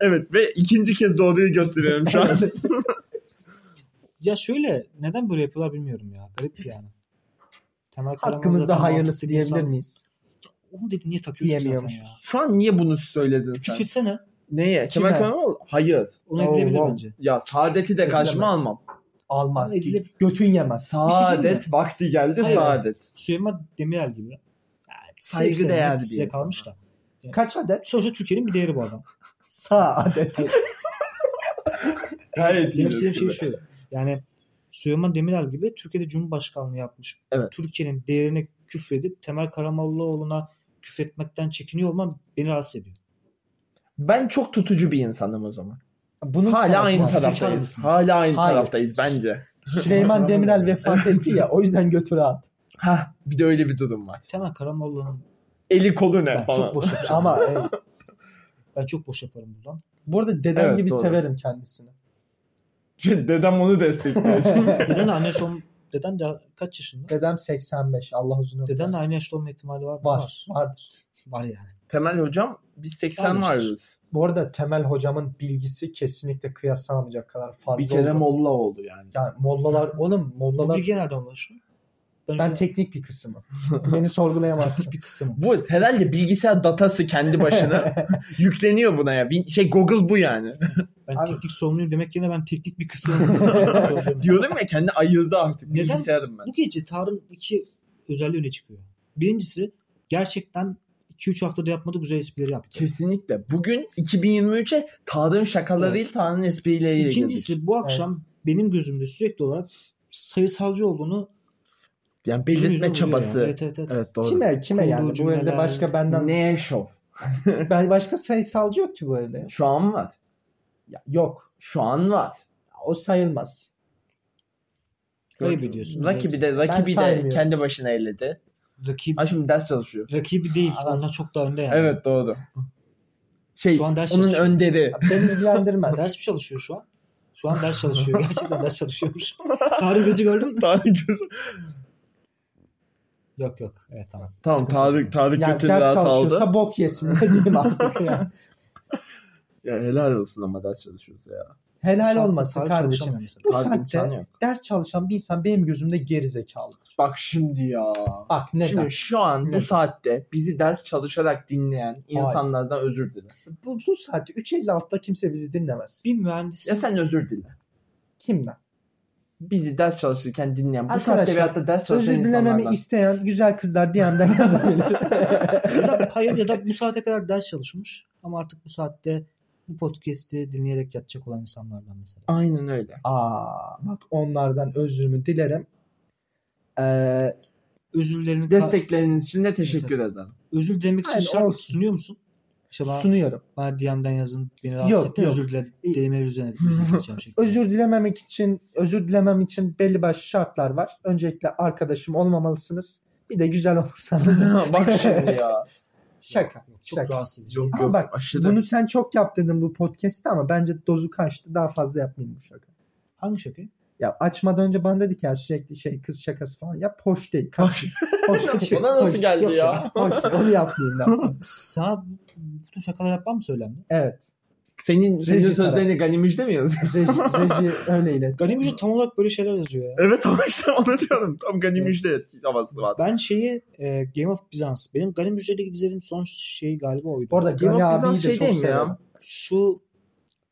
Speaker 2: Evet ve ikinci kez doğduğu gösteriyorum şu an.
Speaker 3: ya şöyle neden böyle yapıyorlar bilmiyorum ya. Garip yani. Temel Karaman zaten
Speaker 1: Hakkımızda hayırlısı
Speaker 3: mantıklı bir
Speaker 1: diyebilir
Speaker 3: insan.
Speaker 1: miyiz?
Speaker 3: Onu dedi niye takıyorsun ki zaten ya?
Speaker 1: Diyemiyormuşuz.
Speaker 2: şu an niye bunu söyledin sen?
Speaker 3: Küçültsene.
Speaker 2: Neye? Kemal
Speaker 1: Kime?
Speaker 2: Kılıçdaroğlu? Hayır.
Speaker 3: Onu
Speaker 1: Oo,
Speaker 3: edilebilir
Speaker 1: wow.
Speaker 3: bence.
Speaker 2: Ya saadeti de karşıma
Speaker 1: Edilemez.
Speaker 2: almam.
Speaker 1: Almaz.
Speaker 3: Edilip-
Speaker 1: Götün yemez. şey
Speaker 2: şey Saadet vakti geldi
Speaker 3: Hayır.
Speaker 2: saadet.
Speaker 3: Süleyman Demirel gibi. Ya,
Speaker 2: Saygı
Speaker 3: sevsem
Speaker 2: değerli bir
Speaker 3: size
Speaker 2: insan.
Speaker 3: kalmış da.
Speaker 1: Kaç adet?
Speaker 3: Sonuçta Türkiye'nin bir değeri bu adam.
Speaker 1: Saadet.
Speaker 2: Gayet iyi
Speaker 3: Demek istediğim şey
Speaker 2: diyorsun
Speaker 3: şu. Yani Süleyman Demirel gibi Türkiye'de Cumhurbaşkanlığı yapmış.
Speaker 2: Evet.
Speaker 3: Türkiye'nin değerine küfredip Temel Karamollaoğlu'na küfretmekten çekiniyor olmam beni rahatsız ediyor.
Speaker 2: Ben çok tutucu bir insanım o zaman.
Speaker 1: Bunun
Speaker 2: Hala
Speaker 1: tarafı
Speaker 2: aynı
Speaker 1: var. Seçer
Speaker 2: taraftayız.
Speaker 1: misin?
Speaker 2: Hala aynı
Speaker 1: Hayır.
Speaker 2: taraftayız bence.
Speaker 1: Süleyman Demirel vefat etti ya o yüzden götü rahat.
Speaker 2: Ha, bir de öyle bir durum var.
Speaker 3: Temel Karamollaoğlu'nun
Speaker 2: Eli kolu ne
Speaker 3: ben
Speaker 2: falan.
Speaker 3: çok boş yaparım.
Speaker 1: Ama e,
Speaker 3: ben çok boş yaparım buradan.
Speaker 1: bu arada dedem
Speaker 2: Evet,
Speaker 1: gibi
Speaker 2: doğru.
Speaker 1: severim kendisini.
Speaker 2: Dedem onu destekliyor. şimdi.
Speaker 3: Deden de aynı yaşta olm- deden de kaç yaşında?
Speaker 1: Dedem 85 Allah uzun ömür
Speaker 3: Deden de
Speaker 1: versin.
Speaker 3: aynı yaşta olma ihtimali var mı?
Speaker 1: var. Vardır.
Speaker 3: Var yani.
Speaker 2: Temel hocam biz 80
Speaker 3: Kardeştir.
Speaker 2: varız.
Speaker 1: Bu arada Temel hocamın bilgisi kesinlikle kıyaslanamayacak kadar fazla.
Speaker 2: Bir kere
Speaker 1: oldu.
Speaker 2: molla oldu yani.
Speaker 1: Yani mollalar oğlum
Speaker 3: Bu
Speaker 1: mollalar
Speaker 3: bilgiye nereden ulaştın?
Speaker 1: ben teknik bir kısmı. Beni sorgulayamazsın.
Speaker 3: bir kısım.
Speaker 2: Bu herhalde bilgisayar datası kendi başına yükleniyor buna ya. Bir- Şey Google bu yani.
Speaker 3: Ben
Speaker 1: Abi-
Speaker 3: teknik sorumluyum demek yerine ben teknik bir kısım.
Speaker 2: Diyorum ya kendi ayıldı artık.
Speaker 3: Neden?
Speaker 2: Bilgisayarım ben.
Speaker 3: Bu gece Tar'ın iki özelliği öne çıkıyor. Birincisi gerçekten 2-3 haftada yapmadığı güzel esprileri yaptı.
Speaker 2: Kesinlikle. Bugün 2023'e Tarık'ın şakaları
Speaker 3: Evet.
Speaker 2: değil Tarık'ın esprileriyle girdik.
Speaker 3: İkincisi bu akşam benim gözümde sürekli olarak sayısalcı olduğunu
Speaker 2: Yani
Speaker 3: yüzün yüzüne
Speaker 2: belirtme
Speaker 3: vuruyor
Speaker 2: çabası.
Speaker 3: yani. Evet, evet, evet.
Speaker 2: Evet doğru.
Speaker 1: kime kime yani bu
Speaker 3: Kurduğu
Speaker 1: evde
Speaker 3: cümleler-
Speaker 1: başka benden
Speaker 2: Neye şov?
Speaker 1: ben başka sayısalcı yok ki bu evde.
Speaker 2: Şu an var.
Speaker 1: Ya, yok.
Speaker 2: Şu an var.
Speaker 1: O sayılmaz.
Speaker 3: Kaybediyorsun.
Speaker 2: Rakibi de, rakibi de
Speaker 1: saymıyorum.
Speaker 2: kendi başına elledi.
Speaker 3: Rakip,
Speaker 2: Ha şimdi ders çalışıyor.
Speaker 3: rakibi değil.
Speaker 1: Aras-
Speaker 3: Ondan çok daha önde yani.
Speaker 2: Evet doğru. Şey
Speaker 3: Şu an ders
Speaker 2: onun
Speaker 3: çalışıyor.
Speaker 2: önderi.
Speaker 1: Ya, Beni ilgilendirmez.
Speaker 3: Ders mi çalışıyor şu an? Şu an ders çalışıyor. Gerçekten ders çalışıyormuş. Tarık gözü gördün mü?
Speaker 2: Tarık gözü.
Speaker 3: Yok yok. Evet tamam.
Speaker 2: Tamam
Speaker 3: Sıkıntı
Speaker 2: Tarık,
Speaker 3: yok.
Speaker 2: Tarık
Speaker 1: yani
Speaker 2: kötü
Speaker 1: ders
Speaker 2: rahat
Speaker 1: çalışıyorsa
Speaker 2: aldı.
Speaker 1: bok yesin ne diyeyim artık ya.
Speaker 2: Ya, helal olsun ama ders çalışıyorsa ya.
Speaker 1: Helal
Speaker 3: Saatte
Speaker 1: olması
Speaker 3: Tarık
Speaker 1: kardeşim.
Speaker 3: çalışamıyor mesela.
Speaker 1: Bu
Speaker 2: Tarık imkanı
Speaker 1: saatte
Speaker 2: yok.
Speaker 1: ders çalışan bir insan benim gözümde geri zekalıdır.
Speaker 2: Bak şimdi ya.
Speaker 1: Bak neden?
Speaker 2: Şimdi şu an
Speaker 1: Neden?
Speaker 2: bu saatte bizi ders çalışarak dinleyen insanlardan özür dile.
Speaker 1: bu, bu saatte 3.56'da kimse bizi dinlemez.
Speaker 3: Bir mühendis
Speaker 2: Ya sen özür dile.
Speaker 1: Kimden?
Speaker 2: Bizi ders çalışırken dinleyen, bu
Speaker 1: Arkadaşlar,
Speaker 2: saatte bir hatta ders çalışan
Speaker 1: Özür dilememi
Speaker 2: insanlardan.
Speaker 1: isteyen güzel kızlar DM'den yazabilir.
Speaker 3: ya da, hayır ya da bu saate kadar ders çalışmış ama artık bu saatte bu podcast'i dinleyerek yatacak olan insanlardan mesela.
Speaker 2: Aynen öyle.
Speaker 1: Aa, bak onlardan özrümü dilerim. Ee,
Speaker 3: Özürlerini
Speaker 2: Destekleriniz için de teşekkür ederim.
Speaker 3: özür dilemek için
Speaker 1: Hayır,
Speaker 3: şart
Speaker 1: olsun.
Speaker 3: sunuyor musun? İşte bana,
Speaker 1: sunuyorum.
Speaker 3: bana DM'den yazın beni rahatsız
Speaker 1: Yok,
Speaker 3: etti
Speaker 1: yok.
Speaker 3: özür dile DM'ler üzerine özür dileyeceğim şeklinde.
Speaker 1: Özür dilememek için, özür dilemem için belli başlı şartlar var. Öncelikle arkadaşım olmamalısınız. Bir de güzel olursanız.
Speaker 2: Bak şimdi ya.
Speaker 1: Şaka.
Speaker 3: Yok, çok
Speaker 1: Şaka.
Speaker 3: rahatsız edici.
Speaker 2: Yok
Speaker 1: Ama
Speaker 2: yok
Speaker 1: bak,
Speaker 2: aşırı.
Speaker 1: Bunu sen çok yap dedin bu podcast'te ama bence dozu kaçtı. Daha fazla yapmayayım bu şaka.
Speaker 3: Hangi şaka?
Speaker 1: Ya açmadan önce bana dedik ya sürekli şey kız şakası falan yap. Hoş değil. Kaç. Hoş değil.
Speaker 2: Ona nasıl geldi
Speaker 1: Yok
Speaker 2: ya?
Speaker 1: Hoş. Onu yapmayayım daha fazla.
Speaker 3: Sana bu- bütün şakalar yapmam mı söylendi?
Speaker 1: Evet.
Speaker 2: Senin, senin
Speaker 1: Reji
Speaker 2: sözlerini Gani Müjde mi yazıyor?
Speaker 1: Reji, reji öyle iletti.
Speaker 3: Gani Müjde tam olarak böyle şeyler yazıyor ya.
Speaker 2: evet ama işte onu diyorum. Tam Gani
Speaker 3: Evet.
Speaker 2: Müjde havası var.
Speaker 3: Ben şeyi e, Game of Bizans. Benim Gani Müjde'deki izlediğim son şey galiba oydu.
Speaker 1: Bu arada
Speaker 2: Game
Speaker 1: Gani abiyi
Speaker 2: of
Speaker 1: de
Speaker 2: Bizans şey
Speaker 1: çok
Speaker 2: değil mi
Speaker 1: severim.
Speaker 2: ya?
Speaker 3: Şu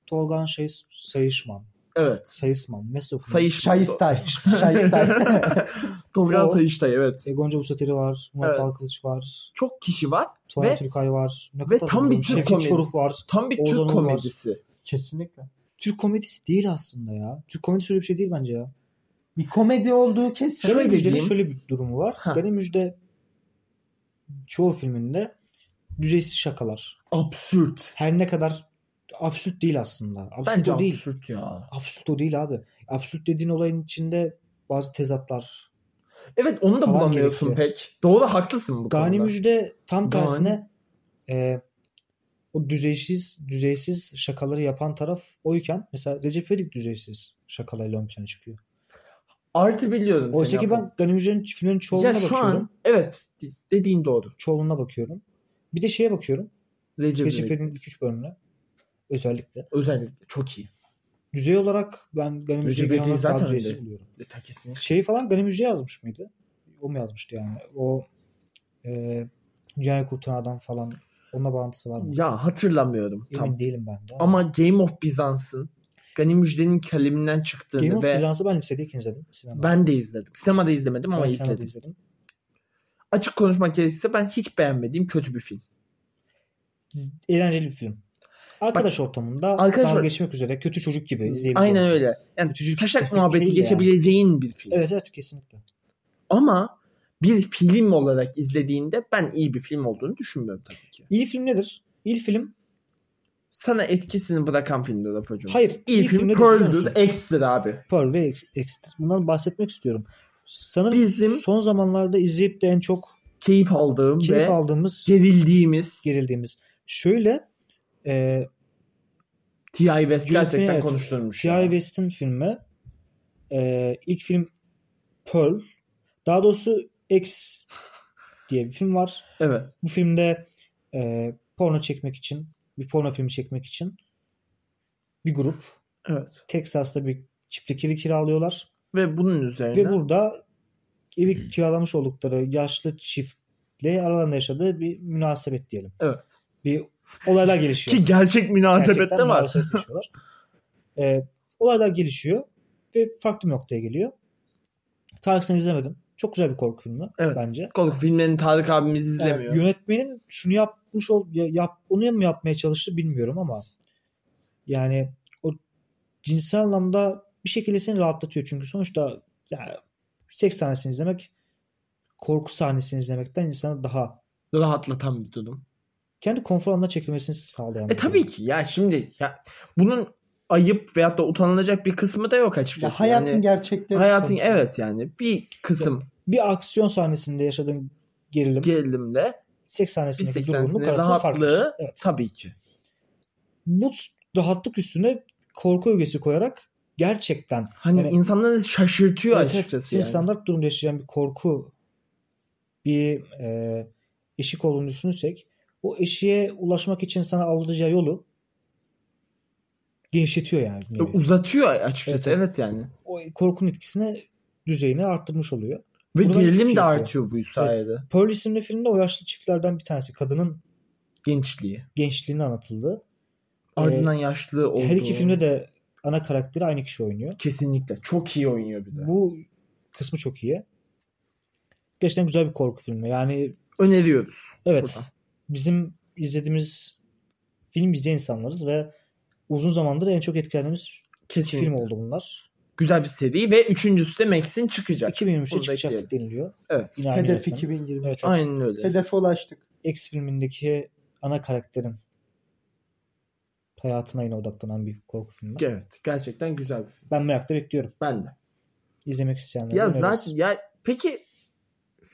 Speaker 3: Tolgan şey, Sayışman.
Speaker 2: Evet.
Speaker 3: Sayısman. Nasıl okunuyor?
Speaker 2: Sayış.
Speaker 1: Şayistay. Şayistay.
Speaker 2: Tolga
Speaker 3: Yo.
Speaker 2: Sayıştay evet.
Speaker 3: E, Gonca Busateri var. Murat
Speaker 2: Evet.
Speaker 3: Dalkılıç var.
Speaker 2: Çok kişi var.
Speaker 3: Tuğra
Speaker 2: Ve-
Speaker 3: Türkay var. Ne
Speaker 2: ve tam bir
Speaker 3: bilmiyorum.
Speaker 2: Türk
Speaker 3: Şevket
Speaker 2: komedisi.
Speaker 3: Çoruh var.
Speaker 2: Tam bir
Speaker 3: Oğuz
Speaker 2: Türk
Speaker 3: Anadolu var.
Speaker 2: komedisi.
Speaker 1: Kesinlikle.
Speaker 3: Türk komedisi değil aslında ya. Türk komedisi öyle bir şey değil bence ya.
Speaker 1: Bir komedi olduğu kesin.
Speaker 3: Gani
Speaker 2: Şöyle
Speaker 3: Müjde'nin
Speaker 2: diyeyim.
Speaker 3: şöyle bir durumu var.
Speaker 2: Ha.
Speaker 3: Gani Müjde çoğu filminde düzeysiz şakalar.
Speaker 2: Absürt.
Speaker 3: Her ne kadar absürt değil aslında. Absürt
Speaker 2: Bence
Speaker 3: o değil.
Speaker 2: absürt ya.
Speaker 3: Absürt o değil abi. Absürt dediğin olayın içinde bazı tezatlar.
Speaker 2: Evet onu da
Speaker 3: Falan
Speaker 2: bulamıyorsun
Speaker 3: gerekiyor.
Speaker 2: pek. Doğru haklısın bu
Speaker 3: Gani
Speaker 2: konuda.
Speaker 3: Müjde tam
Speaker 2: Gani-
Speaker 3: tersine e, o düzeysiz düzeysiz şakaları yapan taraf oyken mesela Recep İvedik düzeysiz şakalarıyla ön plana çıkıyor.
Speaker 2: Artı biliyorum.
Speaker 3: Oysa
Speaker 2: seni
Speaker 3: ki
Speaker 2: yapalım.
Speaker 3: ben Gani Müjde'nin filmlerin çoğunluğuna
Speaker 2: Ya şu
Speaker 3: bakıyorum.
Speaker 2: an evet de- dediğin doğru.
Speaker 3: Çoğunluğuna bakıyorum. Bir de şeye bakıyorum.
Speaker 2: Recep
Speaker 3: Recep
Speaker 2: İvedik.
Speaker 3: İvedik'in ilk üç bölümüne özellikle.
Speaker 2: Özellikle çok iyi.
Speaker 3: Düzey olarak ben Gani Müjde'yi
Speaker 2: İvedik'i
Speaker 3: genel olarak daha
Speaker 2: zaten
Speaker 3: düzeysiz
Speaker 2: öyle.
Speaker 3: buluyorum.
Speaker 2: E, ta kesinlikle.
Speaker 3: Şeyi falan Gani Müjde yazmış mıydı? O mu yazmıştı yani? O e, Dünyayı Kurtaran Adam falan Onunla bağlantısı var mı?
Speaker 2: Ya hatırlamıyorum
Speaker 3: Emin
Speaker 2: tam.
Speaker 3: değilim ben de.
Speaker 2: Ama Game of Bizans'ın Gani Müjde'nin kaleminden çıktığını
Speaker 3: Game of
Speaker 2: ve
Speaker 3: Bizans'ı ben lisedeyken izledim. Sinemada.
Speaker 2: ben de izledim. Sinemada izlemedim ama
Speaker 3: ben sinemada
Speaker 2: izledim.
Speaker 3: izledim.
Speaker 2: Açık konuşmak gerekirse ben hiç beğenmediğim kötü bir film.
Speaker 3: Eğlenceli bir film. Arkadaş ortamında
Speaker 2: arkadaş
Speaker 3: dalga
Speaker 2: or-
Speaker 3: geçmek üzere kötü çocuk gibi izleyebiliriz.
Speaker 2: Aynen öyle. Yani
Speaker 3: Kötücül
Speaker 2: taşak
Speaker 3: kişilik
Speaker 2: muhabbeti
Speaker 3: değil yani.
Speaker 2: geçebileceğin bir film.
Speaker 3: şey Evet evet kesinlikle.
Speaker 2: Ama bir film olarak izlediğinde ben iyi bir film olduğunu düşünmüyorum tabii ki.
Speaker 3: İyi film nedir? İyi film
Speaker 2: Sana etkisini bırakan filmdir Apo'cum.
Speaker 3: Hayır,
Speaker 2: İyi,
Speaker 3: iyi
Speaker 2: film,
Speaker 3: film nedir biliyor musun?
Speaker 2: Pearl'dür, Extra abi.
Speaker 3: Pearl ve Extra. Bundan bahsetmek istiyorum. Sanırım
Speaker 2: Bizim-
Speaker 3: son zamanlarda izleyip de en çok
Speaker 2: Keyif aldığım
Speaker 3: keyif
Speaker 2: ve
Speaker 3: aldığımız,
Speaker 2: gerildiğimiz
Speaker 3: gerildiğimiz. Şöyle e,
Speaker 2: T.I. West
Speaker 3: Yönetmeni,
Speaker 2: gerçekten
Speaker 3: evet.
Speaker 2: konuşturmuş.
Speaker 3: T.I.
Speaker 2: yani.
Speaker 3: West'in filmi e, ilk film Pearl. Daha doğrusu X diye bir film var.
Speaker 2: Evet.
Speaker 3: Bu filmde e, porno çekmek için, bir porno filmi çekmek için bir grup
Speaker 2: Evet.
Speaker 3: Texas'ta bir çiftlik evi kiralıyorlar.
Speaker 2: Ve bunun üzerine
Speaker 3: Ve burada evi kiralamış oldukları yaşlı çiftle aralarında yaşadığı bir münasebet diyelim.
Speaker 2: Evet.
Speaker 3: Bir olaylar gelişiyor.
Speaker 2: ki gerçek münasebette
Speaker 3: Gerçekten
Speaker 2: var.
Speaker 3: münasebet yaşıyorlar. Ee, olaylar gelişiyor ve farklı bir noktaya geliyor. Tarık'sını izlemedim. Çok güzel bir korku filmi
Speaker 2: Evet.
Speaker 3: bence.
Speaker 2: Korku filmlerini Tarık abimiz
Speaker 3: Yani
Speaker 2: izlemiyor.
Speaker 3: yönetmenin şunu yapmış ol ya- yap onu mu yapmaya çalıştı bilmiyorum ama yani o cinsel anlamda bir şekilde seni rahatlatıyor çünkü sonuçta yani seks sahnesini izlemek korku sahnesini izlemekten insana daha
Speaker 2: Rahatlatan bir durum.
Speaker 3: kendi konfor alanına çekilmesini sağlayan.
Speaker 2: E
Speaker 3: bir
Speaker 2: tabii
Speaker 3: durum.
Speaker 2: ki ya şimdi ya bunun ayıp veyahut da utanılacak bir kısmı da yok
Speaker 1: Ya
Speaker 2: açıkçası.
Speaker 1: hayatın
Speaker 2: yani,
Speaker 1: gerçekleri.
Speaker 2: hayatın
Speaker 1: sonuçta.
Speaker 2: evet yani bir kısım
Speaker 3: Bir aksiyon sahnesinde yaşadığın gerilim,
Speaker 2: gerilimle
Speaker 3: seks
Speaker 2: bir
Speaker 3: sahnesindeki zorunluluk
Speaker 2: seksensinin
Speaker 3: arasında fark ediyor.
Speaker 2: rahatlığı
Speaker 3: Evet.
Speaker 2: tabii ki.
Speaker 3: Bu rahatlık üstüne korku ögesi koyarak gerçekten
Speaker 2: Hani
Speaker 3: Yani-
Speaker 2: insanları şaşırtıyor
Speaker 3: Evet, evet.
Speaker 2: açıkçası
Speaker 3: Senin
Speaker 2: yani.
Speaker 3: standart durumda yaşayan bir korku bir e, eşik olduğunu düşünürsek o eşiğe ulaşmak için sana alacağı yolu genişletiyor yani. bir
Speaker 2: E,
Speaker 3: nevi.
Speaker 2: Uzatıyor açıkçası
Speaker 3: Evet,
Speaker 2: evet, yani.
Speaker 3: O korkunun etkisini düzeyini arttırmış oluyor.
Speaker 2: Ve
Speaker 3: Bunu ben şey çok
Speaker 2: gerilim
Speaker 3: iyi
Speaker 2: de
Speaker 3: yapıyor.
Speaker 2: artıyor bu sayede.
Speaker 3: Pearl isimli filmde o yaşlı çiftlerden bir tanesi. Kadının
Speaker 2: Gençliği.
Speaker 3: gençliğinin anlatıldığı.
Speaker 2: Ardından yaşlı olduğu.
Speaker 3: Her iki filmde de ana karakteri aynı kişi oynuyor.
Speaker 2: kesinlikle çok iyi oynuyor bir de.
Speaker 3: Bu kısmı çok iyi. Gerçekten güzel bir korku filmi. Yani
Speaker 2: Öneriyoruz.
Speaker 3: Evet.
Speaker 2: Buradan.
Speaker 3: Bizim izlediğimiz film izleyen insanlarız ve uzun zamandır en çok etkilendiğimiz iki
Speaker 2: Kesinlikle.
Speaker 3: film oldu bunlar.
Speaker 2: Güzel bir seri ve üçüncüsü de Max'in çıkacak.
Speaker 3: 2023'e
Speaker 2: Bunu da
Speaker 3: çıkacak
Speaker 2: ekleyelim.
Speaker 3: deniliyor.
Speaker 2: Evet.
Speaker 3: Yine aynı
Speaker 1: Hedef
Speaker 3: yönetmen.
Speaker 1: 2020.
Speaker 3: Evet, evet.
Speaker 2: Aynen öyle.
Speaker 1: Hedefe ulaştık.
Speaker 3: X filmindeki ana karakterin hayatına yine odaklanan bir korku filmi.
Speaker 2: Evet. Gerçekten güzel bir film.
Speaker 3: Ben merakla bekliyorum.
Speaker 2: Ben de.
Speaker 3: İzlemek isteyenler.
Speaker 2: Ya zaten ya peki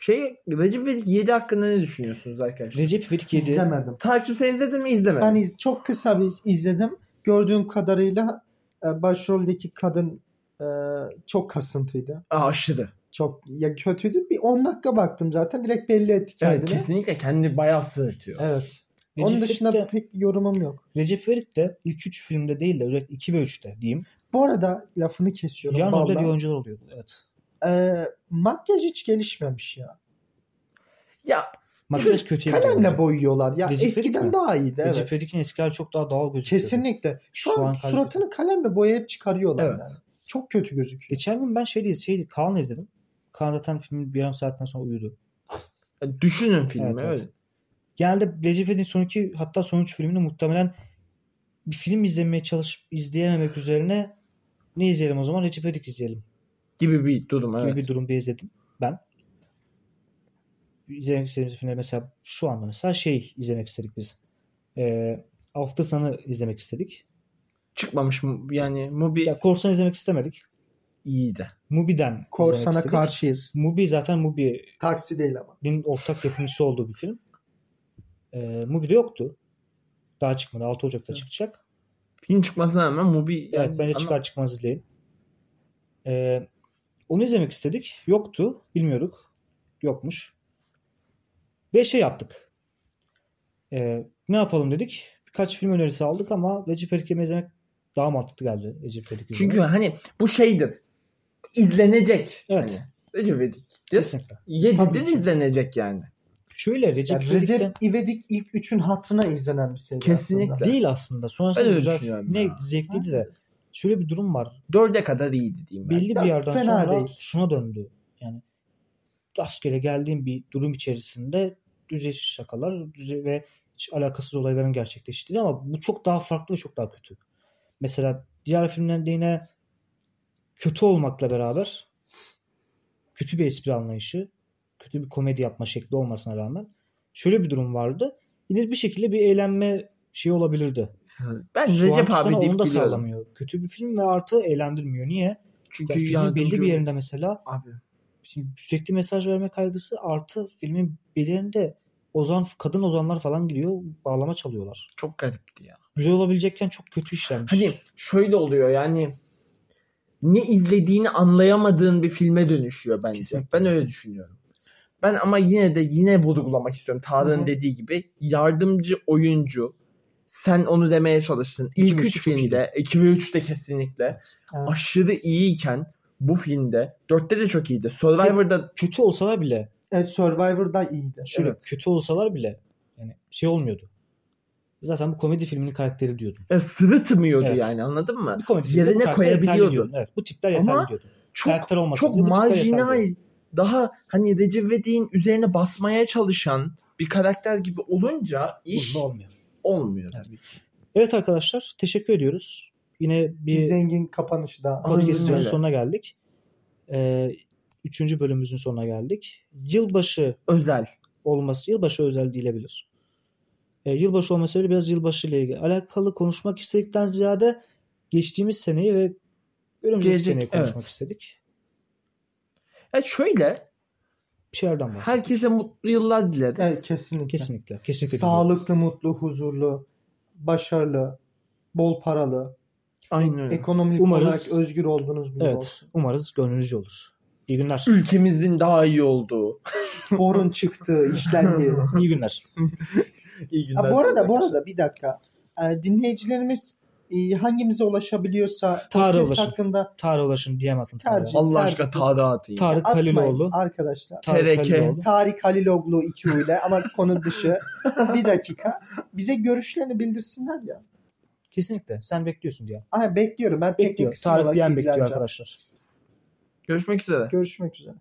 Speaker 2: şey Recep İvedik 7 hakkında ne düşünüyorsunuz arkadaşlar?
Speaker 3: Recep İvedik 7.
Speaker 1: İzlemedim.
Speaker 2: Tarık'cığım sen izledin mi izlemedin?
Speaker 1: Ben iz- çok kısa bir izledim. Gördüğüm kadarıyla e, başroldeki kadın e, çok kasıntıydı.
Speaker 2: Aa, aşırı.
Speaker 1: Çok ya kötüydü. Bir 10 dakika baktım zaten. Direkt belli etti
Speaker 2: Evet,
Speaker 1: kendini. Evet.
Speaker 2: kesinlikle kendi bayağı sığırtıyor.
Speaker 3: Recep
Speaker 1: Onun
Speaker 3: İvedik
Speaker 1: dışında
Speaker 3: de-
Speaker 1: pek yorumum yok.
Speaker 3: Recep İvedik de ilk 3 filmde değil de özellikle 2 ve 3'te diyeyim.
Speaker 1: Bu arada lafını kesiyorum.
Speaker 3: Yan rolde
Speaker 1: vallahi.
Speaker 3: bir oyuncular oluyordu. Evet.
Speaker 1: E, makyaj hiç gelişmemiş ya.
Speaker 2: Ya
Speaker 3: Makyaj kötüye bir
Speaker 1: Kalemle
Speaker 3: oyuncu.
Speaker 1: boyuyorlar. Ya
Speaker 3: Recep İvedik
Speaker 1: eskiden
Speaker 3: mi?
Speaker 1: daha iyiydi. Evet.
Speaker 3: Recep İvedik'in eski hali çok daha doğal gözüküyordu.
Speaker 1: Kesinlikle. Şu,
Speaker 3: Şu
Speaker 1: an,
Speaker 3: an kaliteli.
Speaker 1: suratını kalemle boyayıp çıkarıyorlar
Speaker 2: Evet.
Speaker 1: yani. Çok kötü gözüküyor.
Speaker 3: Geçen gün ben şey değil, şey Kaan'ı izledim. Kaan zaten filmin bir yarım saatten sonra uyudu.
Speaker 2: düşünün filmi
Speaker 3: Evet, evet.
Speaker 2: öyle.
Speaker 3: Genelde Recep İvedik'in son iki hatta son üç filmini muhtemelen bir film izlemeye çalışıp izleyememek üzerine ne izleyelim o zaman? Recep İvedik izleyelim
Speaker 2: Gibi bir durum
Speaker 3: gibi
Speaker 2: evet.
Speaker 3: bir durumda izledim ben. İzlemek istediğimiz filmler mesela şu anda mesela şey izlemek istedik biz. Ee, hafta sonu izlemek istedik.
Speaker 2: Çıkmamış mı? Yani Mubi
Speaker 3: Ya Korsan izlemek istemedik.
Speaker 2: iyiydi.
Speaker 3: Mubi'den izlemek
Speaker 1: Korsana
Speaker 3: istedik.
Speaker 1: karşıyız.
Speaker 3: Mubi zaten Mubi
Speaker 1: Taksi değil ama.
Speaker 3: Din ortak yapımcısı olduğu bir film. Ee, Mubi'de yoktu. Daha çıkmadı. 6 Ocak'ta çıkacak.
Speaker 2: Film çıkmasına rağmen Mubi
Speaker 3: Yani bence
Speaker 2: ama-
Speaker 3: çıkar çıkmaz izleyin. Ee, onu izlemek istedik. Yoktu. Bilmiyorduk. Yokmuş. Ve şey yaptık. Ee, ne yapalım dedik. Birkaç film önerisi aldık ama Recep Erik'i izlemek daha mantıklı geldi. Recep Erik'i
Speaker 2: Çünkü
Speaker 3: izlemek.
Speaker 2: hani bu şeydir. İzlenecek.
Speaker 3: Evet.
Speaker 2: Hani. Recep İvedik.
Speaker 3: Kesinlikle.
Speaker 2: Yedidir
Speaker 1: Tabii ki.
Speaker 2: izlenecek yani.
Speaker 3: Şöyle Recep
Speaker 1: Yani
Speaker 3: İvedik'ten
Speaker 1: Recep İvedik ilk üçün hatrına izlenen bir seri
Speaker 2: Kesinlikle.
Speaker 1: aslında.
Speaker 3: değil aslında. Sonrasında
Speaker 2: Ben öyle
Speaker 3: güzel
Speaker 2: düşünüyorum
Speaker 3: ne
Speaker 2: ya.
Speaker 3: zevkliydi de. Şöyle bir durum var.
Speaker 2: Dörde kadar iyiydi diyeyim ben.
Speaker 3: Belli bir
Speaker 1: Tabii,
Speaker 3: yerden
Speaker 1: fena
Speaker 3: sonra
Speaker 1: değil.
Speaker 3: şuna döndü. Yani rastgele geldiğim bir durum içerisinde düzeyiz şakalar düzey ve hiç alakasız olayların gerçekleştiği ama bu çok daha farklı ve çok daha kötü. Mesela diğer filmlerde yine kötü olmakla beraber kötü bir espri anlayışı, kötü bir komedi yapma şekli olmasına rağmen şöyle bir durum vardı. Yine bir şekilde bir eğlenme şeyi olabilirdi.
Speaker 2: Ben
Speaker 3: Şu
Speaker 2: Recep
Speaker 3: anki sana
Speaker 2: abi deyip
Speaker 3: onu da
Speaker 2: gülüyorum.
Speaker 3: sağlamıyor. Kötü bir film ve artı eğlendirmiyor. Niye?
Speaker 2: Çünkü
Speaker 3: Ya filmin belli
Speaker 2: yardımcı-
Speaker 3: bir yerinde mesela
Speaker 2: Abi.
Speaker 3: şimdi sürekli mesaj verme kaygısı artı filmin belli yerinde ozan kadın ozanlar falan giriyor bağlama çalıyorlar.
Speaker 2: Çok garipti ya.
Speaker 3: Güzel olabilecekken çok kötü işlenmiş.
Speaker 2: Hani şöyle oluyor yani ne izlediğini anlayamadığın bir filme dönüşüyor bence.
Speaker 3: Kesinlikle.
Speaker 2: Ben öyle düşünüyorum. Ben ama yine de yine vurgulamak istiyorum.
Speaker 3: Hı
Speaker 2: Tarık'ın
Speaker 3: hı.
Speaker 2: dediği gibi yardımcı oyuncu sen onu demeye çalıştın.
Speaker 3: İki
Speaker 2: İlk
Speaker 3: ve
Speaker 2: üç
Speaker 3: üç çok
Speaker 2: filmde, iki ve üçte kesinlikle
Speaker 1: Evet.
Speaker 2: aşırı iyiyken bu filmde, dörtte de çok iyiydi. Survivor'da
Speaker 3: kötü olsalar bile
Speaker 1: E, Survivor'da iyiydi.
Speaker 3: şöyle
Speaker 2: Evet.
Speaker 3: kötü olsalar bile yani şey olmuyordu. Zaten bu komedi filminin karakteri diyordum.
Speaker 2: e, sırıtmıyordu
Speaker 3: Evet.
Speaker 2: yani anladın mı?
Speaker 3: Bu komedi filminde
Speaker 2: Yerine
Speaker 3: bu karakter yeterli
Speaker 2: koyabiliyordu.
Speaker 3: diyordun. Evet, bu tipler
Speaker 2: Ama
Speaker 3: yeterli diyordun.
Speaker 2: Çok
Speaker 3: Karakter olmasa
Speaker 2: çok
Speaker 3: bile bu tipler yeterli
Speaker 2: marjinal
Speaker 3: diyordun.
Speaker 2: daha hani Recep İvedik'in üzerine basmaya çalışan bir karakter gibi olunca iş
Speaker 3: Uzun olmuyor.
Speaker 2: olmuyor.
Speaker 1: Tabii
Speaker 3: Evet arkadaşlar teşekkür ediyoruz. Yine
Speaker 1: Bir
Speaker 3: bir
Speaker 1: zengin kapanışı da.
Speaker 2: Aynen
Speaker 3: Podcast'ın
Speaker 2: öyle.
Speaker 3: sonuna geldik. Ee, üçüncü bölümümüzün sonuna geldik. Yılbaşı
Speaker 2: Özel.
Speaker 3: olması, yılbaşı özel değilebilir. Ee, yılbaşı olması öyle biraz yılbaşı ile ilgili alakalı konuşmak istedikten ziyade geçtiğimiz seneyi ve önümüzdeki
Speaker 2: Gelecek,
Speaker 3: seneyi konuşmak
Speaker 2: evet.
Speaker 3: istedik.
Speaker 2: Ya şöyle
Speaker 3: Bir şeylerden bahsedelim.
Speaker 2: herkese mutlu yıllar dileriz.
Speaker 1: Evet, kesinlikle.
Speaker 3: Kesinlikle. Kesinlikle.
Speaker 1: Sağlıklı, mutlu, huzurlu, başarılı, bol paralı,
Speaker 2: Aynen öyle.
Speaker 1: ekonomik
Speaker 3: Umarız-
Speaker 1: olarak özgür olduğunuz bir yıl
Speaker 3: Evet.
Speaker 1: olsun.
Speaker 3: Umarız gönlünüzce olur. İyi günler.
Speaker 2: Ülkemizin daha iyi olduğu.
Speaker 1: Borun çıktı, işlendi.
Speaker 3: İyi günler.
Speaker 2: İyi günler.
Speaker 1: Ha, bu arada bu
Speaker 2: arkadaşlar.
Speaker 1: arada bir dakika. Ee, dinleyicilerimiz e, hangimize ulaşabiliyorsa
Speaker 3: Tarık
Speaker 1: podcast
Speaker 3: ulaşın.
Speaker 1: hakkında
Speaker 3: Tarık Ulaş'ın DM atın. Tarık'a.
Speaker 1: Tercih.
Speaker 2: Allah aşkına Tarık'a atayım.
Speaker 3: Tarık
Speaker 1: atmayın
Speaker 3: Halilioğlu.
Speaker 1: arkadaşlar.
Speaker 3: Tarık
Speaker 2: TRK.
Speaker 3: Halilioğlu.
Speaker 1: Tarık Haliloglu 2 ile ama konu dışı. bir dakika. Bize görüşlerini bildirsinler ya.
Speaker 3: Kesinlikle. Sen bekliyorsun diye.
Speaker 1: Ay bekliyorum. Ben teknik
Speaker 3: Bekliyor.
Speaker 1: kısım
Speaker 3: Tarık
Speaker 1: olarak
Speaker 3: DM bekliyor
Speaker 1: bilgileneceğim.
Speaker 3: arkadaşlar.
Speaker 2: Görüşmek üzere.
Speaker 1: Görüşmek üzere.